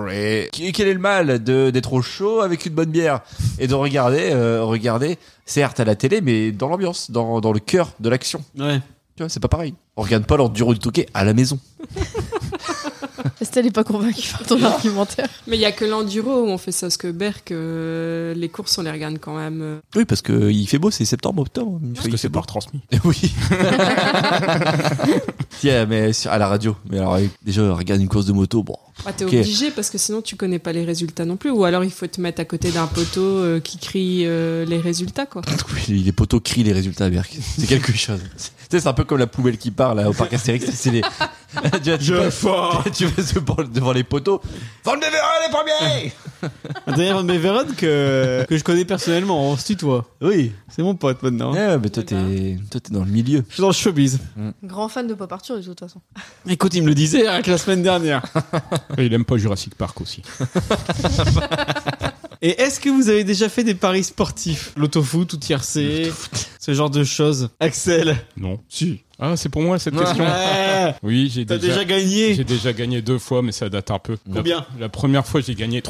Speaker 3: les... Et qui- quel est le mal de- d'être au chaud avec une bonne bière et de regarder, euh, regarder, certes à la télé, mais dans l'ambiance, dans, dans le cœur de l'action.
Speaker 2: Ouais.
Speaker 3: Tu vois, c'est pas pareil. On regarde pas l'enduro du Touquet à la maison.
Speaker 4: Estelle est pas convaincue par ton argumentaire.
Speaker 6: Mais il y a que l'enduro où on fait ça, parce que Berck, euh, les courses, on les regarde quand même. euh,
Speaker 3: Oui, parce que il fait beau, c'est septembre, octobre.
Speaker 5: Parce que c'est pas retransmis.
Speaker 3: Oui. Tiens, mais sur- à la radio. Mais alors, euh, déjà, regarde une course de moto, bon.
Speaker 6: Bah, t'es
Speaker 3: Ok.
Speaker 6: obligé parce que sinon tu connais pas les résultats non plus. Ou alors il faut te mettre à côté d'un poteau euh, qui crie euh, les résultats quoi.
Speaker 3: Oui, les poteaux crient les résultats, Berk. C'est quelque chose. Tu sais, c'est un peu comme la poubelle qui parle là, au parc Astérix. C'est les. tu vois, tu
Speaker 2: Je
Speaker 3: passes-
Speaker 2: fort.
Speaker 3: tu passes devant- devant les poteaux. Van de les premiers
Speaker 2: D'ailleurs, Meveron que, que je connais personnellement, on se tutoie.
Speaker 3: Oui.
Speaker 2: C'est mon pote maintenant.
Speaker 3: Ouais, mais toi, t'es toi, t'es dans le milieu.
Speaker 2: Je suis dans le showbiz.
Speaker 4: Grand fan de Pop Arthur, de toute façon.
Speaker 2: Écoute, il me le disait avec la semaine dernière.
Speaker 5: Et il aime pas Jurassic Park aussi.
Speaker 2: Et est-ce que vous avez déjà fait des paris sportifs L'autofoot ou tiercé Ce genre de choses. Axel
Speaker 5: Non. Si. Ah, c'est pour moi cette question.
Speaker 2: Ouais
Speaker 5: Oui, j'ai
Speaker 2: T'as déjà
Speaker 5: déjà. J'ai
Speaker 2: gagné
Speaker 5: déjà gagné deux fois, mais ça date un peu. La-
Speaker 2: Combien
Speaker 5: La première fois, j'ai gagné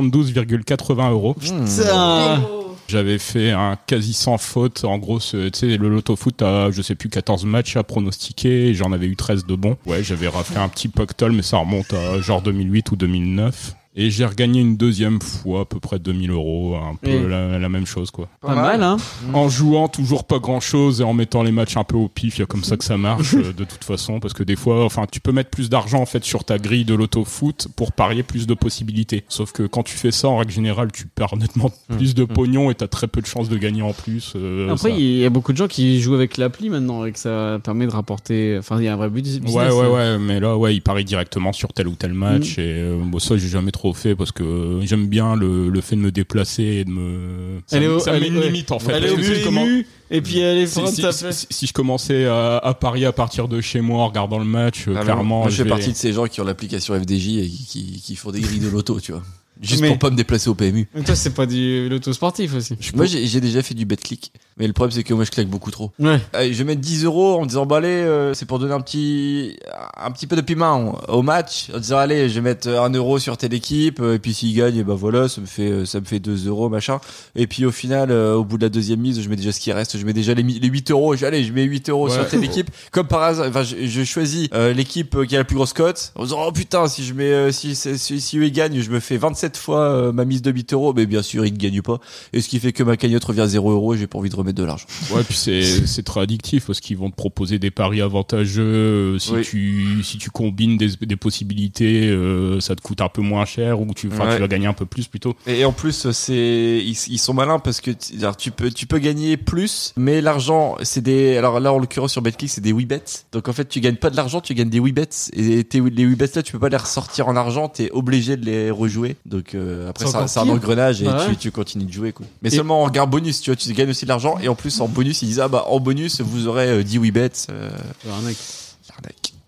Speaker 5: 3672,80 euros.
Speaker 6: hein.
Speaker 2: Putain
Speaker 5: J'avais fait un quasi sans faute. En gros, ce- tu sais, le loto foot, t'as, je sais plus, 14 matchs à pronostiquer et j'en avais eu 13 de bons. Ouais, j'avais raflé un petit pactole, mais ça remonte à genre 2008 ou 2009. Et j'ai regagné une deuxième fois, à peu près 2000 euros, un peu
Speaker 2: Mm.
Speaker 5: la, la même chose, quoi.
Speaker 2: Pas mal, hein
Speaker 5: En jouant toujours pas grand chose et en mettant les matchs un peu au pif, il y a comme ça que ça marche euh, de toute façon parce que des fois, enfin, tu peux mettre plus d'argent en fait sur ta grille de l'auto foot pour parier plus de possibilités. Sauf que quand tu fais ça en règle générale, tu perds nettement plus de pognon et t'as très peu de chances de gagner en plus. euh,
Speaker 2: Mm. Après,
Speaker 5: ça.
Speaker 2: il y a beaucoup de gens qui jouent avec l'appli maintenant et que ça permet de rapporter. Enfin, il y a un vrai but business. hein. Mm.
Speaker 5: Ouais, ouais, ouais, mais là, ouais, il parie directement sur tel ou tel match. Et euh, bon, ça, j'ai jamais trop fait parce que euh, j'aime bien le, le fait de me déplacer et de me. Ça,
Speaker 2: Elle est
Speaker 5: me-
Speaker 2: au-
Speaker 5: ça me
Speaker 2: elle
Speaker 5: met une
Speaker 2: est-
Speaker 5: limite en fait.
Speaker 2: Elle est
Speaker 5: parce
Speaker 2: au
Speaker 5: que si je
Speaker 2: PMU,
Speaker 5: commence-
Speaker 2: et puis elle est
Speaker 5: si,
Speaker 2: front
Speaker 5: si-
Speaker 2: à
Speaker 5: si-
Speaker 2: place.
Speaker 5: si- si je commençais à, à parier à partir de chez moi en regardant le match, euh,
Speaker 3: Ah, mais
Speaker 5: clairement,
Speaker 3: moi, je fais
Speaker 5: vais-
Speaker 3: partie de ces gens qui ont l'application FDJ et qui, qui, qui font des grilles de loto, tu vois. Juste
Speaker 2: Mais-
Speaker 3: pour pas me déplacer au PMU.
Speaker 2: Mais toi, c'est pas du l'auto sportif aussi.
Speaker 3: Moi, j'ai j'ai déjà fait du bet click. Mais le problème, c'est que moi, je claque beaucoup trop.
Speaker 2: Ouais.
Speaker 3: Allez, je vais mettre 10 euros en me disant, bah allez, euh, c'est pour donner un petit, un petit peu de piment au match. En disant, allez, je vais mettre 1 euro sur telle équipe. euh, Et puis s'il gagne, et ben voilà, ça me fait, euh, ça me fait 2 euros, machin. Et puis au final, euh, au bout de la deuxième mise, je mets déjà ce qui reste. Je mets déjà les, mi- les 8 euros. Je- Allez, je mets 8 euros
Speaker 5: Ouais.
Speaker 3: sur telle équipe. Comme par hasard, enfin, je, je choisis euh, l'équipe qui a la plus grosse cote. En disant, oh putain, si je mets, euh, si, si, si, si eux ils gagnent, je me fais 27 fois euh, ma mise de 8 euros. Mais bien sûr, ils ne gagnent pas. Et ce qui fait que ma cagnotte revient à 0 euros. J'ai pas envie de remettre de l'argent.
Speaker 5: Ouais, puis c'est c'est très addictif parce qu'ils vont te proposer des paris avantageux. euh, Si,
Speaker 3: Oui.
Speaker 5: tu, si tu combines des, des possibilités, euh, ça te coûte un peu moins cher ou tu, enfin,
Speaker 3: Ouais.
Speaker 5: tu vas gagner un peu plus plutôt.
Speaker 3: Et en plus, c'est ils, ils sont malins parce que t- alors, tu peux tu peux gagner plus, mais l'argent c'est des alors là en l'occurrence sur Betclic c'est des oui bets. Donc en fait tu gagnes pas de l'argent, tu gagnes des oui bets et tes, les oui bets là tu peux pas les ressortir en argent, t'es obligé de les rejouer. Donc euh, après
Speaker 2: C'est
Speaker 3: ça-
Speaker 2: encore
Speaker 3: c'est un
Speaker 2: pire.
Speaker 3: engrenage et
Speaker 2: Bah
Speaker 3: tu,
Speaker 2: ouais.
Speaker 3: tu continues de jouer quoi. Mais
Speaker 2: Et-
Speaker 3: seulement en regard bonus, tu vois, tu gagnes aussi de l'argent et en plus en bonus ils disent ah bah en bonus vous aurez euh, 10 oui bets. euh, l'arnaque.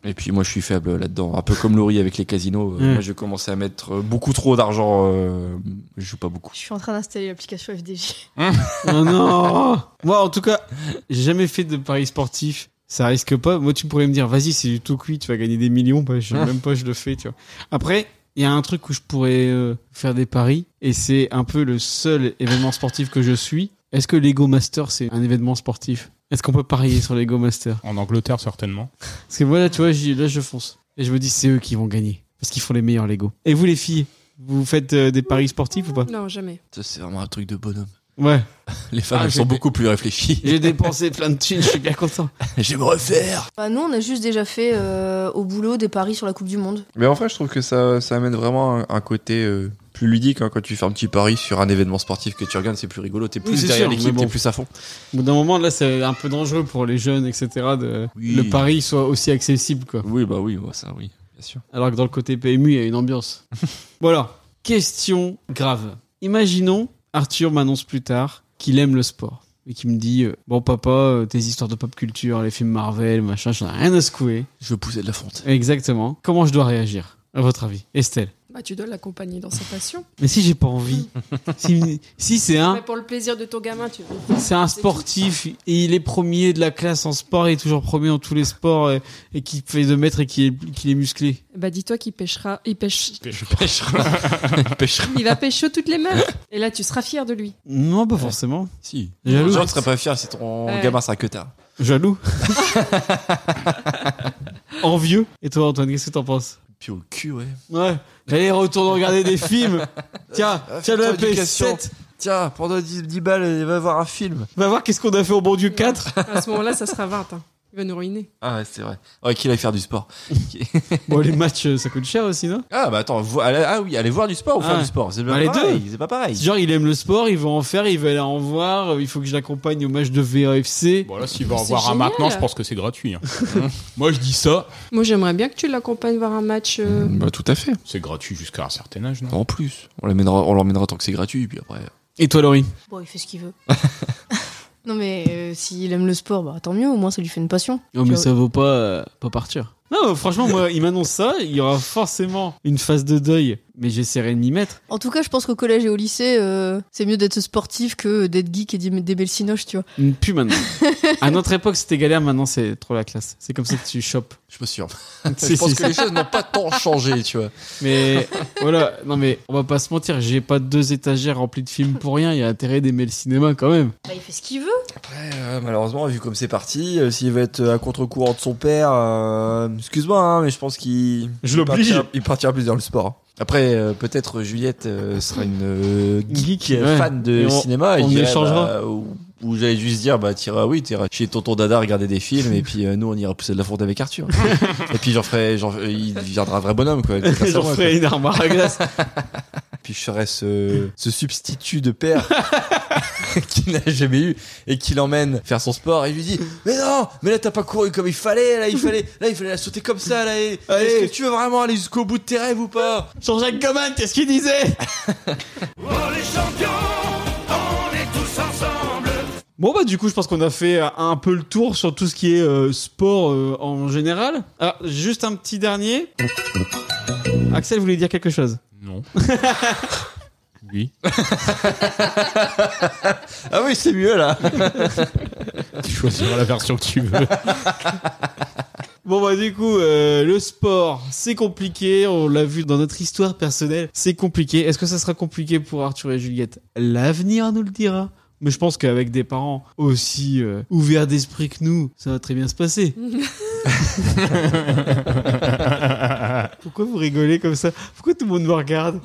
Speaker 3: Et puis moi je suis faible là-dedans, un peu comme Laurie avec les casinos. Euh,
Speaker 2: Mm.
Speaker 3: Moi je commençais à mettre euh, beaucoup trop d'argent. euh, je joue pas beaucoup.
Speaker 4: Je suis en train d'installer l'application FDJ.
Speaker 2: Oh non Moi, en tout cas, j'ai jamais fait de paris sportif. Ça risque pas. Moi, tu pourrais me dire, vas-y, c'est du tout cuit, tu vas gagner des millions. Bah, je sais même pas, je le fais, tu vois. Après, il y a un truc où je pourrais euh, faire des paris, et c'est un peu le seul événement sportif que je suis. Est-ce que Lego Master, c'est un événement sportif Est-ce qu'on peut parier sur Lego Master
Speaker 5: En Angleterre, certainement.
Speaker 2: Parce que moi, là, tu vois, j'y- là, je fonce. Et je me dis, c'est eux qui vont gagner. Parce qu'ils font les meilleurs Lego. Et vous, les filles, vous faites euh, des paris sportifs ou pas
Speaker 6: Non jamais.
Speaker 3: Ça, c'est vraiment un truc de bonhomme.
Speaker 2: Ouais.
Speaker 3: Les femmes,
Speaker 2: Ah,
Speaker 3: elles sont
Speaker 2: j'étais-
Speaker 3: beaucoup plus réfléchies.
Speaker 2: J'ai dépensé plein de thunes, je suis bien content.
Speaker 3: Je vais me refaire.
Speaker 4: Bah, nous, on a juste déjà fait euh, au boulot des paris sur la Coupe du Monde.
Speaker 3: Mais en vrai, je trouve que ça, ça amène vraiment un, un côté euh, plus ludique. hein. Quand tu fais un petit pari sur un événement sportif que tu regardes, c'est plus rigolo. T'es plus
Speaker 2: c'est
Speaker 3: derrière
Speaker 2: sûr, mais
Speaker 3: l'équipe,
Speaker 2: bon.
Speaker 3: t'es plus à fond.
Speaker 2: Au bout d'un moment, là, c'est un peu dangereux pour les jeunes, etc. De,
Speaker 3: Oui.
Speaker 2: Le pari soit aussi accessible, quoi.
Speaker 3: Oui, bah oui, ça, oui. Bien sûr.
Speaker 2: Alors que dans le côté PMU, il y a une ambiance. bon alors, question grave. Imaginons, Arthur m'annonce plus tard qu'il aime le sport et qui me dit euh, Bon, papa, euh, tes histoires de pop culture, les films Marvel, machin, j'en ai rien à secouer.
Speaker 3: Je veux pousser de la fonte.
Speaker 2: Exactement. Comment je dois réagir, à votre avis, Estelle
Speaker 6: Bah, tu dois l'accompagner dans sa passion.
Speaker 2: Mais si j'ai pas envie, si, si c'est un,
Speaker 6: Mais pour le plaisir de ton gamin, tu
Speaker 2: c'est un sportif, et il est premier de la classe en sport, il est toujours premier dans tous les sports, et, et qui fait 2 mètres et qui est, qui est musclé.
Speaker 6: Bah, dis-toi qu'il pêchera. Il pêche.
Speaker 8: Pêchera. Pêchera.
Speaker 6: Il va pêcher toutes les meufs. Et là, tu seras fier de lui.
Speaker 2: Non, pas forcément.
Speaker 3: Si.
Speaker 2: Jaloux.
Speaker 3: Les gens ne seraient pas fiers si ton
Speaker 6: Ouais.
Speaker 3: gamin sera que tard.
Speaker 2: Jaloux. Envieux. Et toi, Antoine, qu'est-ce que t'en penses
Speaker 3: Puis au cul, ouais.
Speaker 2: Ouais. Allez, retourne regarder des films. Tiens,
Speaker 3: Ah,
Speaker 2: tiens le
Speaker 3: fais-toi éducation.
Speaker 2: MP7.
Speaker 3: Tiens, prends-toi 10, 10 balles et va voir un film.
Speaker 2: Va voir qu'est-ce qu'on a fait au bon Dieu 4.
Speaker 6: À ce moment-là, ça sera 20. hein. Il va nous ruiner.
Speaker 3: Ah ouais, c'est vrai. Ouais, qu'il aille faire du sport.
Speaker 2: Bon, les matchs, euh, ça coûte cher aussi, non
Speaker 3: Ah bah attends, vo- allez- ah oui, allez voir du sport ou
Speaker 2: Ah
Speaker 3: faire
Speaker 2: ouais.
Speaker 3: du sport. C'est
Speaker 2: Bah,
Speaker 3: pas
Speaker 2: les
Speaker 3: pareil.
Speaker 2: deux.
Speaker 3: C'est pas pareil.
Speaker 2: Genre, il aime le sport, il veut en faire, il veut aller en voir, euh, il faut que je l'accompagne au match de VAFC.
Speaker 5: Bon, là, s'il va en
Speaker 6: C'est
Speaker 5: voir un
Speaker 6: génial.
Speaker 5: maintenant, je pense que c'est gratuit. hein. Moi, je dis ça.
Speaker 6: Moi, j'aimerais bien que tu l'accompagnes voir un match. euh,
Speaker 3: Bah tout à fait.
Speaker 5: C'est gratuit jusqu'à un certain âge, non
Speaker 3: En plus, on l'emmènera, on l'emmènera tant que c'est gratuit, puis après.
Speaker 2: Et toi, Laurie
Speaker 4: Bon, il fait ce qu'il veut. non, mais euh, s'il aime le sport, bah, tant mieux, au moins ça lui fait une passion.
Speaker 2: Non,
Speaker 4: Tu
Speaker 2: mais
Speaker 4: vois.
Speaker 2: ça vaut pas, euh, pas partir. Non, mais franchement, moi, il m'annonce ça, il y aura forcément une phase de deuil, mais j'essaierai de m'y mettre.
Speaker 4: En tout cas, je pense qu'au collège et au lycée, euh, c'est mieux d'être sportif que d'être geek et d'aimer- d'aimer le cinoche, tu vois.
Speaker 2: Plus maintenant. à notre époque, c'était galère, maintenant, c'est trop la classe. C'est comme ça que tu chopes.
Speaker 3: Je suis pas sûr.
Speaker 2: Si,
Speaker 3: je pense
Speaker 2: si,
Speaker 3: que les choses n'ont pas tant changé, tu vois.
Speaker 2: Mais voilà, non mais on va pas se mentir, j'ai pas deux étagères remplies de films pour rien, il y a intérêt d'aimer le cinéma quand même.
Speaker 4: Bah, il fait ce qu'il veut.
Speaker 3: Après, euh, malheureusement, vu comme c'est parti, euh, s'il veut être euh, à contre-courant de son père, euh, excuse-moi, hein, mais je pense qu'il.
Speaker 2: Je
Speaker 3: il
Speaker 2: l'oblige.
Speaker 3: partira- Il partira plus dans le sport. Après, euh, peut-être Juliette euh, sera une euh, geek
Speaker 2: Geek, ouais.
Speaker 3: fan de
Speaker 2: Et on-
Speaker 3: cinéma. et
Speaker 2: on
Speaker 3: je dirais,
Speaker 2: échangera.
Speaker 3: bah, ou ou j'allais juste dire, bah, t'iras, oui, t'iras chez tonton Dada regarder des films, et puis euh, nous, on ira pousser de la fonte avec Arthur. et puis, j'en ferai, j'en- euh, il deviendra un vrai bonhomme, quoi. grâce à
Speaker 2: J'en
Speaker 3: moi,
Speaker 2: ferai une armoire à glace.
Speaker 3: quoi. Puis, je serai ce, ce substitut de père qui n'a jamais eu, et qui l'emmène faire son sport, et il lui dit, mais non, mais là, t'as pas couru comme il fallait, là, il fallait, là, il fallait la sauter comme ça, là, et- est-ce que tu veux vraiment aller jusqu'au bout de tes rêves ou pas?
Speaker 2: Jean-Jacques Goman, qu'est-ce qu'il disait Bon bah du coup je pense qu'on a fait euh, un peu le tour sur tout ce qui est euh, sport euh, en général. Ah juste un petit dernier. Axel voulait dire quelque chose.
Speaker 5: Non. Oui.
Speaker 3: Ah oui, c'est mieux, là.
Speaker 5: Tu choisiras la version que tu veux.
Speaker 2: Bon bah du coup euh, le sport c'est compliqué, on l'a vu dans notre histoire personnelle, c'est compliqué. Est-ce que ça sera compliqué pour Arthur et Juliette L'avenir nous le dira. Mais je pense qu'avec des parents aussi euh, ouverts d'esprit que nous, ça va très bien se passer. Pourquoi vous rigolez comme ça Pourquoi tout le monde me regarde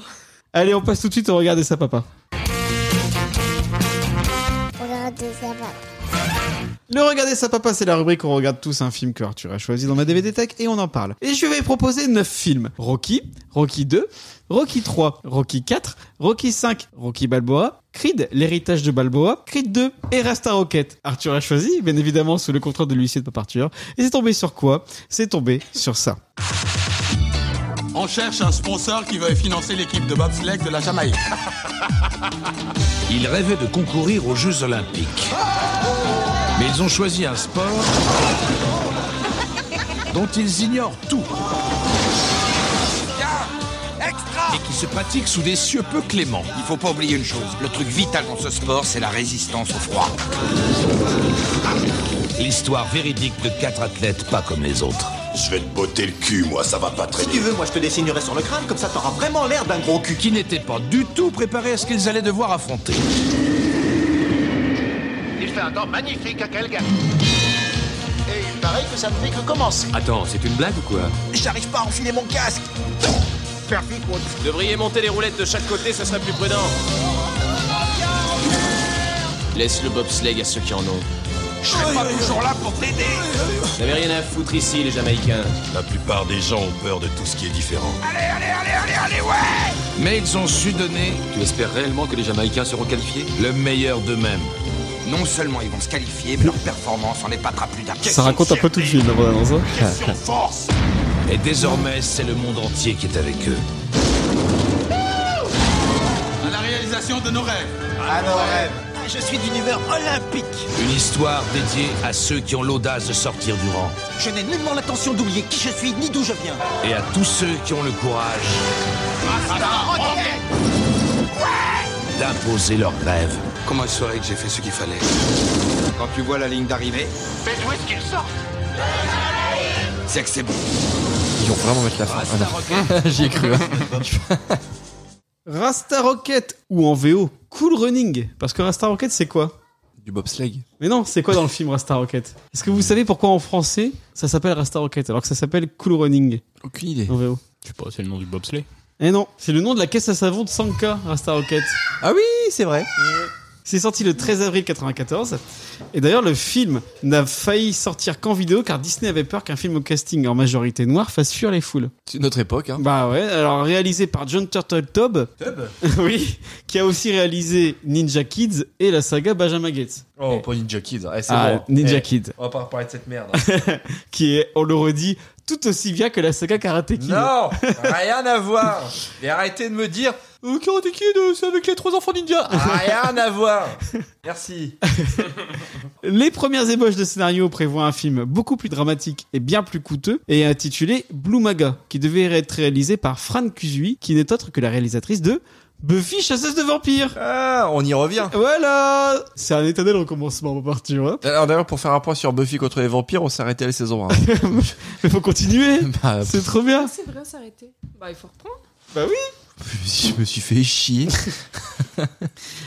Speaker 2: Allez, on passe tout de suite au regarder ça papa.
Speaker 10: Regarde ça papa.
Speaker 2: Le Regarder sa papa, c'est la rubrique où on regarde tous un film que Arthur a choisi dans ma DVD Tech et on en parle. Et je vais proposer 9 films. Rocky, Rocky 2, Rocky 3, Rocky 4, Rocky 5, Rocky Balboa, Creed, l'héritage de Balboa, Creed 2 et Rasta Rocket. Arthur a choisi, bien évidemment, sous le contrôle de l'huissier de Papa Arthur. Et c'est tombé sur quoi C'est tombé sur ça.
Speaker 11: On cherche un sponsor qui veuille financer l'équipe de bobsleigh de la Jamaïque.
Speaker 12: Ils rêvaient de concourir aux Jeux Olympiques. Mais ils ont choisi un sport dont ils ignorent tout. Et qui se pratique sous des cieux peu cléments.
Speaker 11: Il faut pas oublier une chose, le truc vital dans ce sport, c'est la résistance au froid.
Speaker 12: L'histoire véridique de quatre athlètes pas comme les autres.
Speaker 13: Je vais te botter le cul, moi, ça va pas très
Speaker 11: Si tu veux, moi je te dessinerai sur le crâne, comme ça t'auras vraiment l'air d'un gros cul.
Speaker 12: Qui n'étaient pas du tout préparés à ce qu'ils allaient devoir affronter.
Speaker 13: Il fait un temps magnifique à Calgary. Et il paraît que ça ne fait que commencer.
Speaker 12: Attends, c'est une blague ou quoi
Speaker 11: J'arrive pas à enfiler mon casque.
Speaker 12: Devriez monter les roulettes de chaque côté, ce serait plus prudent. Laisse le bobsleigh à ceux qui en ont.
Speaker 11: Je serai pas toujours là pour t'aider.
Speaker 12: Vous n'avez rien à foutre ici, les Jamaïcains.
Speaker 13: La plupart des gens ont peur de tout ce qui est différent.
Speaker 11: Allez, allez, allez, allez, allez, ouais
Speaker 12: Mais ils ont su donner. Tu espères réellement que les Jamaïcains seront qualifiés Le meilleur d'eux-mêmes.
Speaker 11: Non seulement ils vont se qualifier, mais leur performance en épatera plus tard.
Speaker 2: Ça raconte un peu tout de suite, la bande-annonce, hein.
Speaker 12: Et désormais, c'est le monde entier qui est avec eux.
Speaker 11: À la réalisation de nos rêves.
Speaker 13: À nos rêves. je suis d'une humeur olympique.
Speaker 12: Une histoire dédiée à ceux qui ont l'audace de sortir du rang.
Speaker 13: Je n'ai nullement l'intention d'oublier qui je suis ni d'où je viens.
Speaker 12: Et à tous ceux qui ont le courage d'imposer leurs rêves.
Speaker 11: Comment je saurais que j'ai fait ce qu'il fallait Quand tu vois la ligne d'arrivée,
Speaker 13: Fais jouer ce qu'il sort.
Speaker 11: c'est que c'est bon.
Speaker 8: Ils vont vraiment mettre la fin. Ah, non. J'y ai cru. hein.
Speaker 2: Rasta Rocket ou en VO Cool Running parce que Rasta Rocket c'est quoi
Speaker 8: Du bobsleigh.
Speaker 2: Mais non, c'est quoi dans le film Rasta Rocket Est-ce que vous savez pourquoi en français ça s'appelle Rasta Rocket alors que ça s'appelle Cool Running
Speaker 8: Aucune idée.
Speaker 2: en VO
Speaker 5: Je sais pas, c'est le nom du bobsleigh.
Speaker 2: Eh non, c'est le nom de la caisse à savon de Sanka Rasta Rocket.
Speaker 8: Ah oui, c'est vrai.
Speaker 2: C'est sorti le 13 avril 94 et d'ailleurs le film n'a failli sortir qu'en vidéo car Disney avait peur qu'un film au casting en majorité noire fasse fuir les foules.
Speaker 8: C'est notre époque. Hein.
Speaker 2: Bah ouais, alors réalisé par John Turtle Tob, oui, qui a aussi réalisé Ninja Kids et la saga Benjamin Gates.
Speaker 8: Oh, pas Ninja Kids. Eh, c'est
Speaker 2: Ah,
Speaker 8: bon.
Speaker 2: Ninja
Speaker 8: Eh,
Speaker 2: Kids,
Speaker 8: On va pas reparler de cette merde. hein.
Speaker 2: qui est, on le redit, tout aussi bien que la saga Karate Kid.
Speaker 8: Non, rien à voir. Et arrêtez de me dire euh, Karate Kid, euh, c'est avec les trois enfants ninja. Rien à voir. Merci.
Speaker 2: Les premières ébauches de scénario prévoient un film beaucoup plus dramatique et bien plus coûteux et intitulé Blue Maga, qui devait être réalisé par Fran Kusui, qui n'est autre que la réalisatrice de Buffy chasseuse de vampires.
Speaker 8: Ah, on y revient.
Speaker 2: Voilà, c'est un éternel recommencement mon parti, hein.
Speaker 8: Alors d'ailleurs, pour faire un point sur Buffy contre les vampires, on s'est arrêté à la saison 1.
Speaker 2: Mais faut continuer.
Speaker 8: bah,
Speaker 2: C'est trop bien.
Speaker 6: Ah, C'est vrai, s'arrêter. Bah, il faut reprendre.
Speaker 2: Bah oui.
Speaker 8: je me suis fait chier.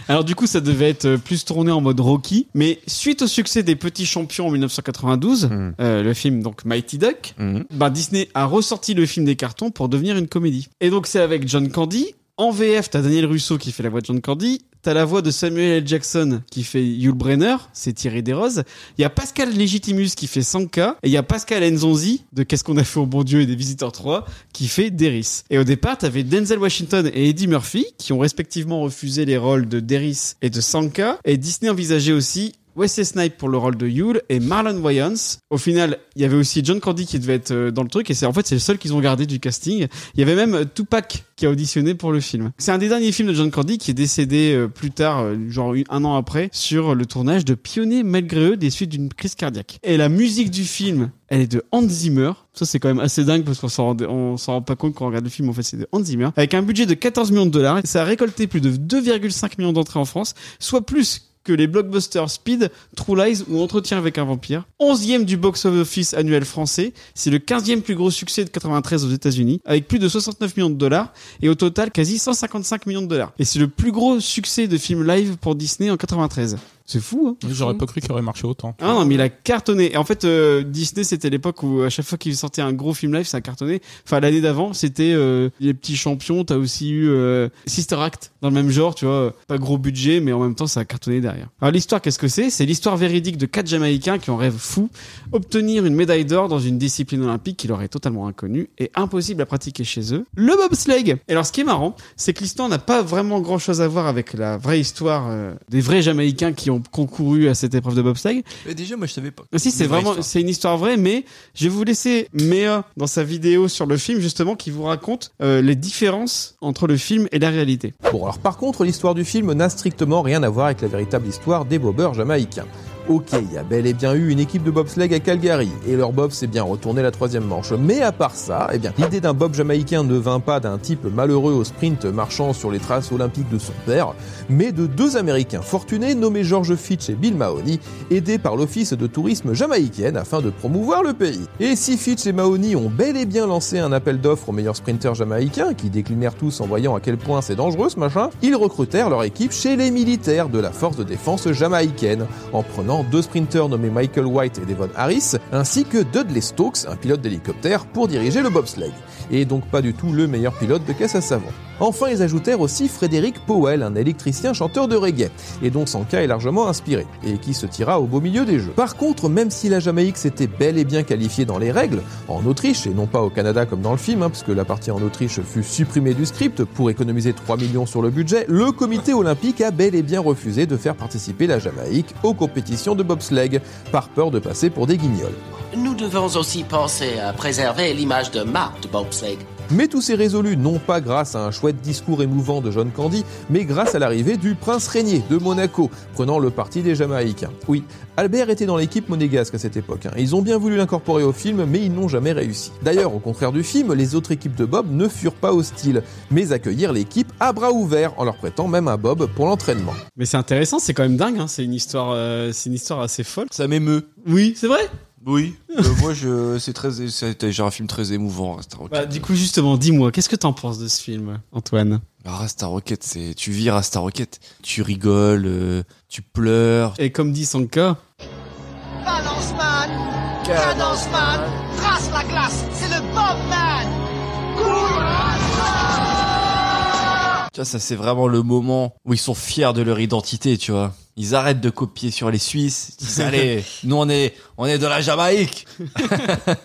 Speaker 2: Alors du coup, ça devait être euh, plus tourné en mode Rocky, mais suite au succès des Petits Champions en 1992,
Speaker 8: Mm.
Speaker 2: euh, le film donc Mighty Duck,
Speaker 3: Mhm.
Speaker 2: bah, Disney a ressorti le film des cartons pour devenir une comédie. Et donc c'est avec John Candy. En VF, t'as Daniel Russo qui fait la voix de John Candy. T'as la voix de Samuel L. Jackson qui fait Yul Brenner, c'est Thierry Desroses. Il y a Pascal Legitimus qui fait Sanka. Et il y a Pascal Enzonzi de Qu'est-ce qu'on a fait au bon Dieu et des Visiteurs 3 qui fait Deris. Et au départ, t'avais Denzel Washington et Eddie Murphy qui ont respectivement refusé les rôles de Deris et de Sanka. Et Disney envisageait aussi Wesley Snipe pour le rôle de Yule et Marlon Wayans. Au final, il y avait aussi John Candy qui devait être euh, dans le truc et c'est en fait c'est le seul qu'ils ont gardé du casting. Il y avait même euh, Tupac qui a auditionné pour le film. C'est un des derniers films de John Candy qui est décédé euh, plus tard, euh, genre une- un an après, sur le tournage de Pionnier malgré eux des suites d'une crise cardiaque. Et la musique du film, elle est de Hans Zimmer. Ça c'est quand même assez dingue parce qu'on s'en rend, on s'en rend pas compte quand on regarde le film. En fait, c'est de Hans Zimmer avec un budget de 14 millions de dollars. Ça a récolté plus de 2,5 millions d'entrées en France, soit plus que les blockbusters Speed, True Lies ou Entretien avec un vampire. 11e du box-office annuel français, c'est le 15e plus gros succès de 93 aux États-Unis, avec plus de 69 millions de dollars et au total quasi 155 millions de dollars. Et c'est le plus gros succès de film live pour Disney en 93. C'est fou, hein
Speaker 5: J'aurais pas cru qu'il aurait marché autant.
Speaker 2: ah non, mais il a cartonné. Et en fait, euh, Disney, c'était l'époque où à chaque fois qu'il sortait un gros film live, ça cartonnait. Enfin, l'année d'avant, c'était euh, Les Petits Champions. T'as aussi eu euh, Sister Act dans le même genre, tu vois. Pas gros budget, mais en même temps, ça a cartonné derrière. Alors, l'histoire, qu'est-ce que c'est C'est l'histoire véridique de quatre Jamaïcains qui ont rêve fou obtenir une médaille d'or dans une discipline olympique qui leur est totalement inconnue et impossible à pratiquer chez eux, le bobsleigh. Et alors ce qui est marrant, c'est que l'histoire n'a pas vraiment grand-chose à voir avec la vraie histoire euh, des vrais Jamaïcains qui ont concouru à cette épreuve de bobsleigh,
Speaker 8: Mais déjà, moi, je savais pas.
Speaker 2: ah Si, c'est
Speaker 8: Une vraie
Speaker 2: vraiment,
Speaker 8: histoire.
Speaker 2: c'est une histoire vraie, mais je vais vous laisser Méa dans sa vidéo sur le film, justement, qui vous raconte euh, les différences entre le film et la réalité.
Speaker 14: Bon, alors par contre, l'histoire du film n'a strictement rien à voir avec la véritable histoire des bobeurs jamaïcains. Ok, il y a bel et bien eu une équipe de bobsleigh à Calgary, et leur bob s'est bien retourné la troisième manche. Mais à part ça, eh bien, l'idée d'un bob jamaïcain ne vint pas d'un type malheureux au sprint marchant sur les traces olympiques de son père, mais de deux Américains fortunés nommés George Fitch et Bill Mahoney, aidés par l'Office de tourisme jamaïcaine afin de promouvoir le pays. Et si Fitch et Mahoney ont bel et bien lancé un appel d'offres aux meilleurs sprinteurs jamaïcains, qui déclinèrent tous en voyant à quel point c'est dangereux ce machin, ils recrutèrent leur équipe chez les militaires de la force de défense jamaïcaine, en prenant deux sprinteurs nommés Michael White et Devon Harris, ainsi que Dudley Stokes, un pilote d'hélicoptère, pour diriger le bobsleigh. Et donc pas du tout le meilleur pilote de caisse à savon. Enfin, ils ajoutèrent aussi Frédéric Powell, un électricien chanteur de reggae, et dont Sanka est largement inspiré, et qui se tira au beau milieu des jeux. Par contre, même si la Jamaïque s'était bel et bien qualifiée dans les règles, en Autriche, et non pas au Canada comme dans le film, hein, parce que la partie en Autriche fut supprimée du script pour économiser 3 millions sur le budget, le comité olympique a bel et bien refusé de faire participer la Jamaïque aux compétitions de bobsleigh, par peur de passer pour des guignols.
Speaker 15: Nous devons aussi penser à préserver l'image de marque de Bobsleigh.
Speaker 14: Mais tout s'est résolu non pas grâce à un chouette discours émouvant de John Candy, mais grâce à l'arrivée du prince régnier de Monaco, prenant le parti des Jamaïcains. Oui, Albert était dans l'équipe monégasque à cette époque. hein. Ils ont bien voulu l'incorporer au film, mais ils n'ont jamais réussi. D'ailleurs, au contraire du film, les autres équipes de Bob ne furent pas hostiles, mais accueillirent l'équipe à bras ouverts, en leur prêtant même un Bob pour l'entraînement.
Speaker 2: Mais c'est intéressant, c'est quand même dingue, hein. c'est une histoire, euh, c'est une histoire assez folle.
Speaker 8: Ça m'émeut.
Speaker 2: Oui, c'est vrai.
Speaker 3: Oui. Euh, moi, je, c'est très, c'était genre un film très émouvant, Rasta Rocket.
Speaker 2: Bah, du coup, justement, dis-moi, qu'est-ce que t'en penses de ce film, Antoine
Speaker 3: Ah, Rasta Rocket, c'est, tu vis Rasta Rocket. Tu rigoles, euh, tu pleures.
Speaker 2: Et comme dit Sanka,
Speaker 13: Balance man, cadence man, trace la glace, c'est le Bob man.
Speaker 3: Tu vois, ça, c'est vraiment le moment où ils sont fiers de leur identité, tu vois. Ils arrêtent de copier sur les Suisses. Ils disent, allez, nous, on est, on est de la Jamaïque.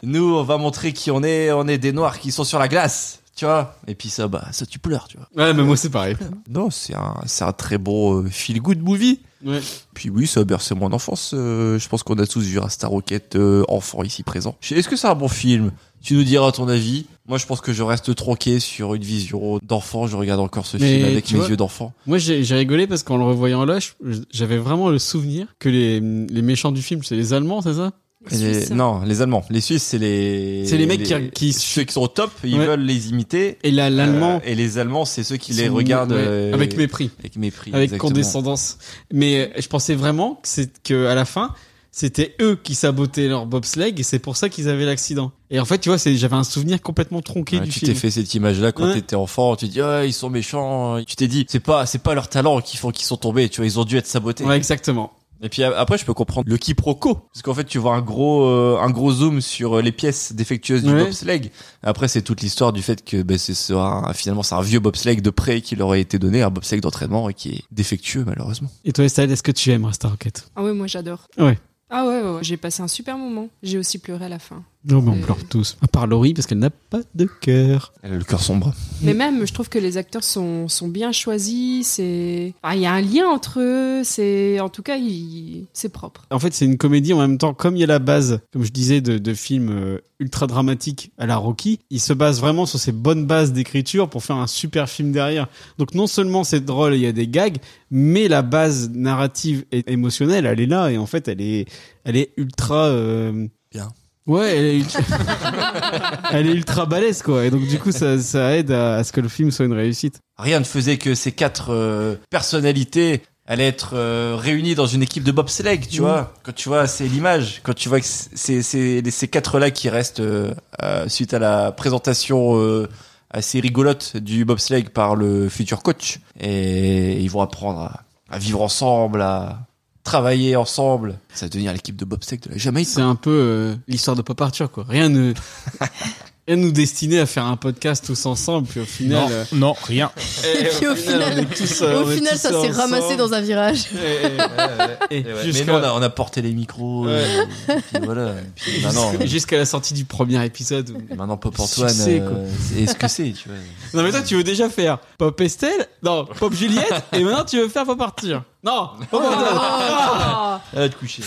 Speaker 3: nous, on va montrer qui on est. On est des Noirs qui sont sur la glace. Tu vois. Et puis ça, bah, ça, tu pleures, tu vois.
Speaker 2: Ouais, mais moi c'est pareil.
Speaker 3: Non, c'est un, c'est un très bon euh, feel-good movie.
Speaker 2: Ouais.
Speaker 3: Puis oui, ça a bercé mon enfance. euh, je pense qu'on a tous vu Star Rocket euh, enfant ici présent. Je- Est-ce que c'est un bon film Tu nous diras ton avis. Moi, je pense que je reste tronqué sur une vision d'enfant. Je regarde encore ce
Speaker 2: Mais
Speaker 3: film avec
Speaker 2: tu
Speaker 3: mes
Speaker 2: vois-
Speaker 3: yeux d'enfant.
Speaker 2: Moi, j'ai j'ai rigolé parce qu'en le revoyant là, je- j'avais vraiment le souvenir que les, les méchants du film, c'est les Allemands, c'est ça
Speaker 3: Et les-
Speaker 6: hein.
Speaker 3: non, les Allemands. Les Suisses, c'est les.
Speaker 2: C'est les mecs qui- qui-
Speaker 3: Ceux qui sont au top, ils
Speaker 2: Ouais.
Speaker 3: veulent les imiter.
Speaker 2: Et la- l'Allemand-
Speaker 3: et les Allemands, c'est ceux qui
Speaker 2: Ils
Speaker 3: Euh, les
Speaker 2: sont-
Speaker 3: regardent.
Speaker 2: ouais,
Speaker 3: euh,
Speaker 2: avec mépris.
Speaker 3: Avec mépris.
Speaker 2: Avec
Speaker 3: exactement.
Speaker 2: condescendance. Mais euh, je pensais vraiment que c'est que à la fin, c'était eux qui sabotaient leur bobsleigh et c'est pour ça qu'ils avaient l'accident. Et en fait, tu vois, c'est- j'avais un souvenir complètement tronqué
Speaker 3: Ouais,
Speaker 2: du
Speaker 3: tu
Speaker 2: film.
Speaker 3: t'es fait cette image-là quand
Speaker 2: Ouais.
Speaker 3: t'étais enfant. Tu dis, Ah, ils sont méchants. Tu t'es dit, c'est pas, c'est pas leur talent qui font qu'ils sont tombés. Tu vois, ils ont dû être sabotés.
Speaker 2: Ouais, exactement.
Speaker 3: Et puis a- après, je peux comprendre le quiproquo, parce qu'en fait, tu vois un gros, euh, un gros zoom sur euh, les pièces défectueuses du
Speaker 2: Ouais.
Speaker 3: bobsleigh. Après, c'est toute l'histoire du fait que ben, c'est c'est un- finalement c'est un vieux bobsleigh de prêt qui leur a été donné, un bobsleigh d'entraînement et qui est défectueux malheureusement.
Speaker 2: Et toi, Estelle, est-ce que tu aimes Star Rocket
Speaker 6: Ah ouais, moi j'adore.
Speaker 2: Ouais.
Speaker 6: Ah ouais, ouais, ouais, j'ai passé un super moment. J'ai aussi pleuré à la fin.
Speaker 2: Non, mais on pleure tous. À part Laurie, parce qu'elle n'a pas de cœur.
Speaker 3: Elle a le cœur sombre.
Speaker 6: Mais même, je trouve que les acteurs sont, sont bien choisis. C'est, enfin, il y a un lien entre eux. C'est, en tout cas, ils- c'est propre.
Speaker 2: En fait, c'est une comédie en même temps, comme il y a la base, comme je disais, de, de films euh, ultra dramatiques à la Rocky, il se base vraiment sur ces bonnes bases d'écriture pour faire un super film derrière. Donc non seulement c'est drôle, il y a des gags, mais la base narrative et émotionnelle, elle est là et en fait, elle est, elle est ultra. euh,
Speaker 3: Bien.
Speaker 2: Ouais, elle est, ultra... elle est ultra balèze quoi. Et donc du coup, ça, ça aide à, à ce que le film soit une réussite.
Speaker 3: Rien ne faisait que ces quatre euh, personnalités allaient être euh, réunies dans une équipe de bobsleigh, tu
Speaker 2: Mhm.
Speaker 3: vois. Quand tu vois, c'est l'image. Quand tu vois que c'est c'est- les- ces quatre-là qui restent euh, euh, suite à la présentation euh, assez rigolote du bobsleigh par le futur coach. Et ils vont apprendre à, à vivre ensemble, à travailler ensemble. Ça va devenir l'équipe de bobsleigh de la Jamaïque. hein.
Speaker 2: C'est un peu euh, l'histoire de Pop Arthur quoi. Rien ne. Rien nous destinait à faire un podcast tous ensemble, puis au final.
Speaker 5: Non,
Speaker 2: euh,
Speaker 5: non, rien.
Speaker 2: Et
Speaker 12: Eh, euh,
Speaker 4: Puis au final,
Speaker 2: euh,
Speaker 4: au final ça s'est ramassé dans un virage.
Speaker 3: Eh Mais nous, on a, on a porté les micros.
Speaker 2: Ouais.
Speaker 3: euh, et puis voilà. Et puis maintenant, euh,
Speaker 2: Jusqu'à la sortie du premier épisode. où-
Speaker 3: maintenant Pop Antoine,
Speaker 2: Succès,
Speaker 3: euh,
Speaker 2: quoi.
Speaker 3: c'est- est-ce que c'est, tu vois
Speaker 2: Non, mais toi, tu veux déjà faire Pop Estelle, non, Pop Juliette, et maintenant tu veux faire Pop Arthur. Non, Pop Antoine.
Speaker 6: Ah
Speaker 3: Elle va te coucher.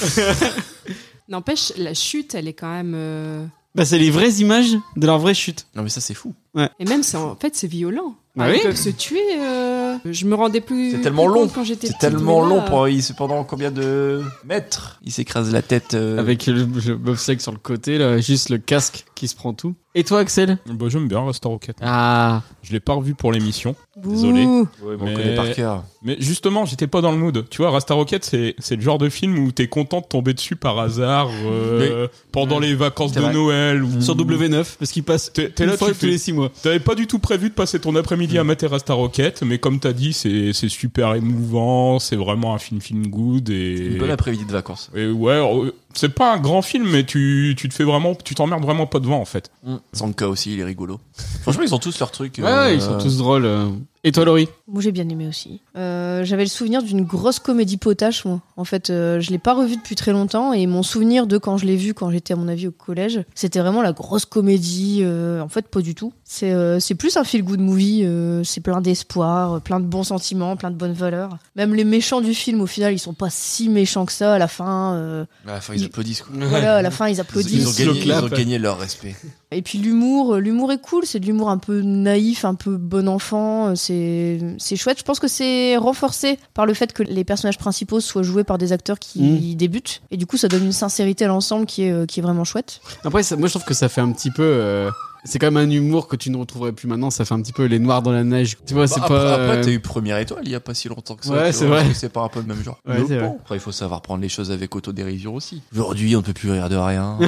Speaker 6: N'empêche, la chute, elle est quand même. euh,
Speaker 2: Bah, c'est les vraies images de leur vraie chute.
Speaker 3: Non, mais ça, c'est fou.
Speaker 6: Et même, c'est en fait, c'est violent.
Speaker 2: Bah
Speaker 6: Ils
Speaker 2: oui.
Speaker 6: peuvent se tuer. euh, Je me rendais plus.
Speaker 3: C'est tellement
Speaker 6: plus compte
Speaker 3: long.
Speaker 6: quand j'étais
Speaker 3: C'est
Speaker 6: petite,
Speaker 3: tellement
Speaker 6: mais là,
Speaker 3: long. Pour, il, c'est pendant combien de mètres Il s'écrase la tête. euh,
Speaker 2: Avec le, le bobsleigh sur le côté, là, juste le casque qui se prend tout. Et toi, Axel
Speaker 5: Bah, j'aime bien Rasta Rocket.
Speaker 2: Ah,
Speaker 5: Je l'ai pas revu pour l'émission.
Speaker 4: Bouh.
Speaker 5: Désolé.
Speaker 3: Ouais, mais on
Speaker 5: Mais-
Speaker 3: connaît par cœur.
Speaker 5: Mais justement, j'étais pas dans le mood. Tu vois, Rasta Rocket, c'est c'est le genre de film où t'es content de tomber dessus par hasard euh, pendant les vacances
Speaker 3: C'est
Speaker 5: de
Speaker 3: vrai.
Speaker 5: Noël. Ou...
Speaker 2: sur W9, parce qu'il passe
Speaker 5: T'es t'es
Speaker 2: une
Speaker 5: là,
Speaker 2: fois
Speaker 5: tu
Speaker 2: tous les
Speaker 5: fais...
Speaker 2: 6 mois.
Speaker 5: T'avais pas du tout prévu de passer ton après-midi
Speaker 3: Mm.
Speaker 5: à mater Rasta Rocket, mais comme t'as dit, c'est c'est super émouvant, c'est vraiment un film film good et.
Speaker 3: Une bonne après-midi de vacances.
Speaker 5: et ouais, euh, c'est pas un grand film, mais tu, tu te fais vraiment, tu t'emmerdes vraiment pas devant en fait.
Speaker 3: Sanka aussi, il est rigolo. Franchement, ils ont tous leur truc.
Speaker 2: Ouais, ouais, ils sont tous drôles. euh. Et toi, Laurie
Speaker 4: Moi, j'ai bien aimé aussi. Euh, J'avais le souvenir d'une grosse comédie potache, moi. En fait, euh, je l'ai pas revu depuis très longtemps et mon souvenir de quand je l'ai vu, quand j'étais à mon avis au collège, c'était vraiment la grosse comédie. euh, en fait, pas du tout. C'est euh, c'est plus un feel-good movie. euh, C'est plein d'espoir, euh, plein de bons sentiments, plein de bonnes valeurs. Même les méchants du film, au final, ils sont pas si méchants que ça à la fin. euh,
Speaker 3: Ah, ils, ils applaudissent quoi.
Speaker 4: Voilà, à la fin, ils applaudissent.
Speaker 3: Ils ont
Speaker 4: Slow
Speaker 3: gagné, ils
Speaker 4: clap.
Speaker 3: ont gagné leur respect.
Speaker 4: Et puis l'humour, euh, l'humour est cool, c'est de l'humour un peu naïf, un peu bon enfant, euh, c'est c'est chouette. Je pense que c'est renforcé par le fait que les personnages principaux soient joués par des acteurs
Speaker 3: Hmm.
Speaker 4: qui débutent, et du coup ça donne une sincérité à l'ensemble qui est euh, qui est vraiment chouette.
Speaker 2: Après, ça- moi, je trouve que ça fait un petit peu. euh, C'est quand même un humour que tu ne retrouverais plus maintenant. Ça fait un petit peu les noirs dans la neige. Tu vois,
Speaker 3: Bah,
Speaker 2: c'est
Speaker 3: après,
Speaker 2: pas.
Speaker 3: après,
Speaker 2: euh,
Speaker 3: t'as eu première étoile il y a pas si longtemps que ça.
Speaker 2: Ouais,
Speaker 3: tu
Speaker 2: c'est
Speaker 3: vois,
Speaker 2: vrai.
Speaker 3: parce que C'est pas un peu le même genre.
Speaker 2: Ouais,
Speaker 3: Mais
Speaker 2: c'est
Speaker 3: bon,
Speaker 2: vrai.
Speaker 3: Après, il faut savoir prendre les choses avec autodérision aussi. Aujourd'hui, on ne peut plus rire de rien.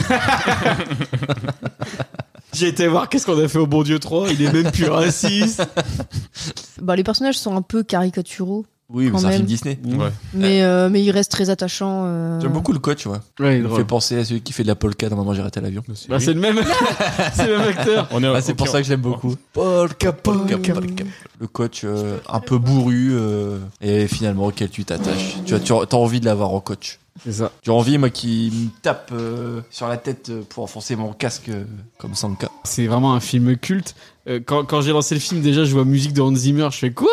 Speaker 2: J'ai été voir qu'est-ce qu'on a fait au bon Dieu 3. Il est même plus raciste.
Speaker 4: Bah les personnages sont un peu caricaturaux.
Speaker 3: Oui, mais
Speaker 4: quand
Speaker 3: c'est un
Speaker 4: même.
Speaker 3: film Disney.
Speaker 4: Mais euh, mais ils restent très attachants. euh.
Speaker 3: J'aime beaucoup le coach, ouais.
Speaker 2: Ouais, il est
Speaker 3: il me
Speaker 2: drôle.
Speaker 3: fait penser à celui qui fait de la polka dans Maman, j'ai raté l'avion.
Speaker 2: Bah, c'est le même. c'est le même acteur.
Speaker 3: On est, bah, c'est pour ça que je l'aime beaucoup. Polka, polka, polka. Le coach euh, un peu bourru euh, et finalement auquel tu t'attaches. Tu as, tu as t'as envie de l'avoir en coach.
Speaker 2: C'est ça.
Speaker 3: Tu as envie, moi, qui me tape euh, sur la tête euh, pour enfoncer mon casque euh, comme Sanka.
Speaker 2: C'est vraiment un film culte. Euh, quand quand j'ai lancé le film, déjà, je vois musique de Hans Zimmer. Je fais quoi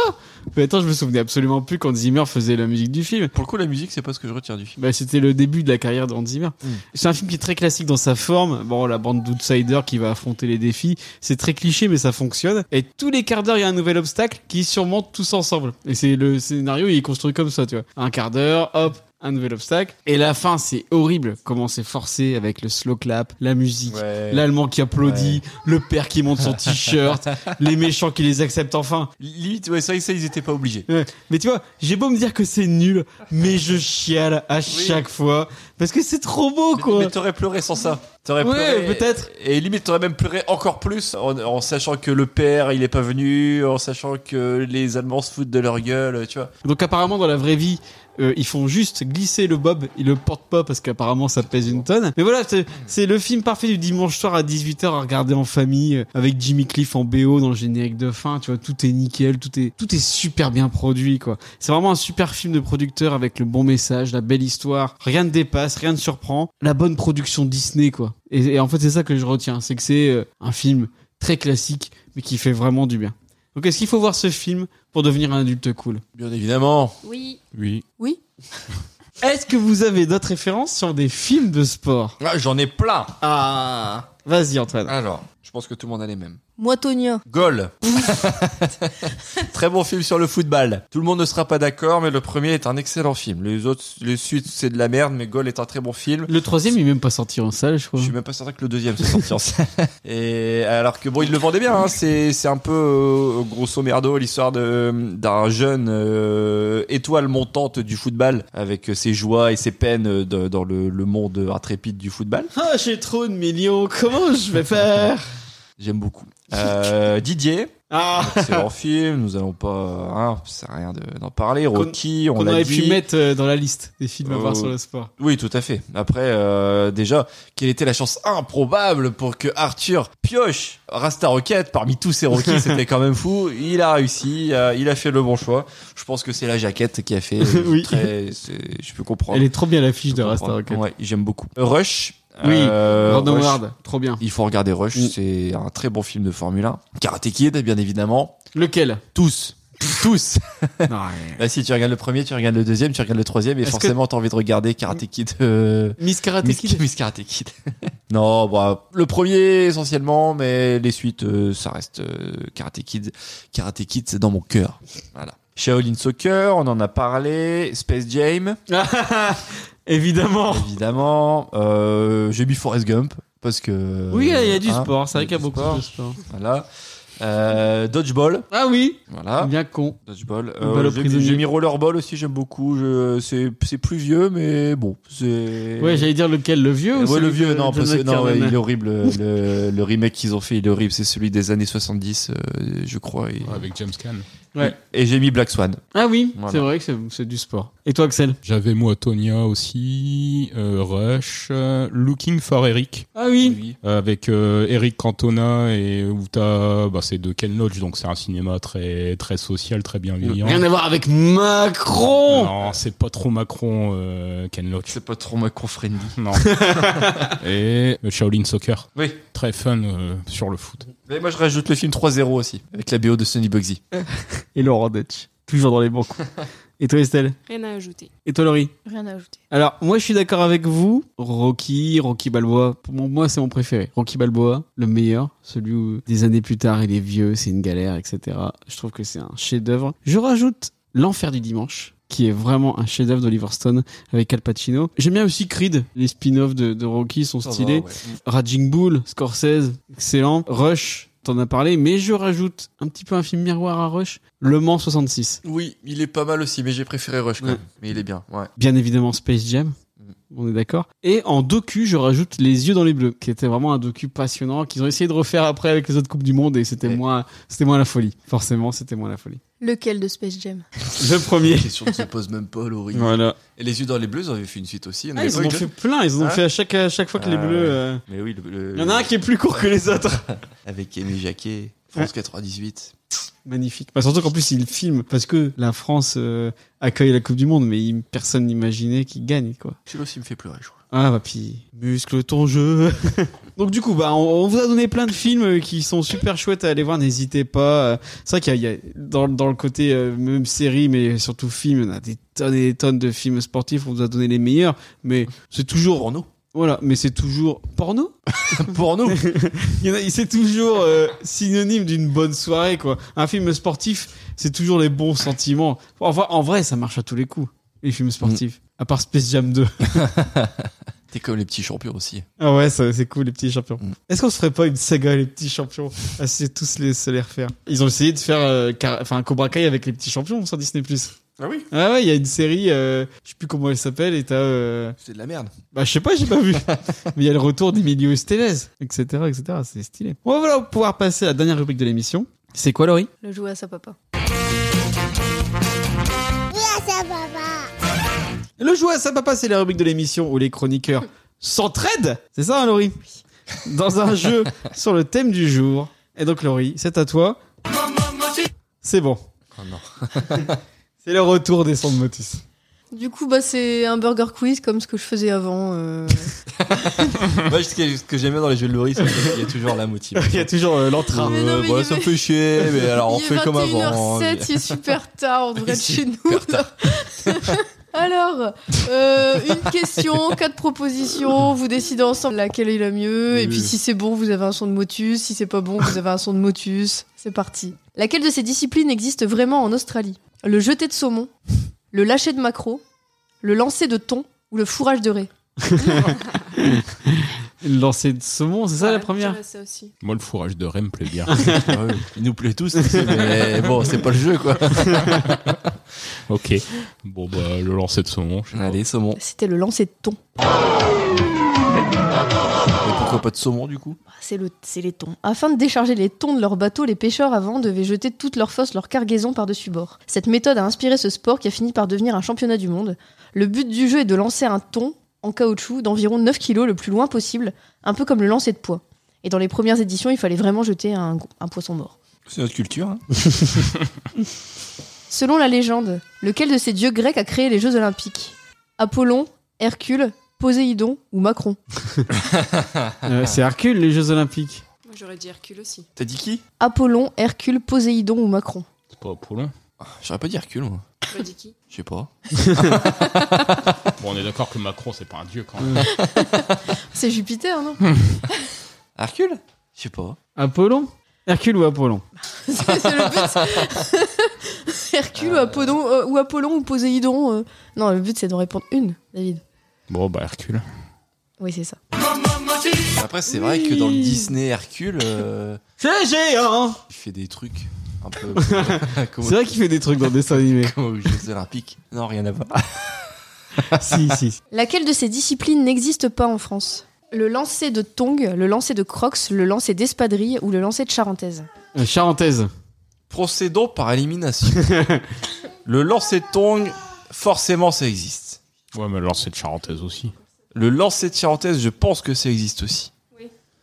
Speaker 2: Mais attends, je me souvenais absolument plus qu'Hans Zimmer faisait la musique du film.
Speaker 3: Pour le coup, la musique, c'est pas ce que je retiens du film.
Speaker 2: Bah, c'était le début de la carrière de Hans Zimmer. C'est un film qui est très classique dans sa forme. Bon, la bande d'outsiders qui va affronter les défis, c'est très cliché, mais ça fonctionne. Et tous les quarts d'heure, il y a un nouvel obstacle qui surmonte tous ensemble. Et c'est le scénario, il est construit comme ça, tu vois. Un quart d'heure, hop. Un nouvel obstacle. Et la fin, c'est horrible. Comment c'est forcé avec le slow clap, la musique,
Speaker 3: Ouais.
Speaker 2: l'allemand qui applaudit, le père qui monte son t-shirt, les méchants qui les acceptent enfin.
Speaker 3: Limite, ouais, ça, ça, ils étaient pas obligés.
Speaker 2: Ouais. Mais tu vois, j'ai beau me dire que c'est nul, mais je chiale à chaque fois parce que c'est trop beau Oh, quoi.
Speaker 3: Mais t'aurais pleuré sans ça. T'aurais
Speaker 2: Ouais,
Speaker 3: pleuré.
Speaker 2: peut-être.
Speaker 3: Et limite, t'aurais même pleuré encore plus en, en sachant que le père, il est pas venu, en sachant que les Allemands se foutent de leur gueule, tu vois.
Speaker 2: Donc apparemment dans la vraie vie, euh, ils font juste glisser le bob, ils le portent pas parce qu'apparemment ça pèse une tonne. Mais voilà, c'est- c'est le film parfait du dimanche soir à 18h à regarder en famille euh, avec Jimmy Cliff en BO dans le générique de fin, tu vois, tout est nickel, tout est tout est super bien produit quoi. C'est vraiment un super film de producteur avec le bon message, la belle histoire, rien ne dépasse, rien ne surprend, la bonne production Disney quoi. Et, et en fait, c'est ça que je retiens, c'est que c'est euh, un film très classique mais qui fait vraiment du bien. Donc est-ce qu'il faut voir ce film pour devenir un adulte cool
Speaker 3: Bien évidemment.
Speaker 4: Oui.
Speaker 5: Oui.
Speaker 4: Oui.
Speaker 2: Est-ce que vous avez d'autres références sur des films de sport
Speaker 3: Ah, j'en ai plein.
Speaker 2: Ah. Vas-y, Antoine.
Speaker 3: Alors, je pense que tout le monde a les mêmes.
Speaker 4: Moi Tonia.
Speaker 3: Gol. Très bon film sur le football. Tout le monde ne sera pas d'accord, mais le premier est un excellent film. Les autres, les suites, c'est de la merde, mais Gol est un très bon film.
Speaker 2: Le troisième, il est même pas sorti en salle, je crois.
Speaker 3: Je suis même pas certain que le deuxième soit sorti en salle. Et alors que bon, il le vendait bien. hein. C'est c'est un peu euh, grosso merdo l'histoire de d'un jeune euh, étoile montante du football avec ses joies et ses peines euh, de- dans le, le monde intrépide du football.
Speaker 2: Ah, j'ai trop de millions, comment je vais faire
Speaker 3: J'aime beaucoup. Euh, Didier.
Speaker 2: Ah.
Speaker 3: Excellent film. Nous allons pas. Hein, ça sert à rien de- d'en parler. Rocky. on
Speaker 2: Qu'on
Speaker 3: l'a
Speaker 2: aurait
Speaker 3: dit.
Speaker 2: pu mettre euh, dans la liste des films à voir
Speaker 3: Euh,
Speaker 2: sur le sport.
Speaker 3: Oui, tout à fait. Après, euh, déjà, quelle était la chance improbable pour que Arthur pioche Rasta Rocket parmi tous ces rookies C'était quand même fou. Il a réussi, euh, il a fait le bon choix. Je pense que c'est la jaquette qui a fait. euh,
Speaker 2: Oui.
Speaker 3: très- c'est- je peux comprendre.
Speaker 2: Elle est trop bien l'affiche de Rasta
Speaker 3: comprends.
Speaker 2: Rocket.
Speaker 3: Ouais, j'aime beaucoup. Rush.
Speaker 2: Oui, Mm.
Speaker 3: euh,
Speaker 2: Brandon
Speaker 3: Rush.
Speaker 2: Howard, trop bien.
Speaker 3: Il faut regarder Rush, c'est un très bon film de Formule 1. Karate Kid, bien évidemment.
Speaker 2: Lequel
Speaker 3: Tous. Tous.
Speaker 2: Non, mais-
Speaker 3: Là, Bah, si tu regardes le premier, tu regardes le deuxième, tu regardes le troisième, et
Speaker 2: Est-ce
Speaker 3: forcément, t'as envie de regarder Karate Kid. euh,
Speaker 2: Miss Karate
Speaker 3: Miss-
Speaker 2: Kid
Speaker 3: Miss Karate Kid. Non, bah, le premier essentiellement, mais les suites, euh, ça reste euh, Karate Kid. Karate Kid, c'est dans mon cœur. Voilà. Shaolin Soccer, on en a parlé. Space Jam,
Speaker 2: Évidemment.
Speaker 3: évidemment. Euh, J'ai mis Forrest Gump, parce que...
Speaker 2: Oui, il y a du
Speaker 3: hein,
Speaker 2: sport, c'est vrai qu'il y a
Speaker 3: du
Speaker 2: beaucoup
Speaker 3: sport.
Speaker 2: de sport.
Speaker 3: Voilà. Euh, Dodgeball,
Speaker 2: Ah oui,
Speaker 3: voilà.
Speaker 2: bien con.
Speaker 3: Dodgeball.
Speaker 2: Une balle
Speaker 3: Euh,
Speaker 2: au
Speaker 3: J'ai mis-
Speaker 2: prisonnier.
Speaker 3: j'ai mis Rollerball aussi, j'aime beaucoup. Je- C'est c'est plus vieux, mais bon, c'est...
Speaker 2: Ouais, j'allais dire lequel, le vieux ou
Speaker 3: Ouais,
Speaker 2: celui
Speaker 3: le vieux,
Speaker 2: de
Speaker 3: non,
Speaker 2: John
Speaker 3: parce que- non, ouais,
Speaker 2: McTiernan
Speaker 3: il est horrible. Le, le remake qu'ils ont fait, il est horrible. C'est celui des années 70, euh, je crois. Et,
Speaker 5: Avec James Caan.
Speaker 2: Ouais.
Speaker 3: et j'ai mis Black Swan.
Speaker 2: Ah oui,
Speaker 3: Voilà.
Speaker 2: c'est vrai que c'est- c'est du sport. Et toi, Axel
Speaker 5: J'avais moi Tonya aussi, euh, Rush, euh, Looking for Eric.
Speaker 2: Ah oui.
Speaker 5: Euh, avec euh, Eric Cantona et où t'as- bah, c'est de Ken Loach, donc c'est un cinéma très très social, très bienveillant.
Speaker 2: Rien à voir avec Macron
Speaker 5: Non, c'est pas trop Macron, euh, Ken Loach.
Speaker 3: C'est pas trop Macron friendly.
Speaker 5: Non. et euh, Shaolin Soccer,
Speaker 3: Oui.
Speaker 5: très fun euh, sur le foot.
Speaker 3: Mais moi, je rajoute le film 3-0 aussi, avec la BO de Sonny Bugsy.
Speaker 2: et Laurent Dutch. Toujours dans les bons coups. Et toi, Estelle
Speaker 6: euh, Rien à ajouter.
Speaker 2: Et toi, Laurie
Speaker 4: Rien à ajouter.
Speaker 2: Alors, moi, je suis d'accord avec vous. Rocky, Rocky Balboa. Pour mon- moi, c'est mon préféré. Rocky Balboa, le meilleur. Celui où des années plus tard, il est vieux, c'est une galère, etc. Je trouve que c'est un chef-d'œuvre. Je rajoute L'Enfer du Dimanche qui est vraiment un chef-d'œuvre d'Oliver Stone avec Al Pacino. J'aime bien aussi Creed, les spin-offs de, de Rocky sont
Speaker 3: Ça va,
Speaker 2: stylés.
Speaker 3: ouais.
Speaker 2: Raging Bull, Scorsese, excellent. Rush, t'en as parlé, mais je rajoute un petit peu un film miroir à Rush, Le Mans 66.
Speaker 3: Oui, il est pas mal aussi, mais j'ai préféré Rush quand même. Mais il est bien, ouais.
Speaker 2: Bien évidemment Space Jam. On est d'accord. Et en docu, je rajoute Les yeux dans les bleus, qui était vraiment un docu passionnant qu'ils ont essayé de refaire après avec les autres coupes du monde et c'était moins, c'était moins la folie. Forcément, c'était moins la folie.
Speaker 4: Lequel de Space Jam
Speaker 2: Le premier.
Speaker 3: La question ne se pose même pas, Laurie.
Speaker 2: Voilà.
Speaker 3: Et les yeux dans les bleus, ils avaient fait une suite aussi.
Speaker 2: Ah, ils en ont fait plein, ils en ont fait à chaque- à chaque fois que les bleus, euh,
Speaker 3: Mais oui, le- le-
Speaker 2: Il y en a un qui est plus court que les autres.
Speaker 3: Avec Aimé Jacquet, France 98.
Speaker 2: Magnifique. Bah, surtout qu'en plus, ils filment parce que la France euh, accueille la Coupe du Monde, mais il- personne n'imaginait qu'ils gagnent, quoi.
Speaker 3: Celui-là aussi me fait pleurer, je crois.
Speaker 2: Ah bah puis muscle ton jeu. Donc du coup bah on, on vous a donné plein de films euh, qui sont super chouettes à aller voir. N'hésitez pas. Euh, C'est vrai qu'il y a, il y a- dans, dans le côté euh, même série mais surtout film, on a des tonnes et des tonnes de films sportifs. On vous a donné les meilleurs, mais c'est toujours
Speaker 3: porno.
Speaker 2: Voilà, mais c'est toujours porno. porno. Il y en a- c'est toujours euh, synonyme d'une bonne soirée quoi. Un film sportif, c'est toujours les bons sentiments. En vrai, en vrai, ça marche à tous les coups. Les films sportifs. À part Space Jam 2.
Speaker 3: T'es comme les petits champions aussi.
Speaker 2: Ah ouais, ça, c'est cool, les petits champions. Est-ce qu'on se ferait pas une saga, les petits champions à se- tous les, se les refaire Ils ont essayé de faire euh, car- enfin, Cobra Kai avec les petits champions sur Disney.
Speaker 3: Ah oui
Speaker 2: Ah ouais, il y a une série, euh, je sais plus comment elle s'appelle, et t'as. euh,
Speaker 3: C'est de la merde.
Speaker 2: Bah, je sais pas, j'ai pas vu. Mais il y a le retour d'Emilio Estevez, etc., etc. C'est stylé. On va voilà, pouvoir passer à la dernière rubrique de l'émission. C'est quoi, Laurie
Speaker 4: Le jouet à sa papa.
Speaker 10: Ah,
Speaker 2: Le jouet à sa papa, c'est la rubrique de l'émission où les chroniqueurs s'entraident. C'est ça, hein, Laurie Dans un jeu sur le thème du jour. Et donc, Laurie, c'est à toi. C'est bon.
Speaker 3: Oh non.
Speaker 2: c'est le retour des sons de Motus.
Speaker 4: Du coup, bah, c'est un burger quiz comme ce que je faisais avant. euh.
Speaker 3: Moi, ce que, ce que j'aimais dans les jeux de Laurie, c'est qu'il y a toujours la motivation.
Speaker 2: Il y a toujours euh, l'entrain.
Speaker 4: Mais non, mais
Speaker 3: Ouais,
Speaker 4: il
Speaker 3: ça
Speaker 4: est-
Speaker 3: me fait chier, mais alors Ah, on
Speaker 4: il est
Speaker 3: fait comme avant. hein,
Speaker 4: 21h07, il est super tard, on devrait être
Speaker 3: Si,
Speaker 4: chez nous. Alors, euh, une question, quatre propositions, vous décidez ensemble laquelle est la mieux, et
Speaker 3: Oui.
Speaker 4: puis si c'est bon, vous avez un son de motus, si c'est pas bon, vous avez un son de motus. C'est parti. Laquelle de ces disciplines existe vraiment en Australie Le jeté de saumon, le lâcher de maquereau, le lancer de thon ou le fourrage de raie
Speaker 2: Le lancer de saumon, c'est ça la première
Speaker 4: ça aussi.
Speaker 5: Moi, le fourrage de Rennes me plaît bien.
Speaker 3: Il nous plaît tous, mais bon, c'est pas le jeu, quoi.
Speaker 5: ok. Bon, bah, le lancer de saumon.
Speaker 3: Allez, saumon.
Speaker 4: C'était le lancer de thon.
Speaker 3: Mais pourquoi pas de saumon, du coup
Speaker 4: C'est le, c'est les thons. Afin de décharger les thons de leurs bateaux, les pêcheurs avant devaient jeter toutes leurs fosses, leur cargaison par-dessus bord. Cette méthode a inspiré ce sport qui a fini par devenir un championnat du monde. Le but du jeu est de lancer un thon en caoutchouc d'environ 9 kg le plus loin possible, un peu comme le lancer de poids. Et dans les premières éditions, il fallait vraiment jeter un, un poisson mort.
Speaker 3: C'est notre culture. Hein.
Speaker 4: Selon la légende, lequel de ces dieux grecs a créé les Jeux Olympiques Apollon, Hercule, Poséidon ou Macron
Speaker 2: Euh, c'est Hercule, les Jeux Olympiques.
Speaker 6: Moi, j'aurais dit Hercule aussi.
Speaker 3: T'as dit qui
Speaker 4: Apollon, Hercule, Poséidon ou Macron
Speaker 5: C'est pas pour long.
Speaker 3: J'aurais pas dit Hercule, moi.
Speaker 6: J'aurais dit qui
Speaker 3: Je sais pas.
Speaker 5: Bon, on est d'accord que Macron, c'est pas un dieu quand même.
Speaker 4: C'est Jupiter, non
Speaker 3: Hercule Je sais pas.
Speaker 2: Apollon Hercule ou Apollon
Speaker 4: C'est- c'est le but. Hercule ou, Apollon, euh, ou Apollon ou Poséidon. euh. Non, le but c'est d'en répondre une, David.
Speaker 5: Bon, bah, Hercule.
Speaker 4: Oui, c'est ça.
Speaker 3: Après, c'est vrai que dans le Disney Hercule, euh,
Speaker 2: C'est géant
Speaker 3: il fait des trucs un peu.
Speaker 2: C'est vrai qu'il fait des trucs dans le dessin animé.
Speaker 3: comme aux Jeux Olympiques. Non, rien à voir.
Speaker 2: si, si.
Speaker 4: Laquelle de ces disciplines n'existe pas en France Le lancer de tongue, le lancer de crocs, le lancer d'espadrille ou le lancer de charentaise
Speaker 2: Euh, Charentaise.
Speaker 3: Procédons par élimination. le lancer de tongue, forcément, ça existe.
Speaker 5: Ouais, mais le lancer de charentaise aussi.
Speaker 3: Le lancer de charentaise, je pense que ça existe aussi.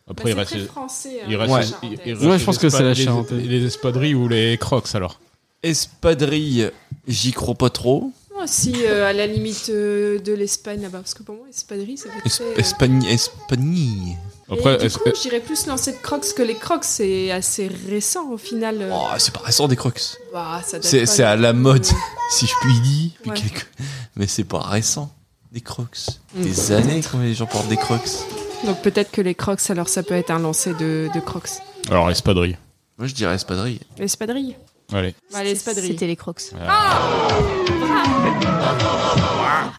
Speaker 5: Après,
Speaker 6: Bah,
Speaker 5: il
Speaker 6: c'est
Speaker 5: reste.
Speaker 6: très français, hein,
Speaker 5: il reste,
Speaker 3: Ouais.
Speaker 5: il- il
Speaker 6: Ouais,
Speaker 5: reste
Speaker 2: je
Speaker 5: les
Speaker 2: pense que c'est
Speaker 5: espa-
Speaker 2: la
Speaker 5: les-
Speaker 2: charentaise.
Speaker 5: Les, espadrilles ou les crocs alors.
Speaker 3: Espadrille, j'y crois pas trop.
Speaker 6: Moi aussi, euh, à la limite euh, de l'Espagne là-bas, parce que pour moi, espadrille, ça fait
Speaker 3: Es-
Speaker 6: très... euh,
Speaker 3: Espagne, Espagne.
Speaker 5: Après,
Speaker 6: Et du
Speaker 5: est-ce-
Speaker 6: coup, j'irais plus lancer de Crocs que les Crocs, c'est assez récent au final. euh.
Speaker 3: Oh, c'est pas récent des crocs.
Speaker 6: Bah, ça date
Speaker 3: C'est
Speaker 6: pas
Speaker 3: c'est
Speaker 6: de-
Speaker 3: à la mode, si je puis dire. depuis
Speaker 6: Ouais.
Speaker 3: quelques- Mais c'est pas récent. Des crocs.
Speaker 6: Mm.
Speaker 3: Des années quand les gens portent des crocs.
Speaker 6: Donc peut-être que les Crocs, alors ça peut être un lancer de, de Crocs.
Speaker 5: Alors, espadrille.
Speaker 3: Moi, je dirais espadrille.
Speaker 6: L'espadrille
Speaker 5: Allez.
Speaker 6: bah, L'espadrille.
Speaker 4: C'était les Crocs.
Speaker 5: Ah.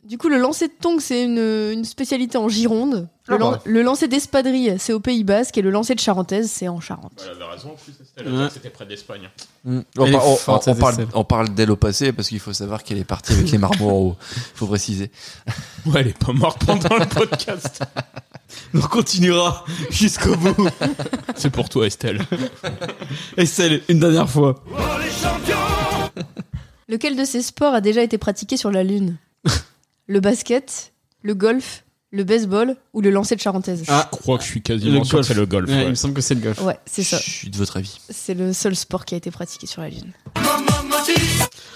Speaker 4: Du coup, le lancer de tongs, c'est une, une spécialité en Gironde. Le,
Speaker 5: Ah bah.
Speaker 4: lan- le lancer d'espadrille, c'est au Pays Basque. Et le lancer de charentaise, c'est en Charente.
Speaker 5: Elle avait raison, en plus, c'était
Speaker 2: la- Ouais.
Speaker 5: près d'Espagne.
Speaker 3: Mm. On,
Speaker 2: Elle est
Speaker 3: par- on-
Speaker 2: forte,
Speaker 3: on
Speaker 2: cette
Speaker 3: parle,
Speaker 2: Seb.
Speaker 3: on parle d'elle au passé parce qu'il faut savoir qu'elle est partie avec les marmots en haut. Faut préciser.
Speaker 5: Ouais, elle est pas morte pendant le podcast.
Speaker 2: On continuera jusqu'au bout.
Speaker 5: C'est pour toi, Estelle.
Speaker 2: Et celle, une dernière fois.
Speaker 4: Lequel de ces sports a déjà été pratiqué sur la Lune Le basket, le golf, le baseball ou le lancer de charentaise
Speaker 2: Ah,
Speaker 5: Je crois que je suis quasiment sûr que c'est le golf.
Speaker 2: Ouais, Il
Speaker 5: ouais.
Speaker 2: me semble que c'est le golf.
Speaker 4: Ouais, c'est ça.
Speaker 3: Je suis de votre avis.
Speaker 4: C'est le seul sport qui a été pratiqué sur la Lune.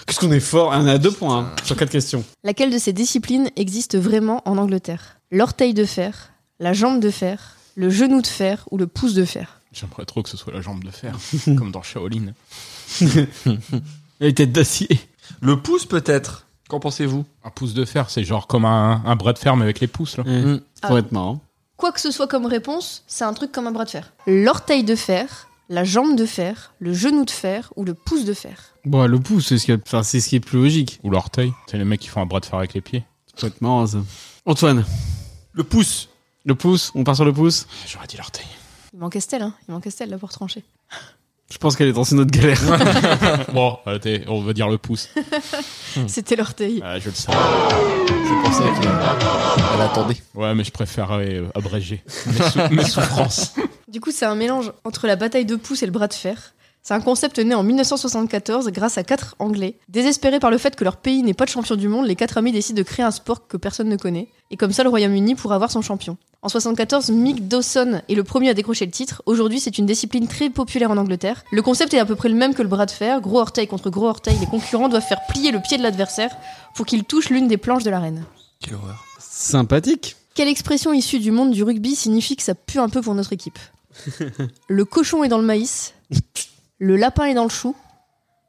Speaker 2: Qu'est-ce qu'on est fort On a deux points hein, sur quatre questions.
Speaker 4: Laquelle de ces disciplines existe vraiment en Angleterre L'orteil de fer, la jambe de fer, le genou de fer ou le pouce de fer
Speaker 5: J'aimerais trop que ce soit la jambe de fer, comme dans Shaolin.
Speaker 2: Les têtes d'acier.
Speaker 3: Le pouce, peut-être. Qu'en pensez-vous
Speaker 5: Un pouce de fer, c'est genre comme un, un bras de fer, mais avec les pouces, là.
Speaker 2: Ouais. Ça pourrait
Speaker 4: Ah.
Speaker 2: être marrant.
Speaker 4: Quoi que ce soit comme réponse, c'est un truc comme un bras de fer. L'orteil de fer, la jambe de fer, le genou de fer ou le pouce de fer
Speaker 2: Bon, le pouce, c'est ce, qui... enfin, c'est ce qui est plus logique.
Speaker 5: Ou l'orteil. C'est les mecs qui font un bras de fer avec les pieds.
Speaker 2: Ça pourrait être marrant, ça. Antoine,
Speaker 3: Le pouce.
Speaker 2: le pouce, on part sur le pouce
Speaker 5: J'aurais dit l'orteil.
Speaker 4: Il manque Estelle, hein Il manque Estelle là pour trancher.
Speaker 2: Je pense qu'elle est dans une autre galère.
Speaker 5: Bon, attendez, on va dire le pouce.
Speaker 4: C'était l'orteil.
Speaker 5: Ah, je le sais.
Speaker 3: C'est pour ça qu'elle elle attendait.
Speaker 5: Ouais, mais je préférerais euh, abréger mes, sou- mes souffrances.
Speaker 4: Du coup, c'est un mélange entre la bataille de pouce et le bras de fer. C'est un concept né en 1974 grâce à quatre Anglais. Désespérés par le fait que leur pays n'est pas de champion du monde, les quatre amis décident de créer un sport que personne ne connaît. Et comme ça, le Royaume-Uni pourra avoir son champion. En 74, Mick Dawson est le premier à décrocher le titre. Aujourd'hui, c'est une discipline très populaire en Angleterre. Le concept est à peu près le même que le bras de fer. Gros orteil contre gros orteil, les concurrents doivent faire plier le pied de l'adversaire pour qu'il touche l'une des planches de l'arène.
Speaker 3: Quelle horreur.
Speaker 2: Sympathique.
Speaker 4: Quelle expression issue du monde du rugby signifie que ça pue un peu pour notre équipe Le cochon est dans le maïs, le lapin est dans le chou,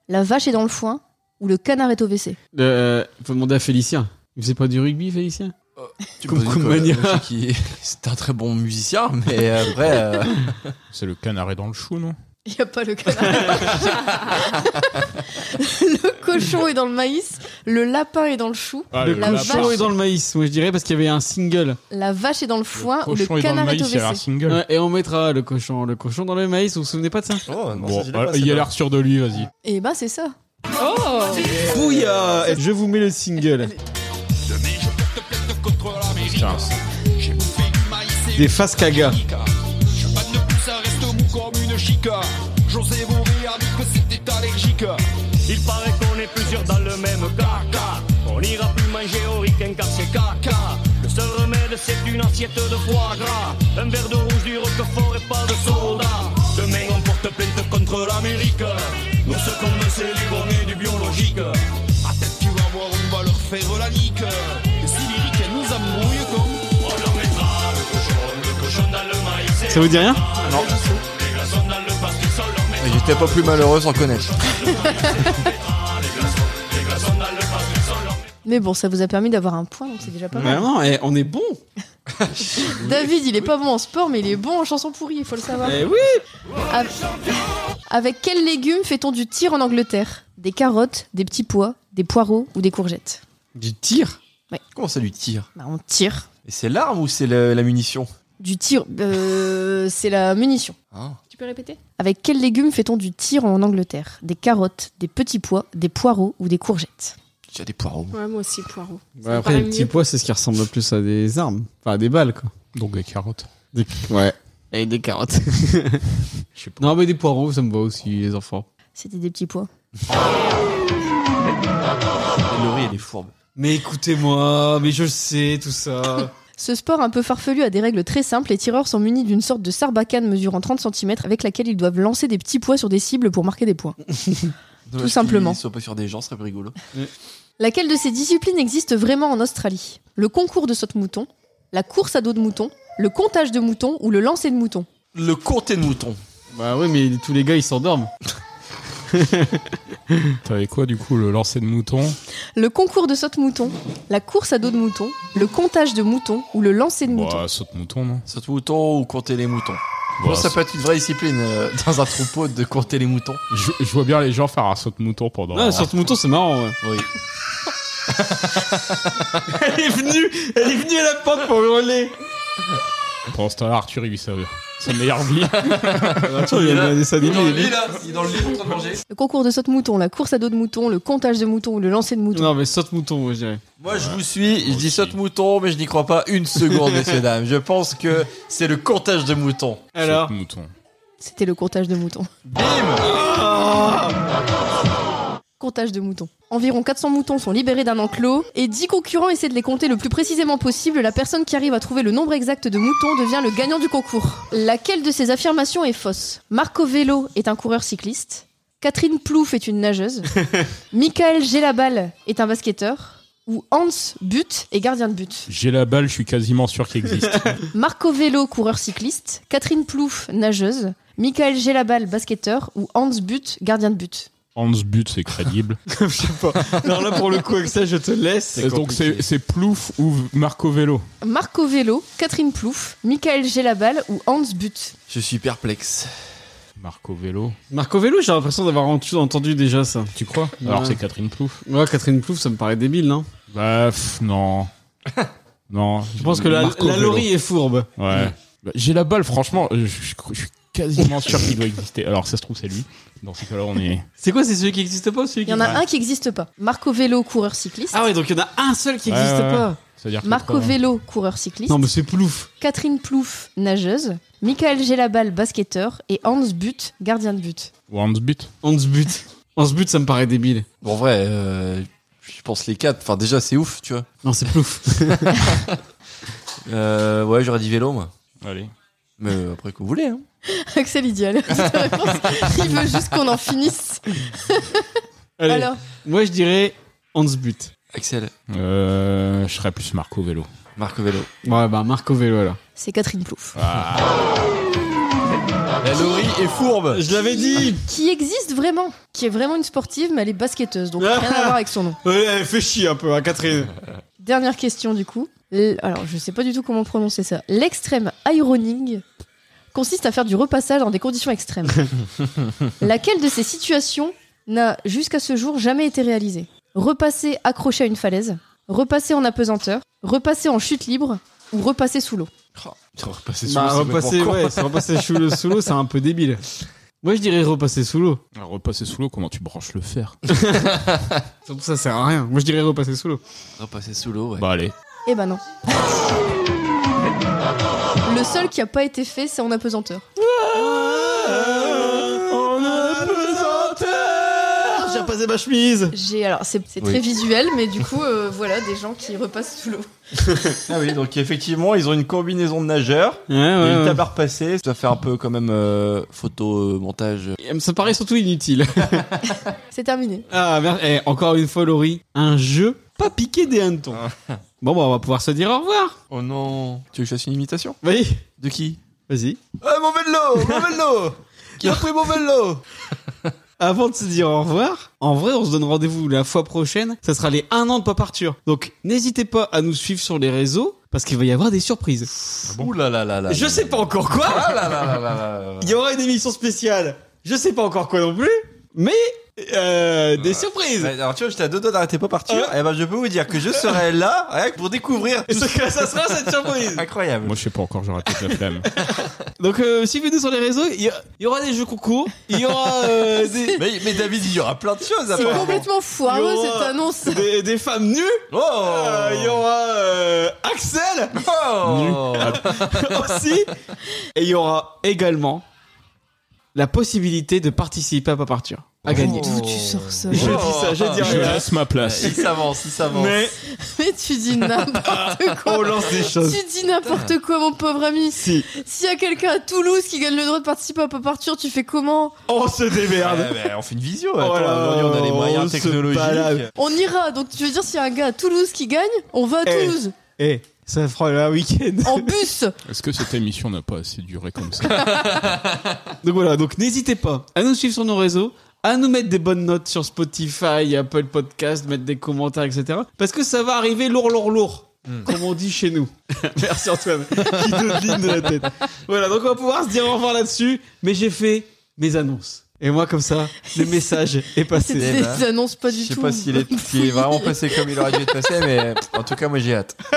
Speaker 4: la vache est dans le foin ou le canard est au WC
Speaker 2: Euh, faut demander à Félicien. Il faisait pas du rugby, Félicien
Speaker 3: Tu
Speaker 2: Comme
Speaker 3: me poses une
Speaker 2: Koumania.
Speaker 3: colle. Je sais qu'il est- C'est un très bon musicien, mais après. euh,
Speaker 5: C'est le canard dans le chou, non
Speaker 4: Il n'y a pas le canard. le cochon est dans le maïs, le lapin est dans le chou,
Speaker 5: ah,
Speaker 2: Le
Speaker 4: la
Speaker 2: cochon
Speaker 4: vache.
Speaker 2: est dans le maïs, moi je dirais, parce qu'il y avait un single.
Speaker 4: la vache est dans le foin ou
Speaker 5: cochon
Speaker 4: le
Speaker 5: est dans le
Speaker 4: canard est,
Speaker 5: maïs, il y a
Speaker 4: au
Speaker 5: un
Speaker 4: WC
Speaker 5: single.
Speaker 2: Ouais, et on mettra le cochon, le cochon dans le maïs, vous vous souvenez pas de ça
Speaker 5: Bon, euh, il a l'air sûr de lui, vas-y.
Speaker 4: Et bah c'est ça.
Speaker 6: Oh
Speaker 2: Bouya Eh, Je vous mets le single.
Speaker 5: Putain,
Speaker 2: Des faces caga.
Speaker 12: Je panne de pouce, ça reste mou comme une chica. José Bourré a dit que c'était allergique. Il paraît qu'on est plusieurs dans le même caca. On ira plus manger au ricain car c'est caca. Le seul remède c'est une assiette de foie gras. Un verre de rouge du roquefort et pas de soda. Demain on porte plainte contre l'Amérique. Nous ce qu'on veut c'est les bonnets du biologique. À tête tu vas voir on va leur faire la nique. Et si les ricains nous embrouillent comme... On leur mettra le cochon, le cochon dans le maïs. et
Speaker 2: Ça vous dit rien
Speaker 3: J'étais pas plus malheureux sans connaître.
Speaker 4: Mais bon, ça vous a permis d'avoir un point, donc c'est déjà pas mal.
Speaker 2: Vraiment, eh, on est bon
Speaker 4: David, il est pas bon en sport, mais il est bon en chanson pourrie, il faut le savoir.
Speaker 2: Eh oui
Speaker 4: Avec- Avec quels légumes fait-on du tir en Angleterre Des carottes, des petits pois, des poireaux ou des courgettes
Speaker 2: Du tir
Speaker 3: Comment ça lui tire
Speaker 4: Bah, On tire.
Speaker 3: Et c'est l'arme ou c'est le- la munition
Speaker 4: Du tir, euh, c'est la munition.
Speaker 3: Hein
Speaker 4: Tu peux répéter Avec quels légumes fait-on du tir en Angleterre Des carottes, des petits pois, des poireaux ou des courgettes
Speaker 3: Tu as des poireaux.
Speaker 6: Ouais, moi aussi,
Speaker 2: Ouais,
Speaker 6: poireau. Ça me
Speaker 2: Bah, Après,
Speaker 6: paraît
Speaker 2: les petits
Speaker 6: mieux.
Speaker 2: pois, c'est ce qui ressemble le plus à des armes. Enfin, à des balles, quoi.
Speaker 5: Donc des carottes.
Speaker 2: Des- Ouais. Et des carottes.
Speaker 5: Je sais pas.
Speaker 2: non, mais des poireaux, ça me va aussi, les enfants.
Speaker 4: C'était des petits pois.
Speaker 3: Le riz, elle est fourbe.
Speaker 2: Mais écoutez-moi, mais je sais tout ça.
Speaker 4: Ce sport un peu farfelu a des règles très simples. Les tireurs sont munis d'une sorte de sarbacane mesurant 30 cm avec laquelle ils doivent lancer des petits pois sur des cibles pour marquer des points.
Speaker 3: Dommage
Speaker 4: simplement.
Speaker 3: qu'ils soient pas sur des gens, ce serait plus rigolo.
Speaker 4: Laquelle de ces disciplines existe vraiment en Australie Le concours de saute-mouton, la course à dos de mouton, le comptage de moutons ou le lancer de moutons.
Speaker 2: Le comté de mouton. Bah oui, mais tous les gars, ils s'endorment.
Speaker 5: T'avais quoi du coup le lancer de mouton
Speaker 4: Le concours de saute-mouton, la course à dos de mouton, le comptage de moutons ou le lancer de moutons.
Speaker 5: Bah saute mouton non
Speaker 3: Saute mouton ou compter les moutons.
Speaker 5: Bah,
Speaker 3: Bon, ça
Speaker 5: c'est-
Speaker 3: peut être une vraie discipline euh, dans un troupeau de compter les moutons.
Speaker 5: je, je vois bien les gens faire un saut de mouton pendant.
Speaker 3: Ah, saut de
Speaker 2: mouton c'est marrant.
Speaker 3: Oui.
Speaker 2: elle est venue, elle est venue à la porte pour hurler.
Speaker 5: Pendant ce temps-là, Arthur il vit sa, sa meilleure vie.
Speaker 2: Arthur, il a un dessin animé, il est
Speaker 3: Il est là, il est dans le lit en train de manger.
Speaker 4: Le concours de saute-mouton, la course à dos de mouton, le comptage de moutons ou le lancer de moutons.
Speaker 2: Non, mais saute mouton, moi, je dirais.
Speaker 3: Moi, je vous suis, je dis saute mouton, mais je n'y crois pas une seconde, messieurs, dames. Je pense que c'est le comptage de moutons.
Speaker 2: Alors
Speaker 5: mouton.
Speaker 4: C'était le comptage de moutons. Comptage de moutons. Environ 400 moutons sont libérés d'un enclos et 10 concurrents essaient de les compter le plus précisément possible. La personne qui arrive à trouver le nombre exact de moutons devient le gagnant du concours. Laquelle de ces affirmations est fausse Marco Velo est un coureur cycliste. Catherine Plouf est une nageuse. Michael Gelabal est un basketteur. Ou Hans Butt est gardien de but.
Speaker 5: J'ai la balle, je suis quasiment sûr qu'il existe.
Speaker 4: Marco Velo, coureur cycliste. Catherine Plouf, nageuse. Michael Gelabal, basketteur. Ou Hans Butt, gardien de but.
Speaker 5: Hans But, c'est crédible.
Speaker 2: je sais pas. Alors là, pour le coup, avec ça, je te laisse.
Speaker 5: Euh, Donc c'est c'est Plouf ou Marco Velo
Speaker 4: Marco Velo, Catherine Plouf, Michael Gelabal ou Hans Butt.
Speaker 3: Je suis perplexe.
Speaker 5: Marco Vélo.
Speaker 2: Marco Vélo, j'ai l'impression d'avoir entendu, entendu déjà ça.
Speaker 5: Tu crois Alors c'est Catherine Plouf.
Speaker 2: Ouais, Catherine Plouf, ça me paraît débile, non
Speaker 5: Bah pff, non. non.
Speaker 2: Je pense que la,
Speaker 5: Marco
Speaker 2: la
Speaker 5: Vélo.
Speaker 2: Laurie est fourbe.
Speaker 5: Ouais. Bah, J'ai la balle, franchement, euh, je, je- je suis quasiment sûr qu'il doit exister. Alors ça se trouve, c'est lui. Dans ces cas-là, on est.
Speaker 2: C'est quoi, c'est celui qui existe pas ou celui
Speaker 4: Il
Speaker 2: qui
Speaker 4: y en a
Speaker 2: Ouais.
Speaker 4: un qui n'existe pas. Marco Velo, coureur cycliste.
Speaker 2: Ah ouais, donc il y en a un seul qui
Speaker 5: Ouais,
Speaker 2: existe
Speaker 5: ouais,
Speaker 2: pas.
Speaker 5: ouais. C'est-à-dire que
Speaker 4: Marco
Speaker 5: trois, hein.
Speaker 4: Velo, coureur cycliste.
Speaker 2: Non, mais c'est Plouf.
Speaker 4: Catherine Plouf, nageuse. Michael Gelabal, basketteur. Et Hans Butt, gardien de but.
Speaker 5: Ou Hans But.
Speaker 2: On se bute. On se bute, ça me paraît débile.
Speaker 3: Bon, en vrai, euh, je pense les quatre. Enfin, déjà, c'est ouf, tu vois.
Speaker 2: Non, c'est Plouf.
Speaker 3: Euh, ouais, j'aurais dit vélo, moi.
Speaker 5: Allez.
Speaker 3: Mais euh, après, que vous voulez, hein.
Speaker 4: Axel Idial. C'est ta réponse. Il veut juste qu'on en finisse.
Speaker 2: Allez.
Speaker 4: Alors
Speaker 2: Moi, je dirais on se bute.
Speaker 3: Axel.
Speaker 5: Euh, je serais plus Marco Vélo.
Speaker 3: Marco Vélo.
Speaker 2: Ouais, bah Marco Vélo, alors.
Speaker 4: C'est Catherine Plouf.
Speaker 3: La Laurie est fourbe.
Speaker 2: Je l'avais dit
Speaker 4: Qui existe vraiment. Qui est vraiment une sportive, mais elle est basketteuse. Donc
Speaker 2: Ah.
Speaker 4: rien à voir avec son nom.
Speaker 2: Ouais, Elle fait chier un peu, hein, Catherine.
Speaker 4: Dernière question du coup. L- Alors, je sais pas du tout comment prononcer ça. L'extrême ironing consiste à faire du repassage dans des conditions extrêmes. Laquelle de ces situations n'a jusqu'à ce jour jamais été réalisée Repasser accroché à une falaise, repasser en apesanteur, repasser en chute libre ou repasser sous l'eau
Speaker 3: Repasser
Speaker 2: Bah,
Speaker 3: sous l'eau, c'est
Speaker 2: repasser,
Speaker 3: bon pour
Speaker 2: ouais,
Speaker 3: con.
Speaker 2: c'est repasser sous l'eau, sous l'eau, c'est un peu débile. Moi, je dirais repasser sous l'eau.
Speaker 5: Alors, repasser sous l'eau, comment tu branches le fer
Speaker 2: Surtout, ça sert à rien. Moi, je dirais repasser sous l'eau.
Speaker 3: Repasser sous l'eau, ouais.
Speaker 5: Bah allez.
Speaker 4: Eh ben non. Le seul qui a pas été fait, c'est en apesanteur.
Speaker 2: Euh, Ah, J'ai repassé ma chemise.
Speaker 4: J'ai alors c'est c'est
Speaker 3: Oui.
Speaker 4: très visuel, mais du coup euh, voilà des gens qui repassent sous l'eau.
Speaker 3: Ah oui, donc effectivement, ils ont une combinaison de nageurs.
Speaker 2: Ouais, ouais,
Speaker 3: une
Speaker 2: ouais.
Speaker 3: table à repasser. Ça fait un peu quand même euh, photo, euh, montage.
Speaker 2: Ça me paraît surtout inutile.
Speaker 4: C'est terminé.
Speaker 2: Ah, merde. Eh, encore une fois, Laurie, un jeu pas piqué des hannetons. Bon, bah, on va pouvoir se dire au revoir.
Speaker 3: Oh non. Tu veux que je fasse une imitation
Speaker 2: Oui,
Speaker 3: De qui
Speaker 2: vas-y.
Speaker 3: Ah, mon vélo Mon vélo Qui a pris mon vélo
Speaker 2: Avant de se dire au revoir, en vrai, on se donne rendez-vous la fois prochaine. Ça sera les 1 an de Pop Arthur. Donc, n'hésitez pas à nous suivre sur les réseaux parce qu'il va y avoir des surprises.
Speaker 3: Ah Ouh là là là là.
Speaker 2: Je sais pas encore quoi.
Speaker 3: Ah là là là là là là.
Speaker 2: Il y aura une émission spéciale. Je sais pas encore quoi non plus, mais euh, des Ah. surprises.
Speaker 3: Ouais, Alors tu vois, j'étais à deux doigts d'arrêter pas partir. Et ben je peux vous dire que je serai là ouais, pour découvrir.
Speaker 2: Et ce que ça sera cette surprise.
Speaker 3: Incroyable.
Speaker 5: Moi, je sais pas encore, j'aurai toute la flemme.
Speaker 2: Donc euh, suivez-nous sur les réseaux. Il y, a- il y aura des jeux concours. Il y aura euh, des,
Speaker 3: Mais, mais David, il y aura plein de choses
Speaker 4: C'est
Speaker 3: apparemment.
Speaker 4: complètement foireux
Speaker 2: Yo.
Speaker 4: cette annonce.
Speaker 2: des- des femmes nues.
Speaker 3: Oh.
Speaker 2: Euh, Il y aura euh, Axel
Speaker 3: Oh.
Speaker 2: aussi. Et il y aura également la possibilité de participer à Pop Arthur. À gagner.
Speaker 4: D'où tu sors ça
Speaker 2: Oh. Je dis ça, je dis
Speaker 5: je
Speaker 2: rien.
Speaker 5: laisse ma place.
Speaker 3: Il s'avance, il s'avance.
Speaker 2: Mais
Speaker 4: Mais tu dis n'importe
Speaker 2: on
Speaker 4: quoi.
Speaker 2: lance des choses.
Speaker 4: Tu dis n'importe quoi, mon pauvre ami.
Speaker 2: Si
Speaker 4: S'il y a quelqu'un à Toulouse qui gagne le droit de participer à Pop Arthur, tu fais comment
Speaker 2: on se démerde.
Speaker 3: Ouais, mais on fait une visio.
Speaker 2: Oh
Speaker 3: Attends,
Speaker 2: là,
Speaker 3: aujourd'hui, on a les
Speaker 2: on
Speaker 3: moyens
Speaker 2: se
Speaker 3: technologiques.
Speaker 2: balade.
Speaker 4: On ira. Donc tu veux dire s'il y a un gars à Toulouse qui gagne, on va à
Speaker 2: Eh.
Speaker 4: Toulouse.
Speaker 2: Eh, Ça fera un week-end.
Speaker 4: En bus
Speaker 5: Est-ce que cette émission n'a pas assez duré comme ça
Speaker 2: Donc voilà, donc n'hésitez pas à nous suivre sur nos réseaux, à nous mettre des bonnes notes sur Spotify, Apple Podcast, mettre des commentaires, etc. Parce que ça va arriver lourd, lourd, lourd. Comme on dit chez nous. Hmm. Merci Antoine, qui devine de la tête. Voilà, donc on va pouvoir se dire au revoir là-dessus. Mais j'ai fait mes annonces. Et moi, comme ça, le message est passé.
Speaker 4: C'est des annonces pas du
Speaker 3: Je sais
Speaker 4: tout.
Speaker 3: pas s'il est, s'il est vraiment passé comme il aurait dû être passé, mais en tout cas, moi j'ai hâte.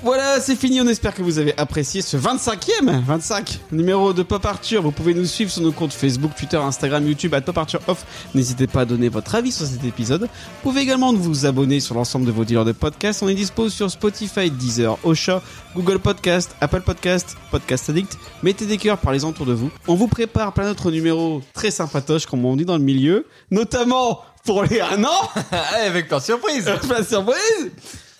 Speaker 2: Voilà, c'est fini. On espère que vous avez apprécié ce 25e, 25 numéro de Pop Arthur. Vous pouvez nous suivre sur nos comptes Facebook, Twitter, Instagram, YouTube, à Pop Arthur Off. N'hésitez pas à donner votre avis sur cet épisode. Vous pouvez également vous abonner sur l'ensemble de vos dealers de podcasts. On est dispo sur Spotify, Deezer, Ocha, Google Podcast, Apple Podcast, Podcast Addict. Mettez des cœurs, parlez autour de vous. On vous prépare plein d'autres numéros très sympatoches, comme on dit dans le milieu, notamment pour les un an.
Speaker 3: Avec plein de surprises.
Speaker 2: Plein de surprises.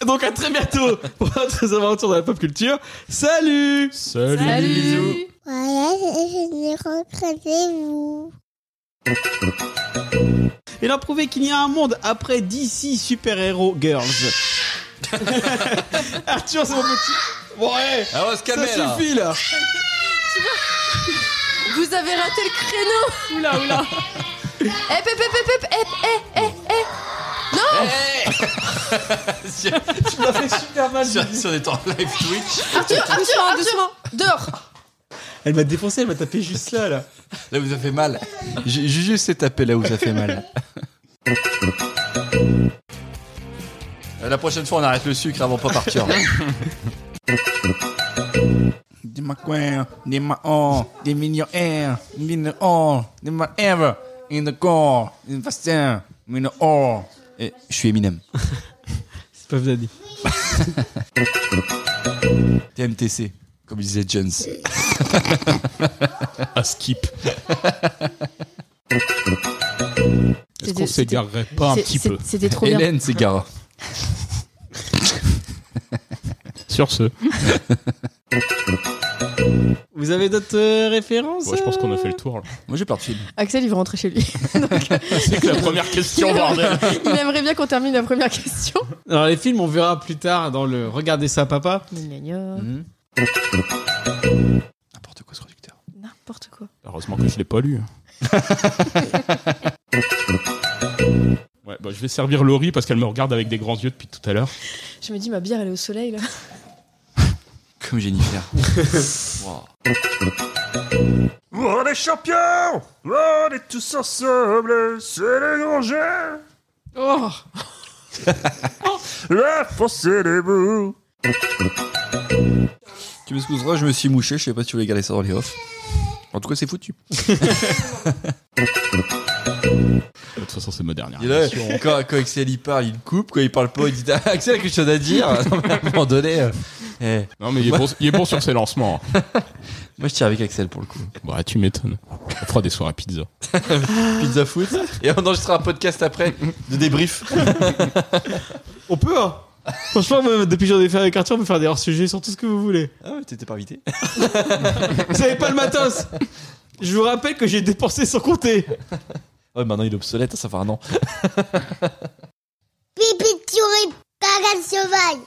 Speaker 2: Donc à très bientôt pour d'autres aventures dans la pop culture. Salut
Speaker 5: Salut,
Speaker 10: Voilà, je vais recruter vous.
Speaker 2: Et leur prouver qu'il y a un monde après DC Super Hero Girls. Arthur, c'est mon petit. Ouais
Speaker 3: Ah, on va se calmer
Speaker 2: Ça
Speaker 3: là.
Speaker 2: suffit là
Speaker 4: Vous avez raté le créneau Oula, oula Eh, pep, pep, pep, pep, eh, eh, eh, eh Non
Speaker 3: Tu m'as fait super mal. Sur, sur des temps live Twitch.
Speaker 4: Arthur, Arthur, Arthur Dehors
Speaker 2: Elle m'a défoncé, elle m'a tapé juste là là.
Speaker 3: Là, vous a fait mal. J'ai j'ai juste tapé là où ça fait mal. Euh, La prochaine fois, on arrête le sucre avant de pas partir.
Speaker 16: Dis-moi quoi, dis-moi oh, dis-moi air, dis-moi oh, dis-moi ever, in the core, in the stem, in the all.
Speaker 3: Et je suis Eminem.
Speaker 2: C'est pas Zaddy.
Speaker 3: TMTC, comme disait Jones.
Speaker 5: À skip. Est-ce
Speaker 4: C'était-
Speaker 5: qu'on s'égarerait pas un
Speaker 4: c'est-
Speaker 5: petit
Speaker 4: c'est-
Speaker 5: peu
Speaker 4: C'était trop bien.
Speaker 3: Hélène Segara.
Speaker 5: Sur ce,
Speaker 2: Vous avez d'autres euh, références
Speaker 5: ouais, je pense qu'on a fait le tour. là.
Speaker 3: Moi, j'ai plein de films.
Speaker 4: Axel, il veut rentrer chez lui.
Speaker 5: C'est que la première question, bordel.
Speaker 4: Il aimerait bien qu'on termine la première question.
Speaker 2: euh? Alors les films, on verra plus tard dans le Regardez ça papa.
Speaker 4: Gna, gna.
Speaker 3: Mhm. N'importe quoi, ce producteur.
Speaker 4: N'importe quoi.
Speaker 5: Heureusement que je l'ai pas lu. Ouais, bah, je vais servir Laurie parce qu'elle me regarde avec des grands yeux depuis tout à l'heure.
Speaker 4: Je me dis, ma bière, elle est au soleil, là.
Speaker 3: Comme Jennifer. Wow.
Speaker 16: On est champions, on est tous ensemble, c'est le grand jeu.
Speaker 17: Oh
Speaker 16: La France, c'est les bouts.
Speaker 3: Tu m'excuseras, je me suis mouché, je sais pas si tu voulais garder ça dans les off. En tout cas, c'est foutu.
Speaker 5: De toute façon, c'est ma dernière.
Speaker 3: Il est
Speaker 5: question.
Speaker 3: là, quand, quand Axel il parle, il coupe. Quand il parle pas, il dit Ah, Axel, a quelque chose à dire. Non, mais à un moment donné, euh, eh,
Speaker 5: Non, mais il est, bon, il est bon sur ses lancements.
Speaker 3: moi je tire avec Axel pour le coup.
Speaker 5: Ouais, tu m'étonnes. On fera des soirées pizza.
Speaker 3: Pizza foot. Et on enregistrera un podcast après de débrief.
Speaker 2: On peut hein Franchement, moi, depuis que j'en ai fait avec Arthur, on peut faire des hors-sujets sur tout ce que vous voulez.
Speaker 3: Ah, ouais, t'étais pas invité.
Speaker 2: Vous avez pas le matos Je vous rappelle que j'ai dépensé sans compter.
Speaker 3: Ouais, maintenant il est obsolète, ça fait un an.
Speaker 10: Pipi, tu riz, pareil sauvage.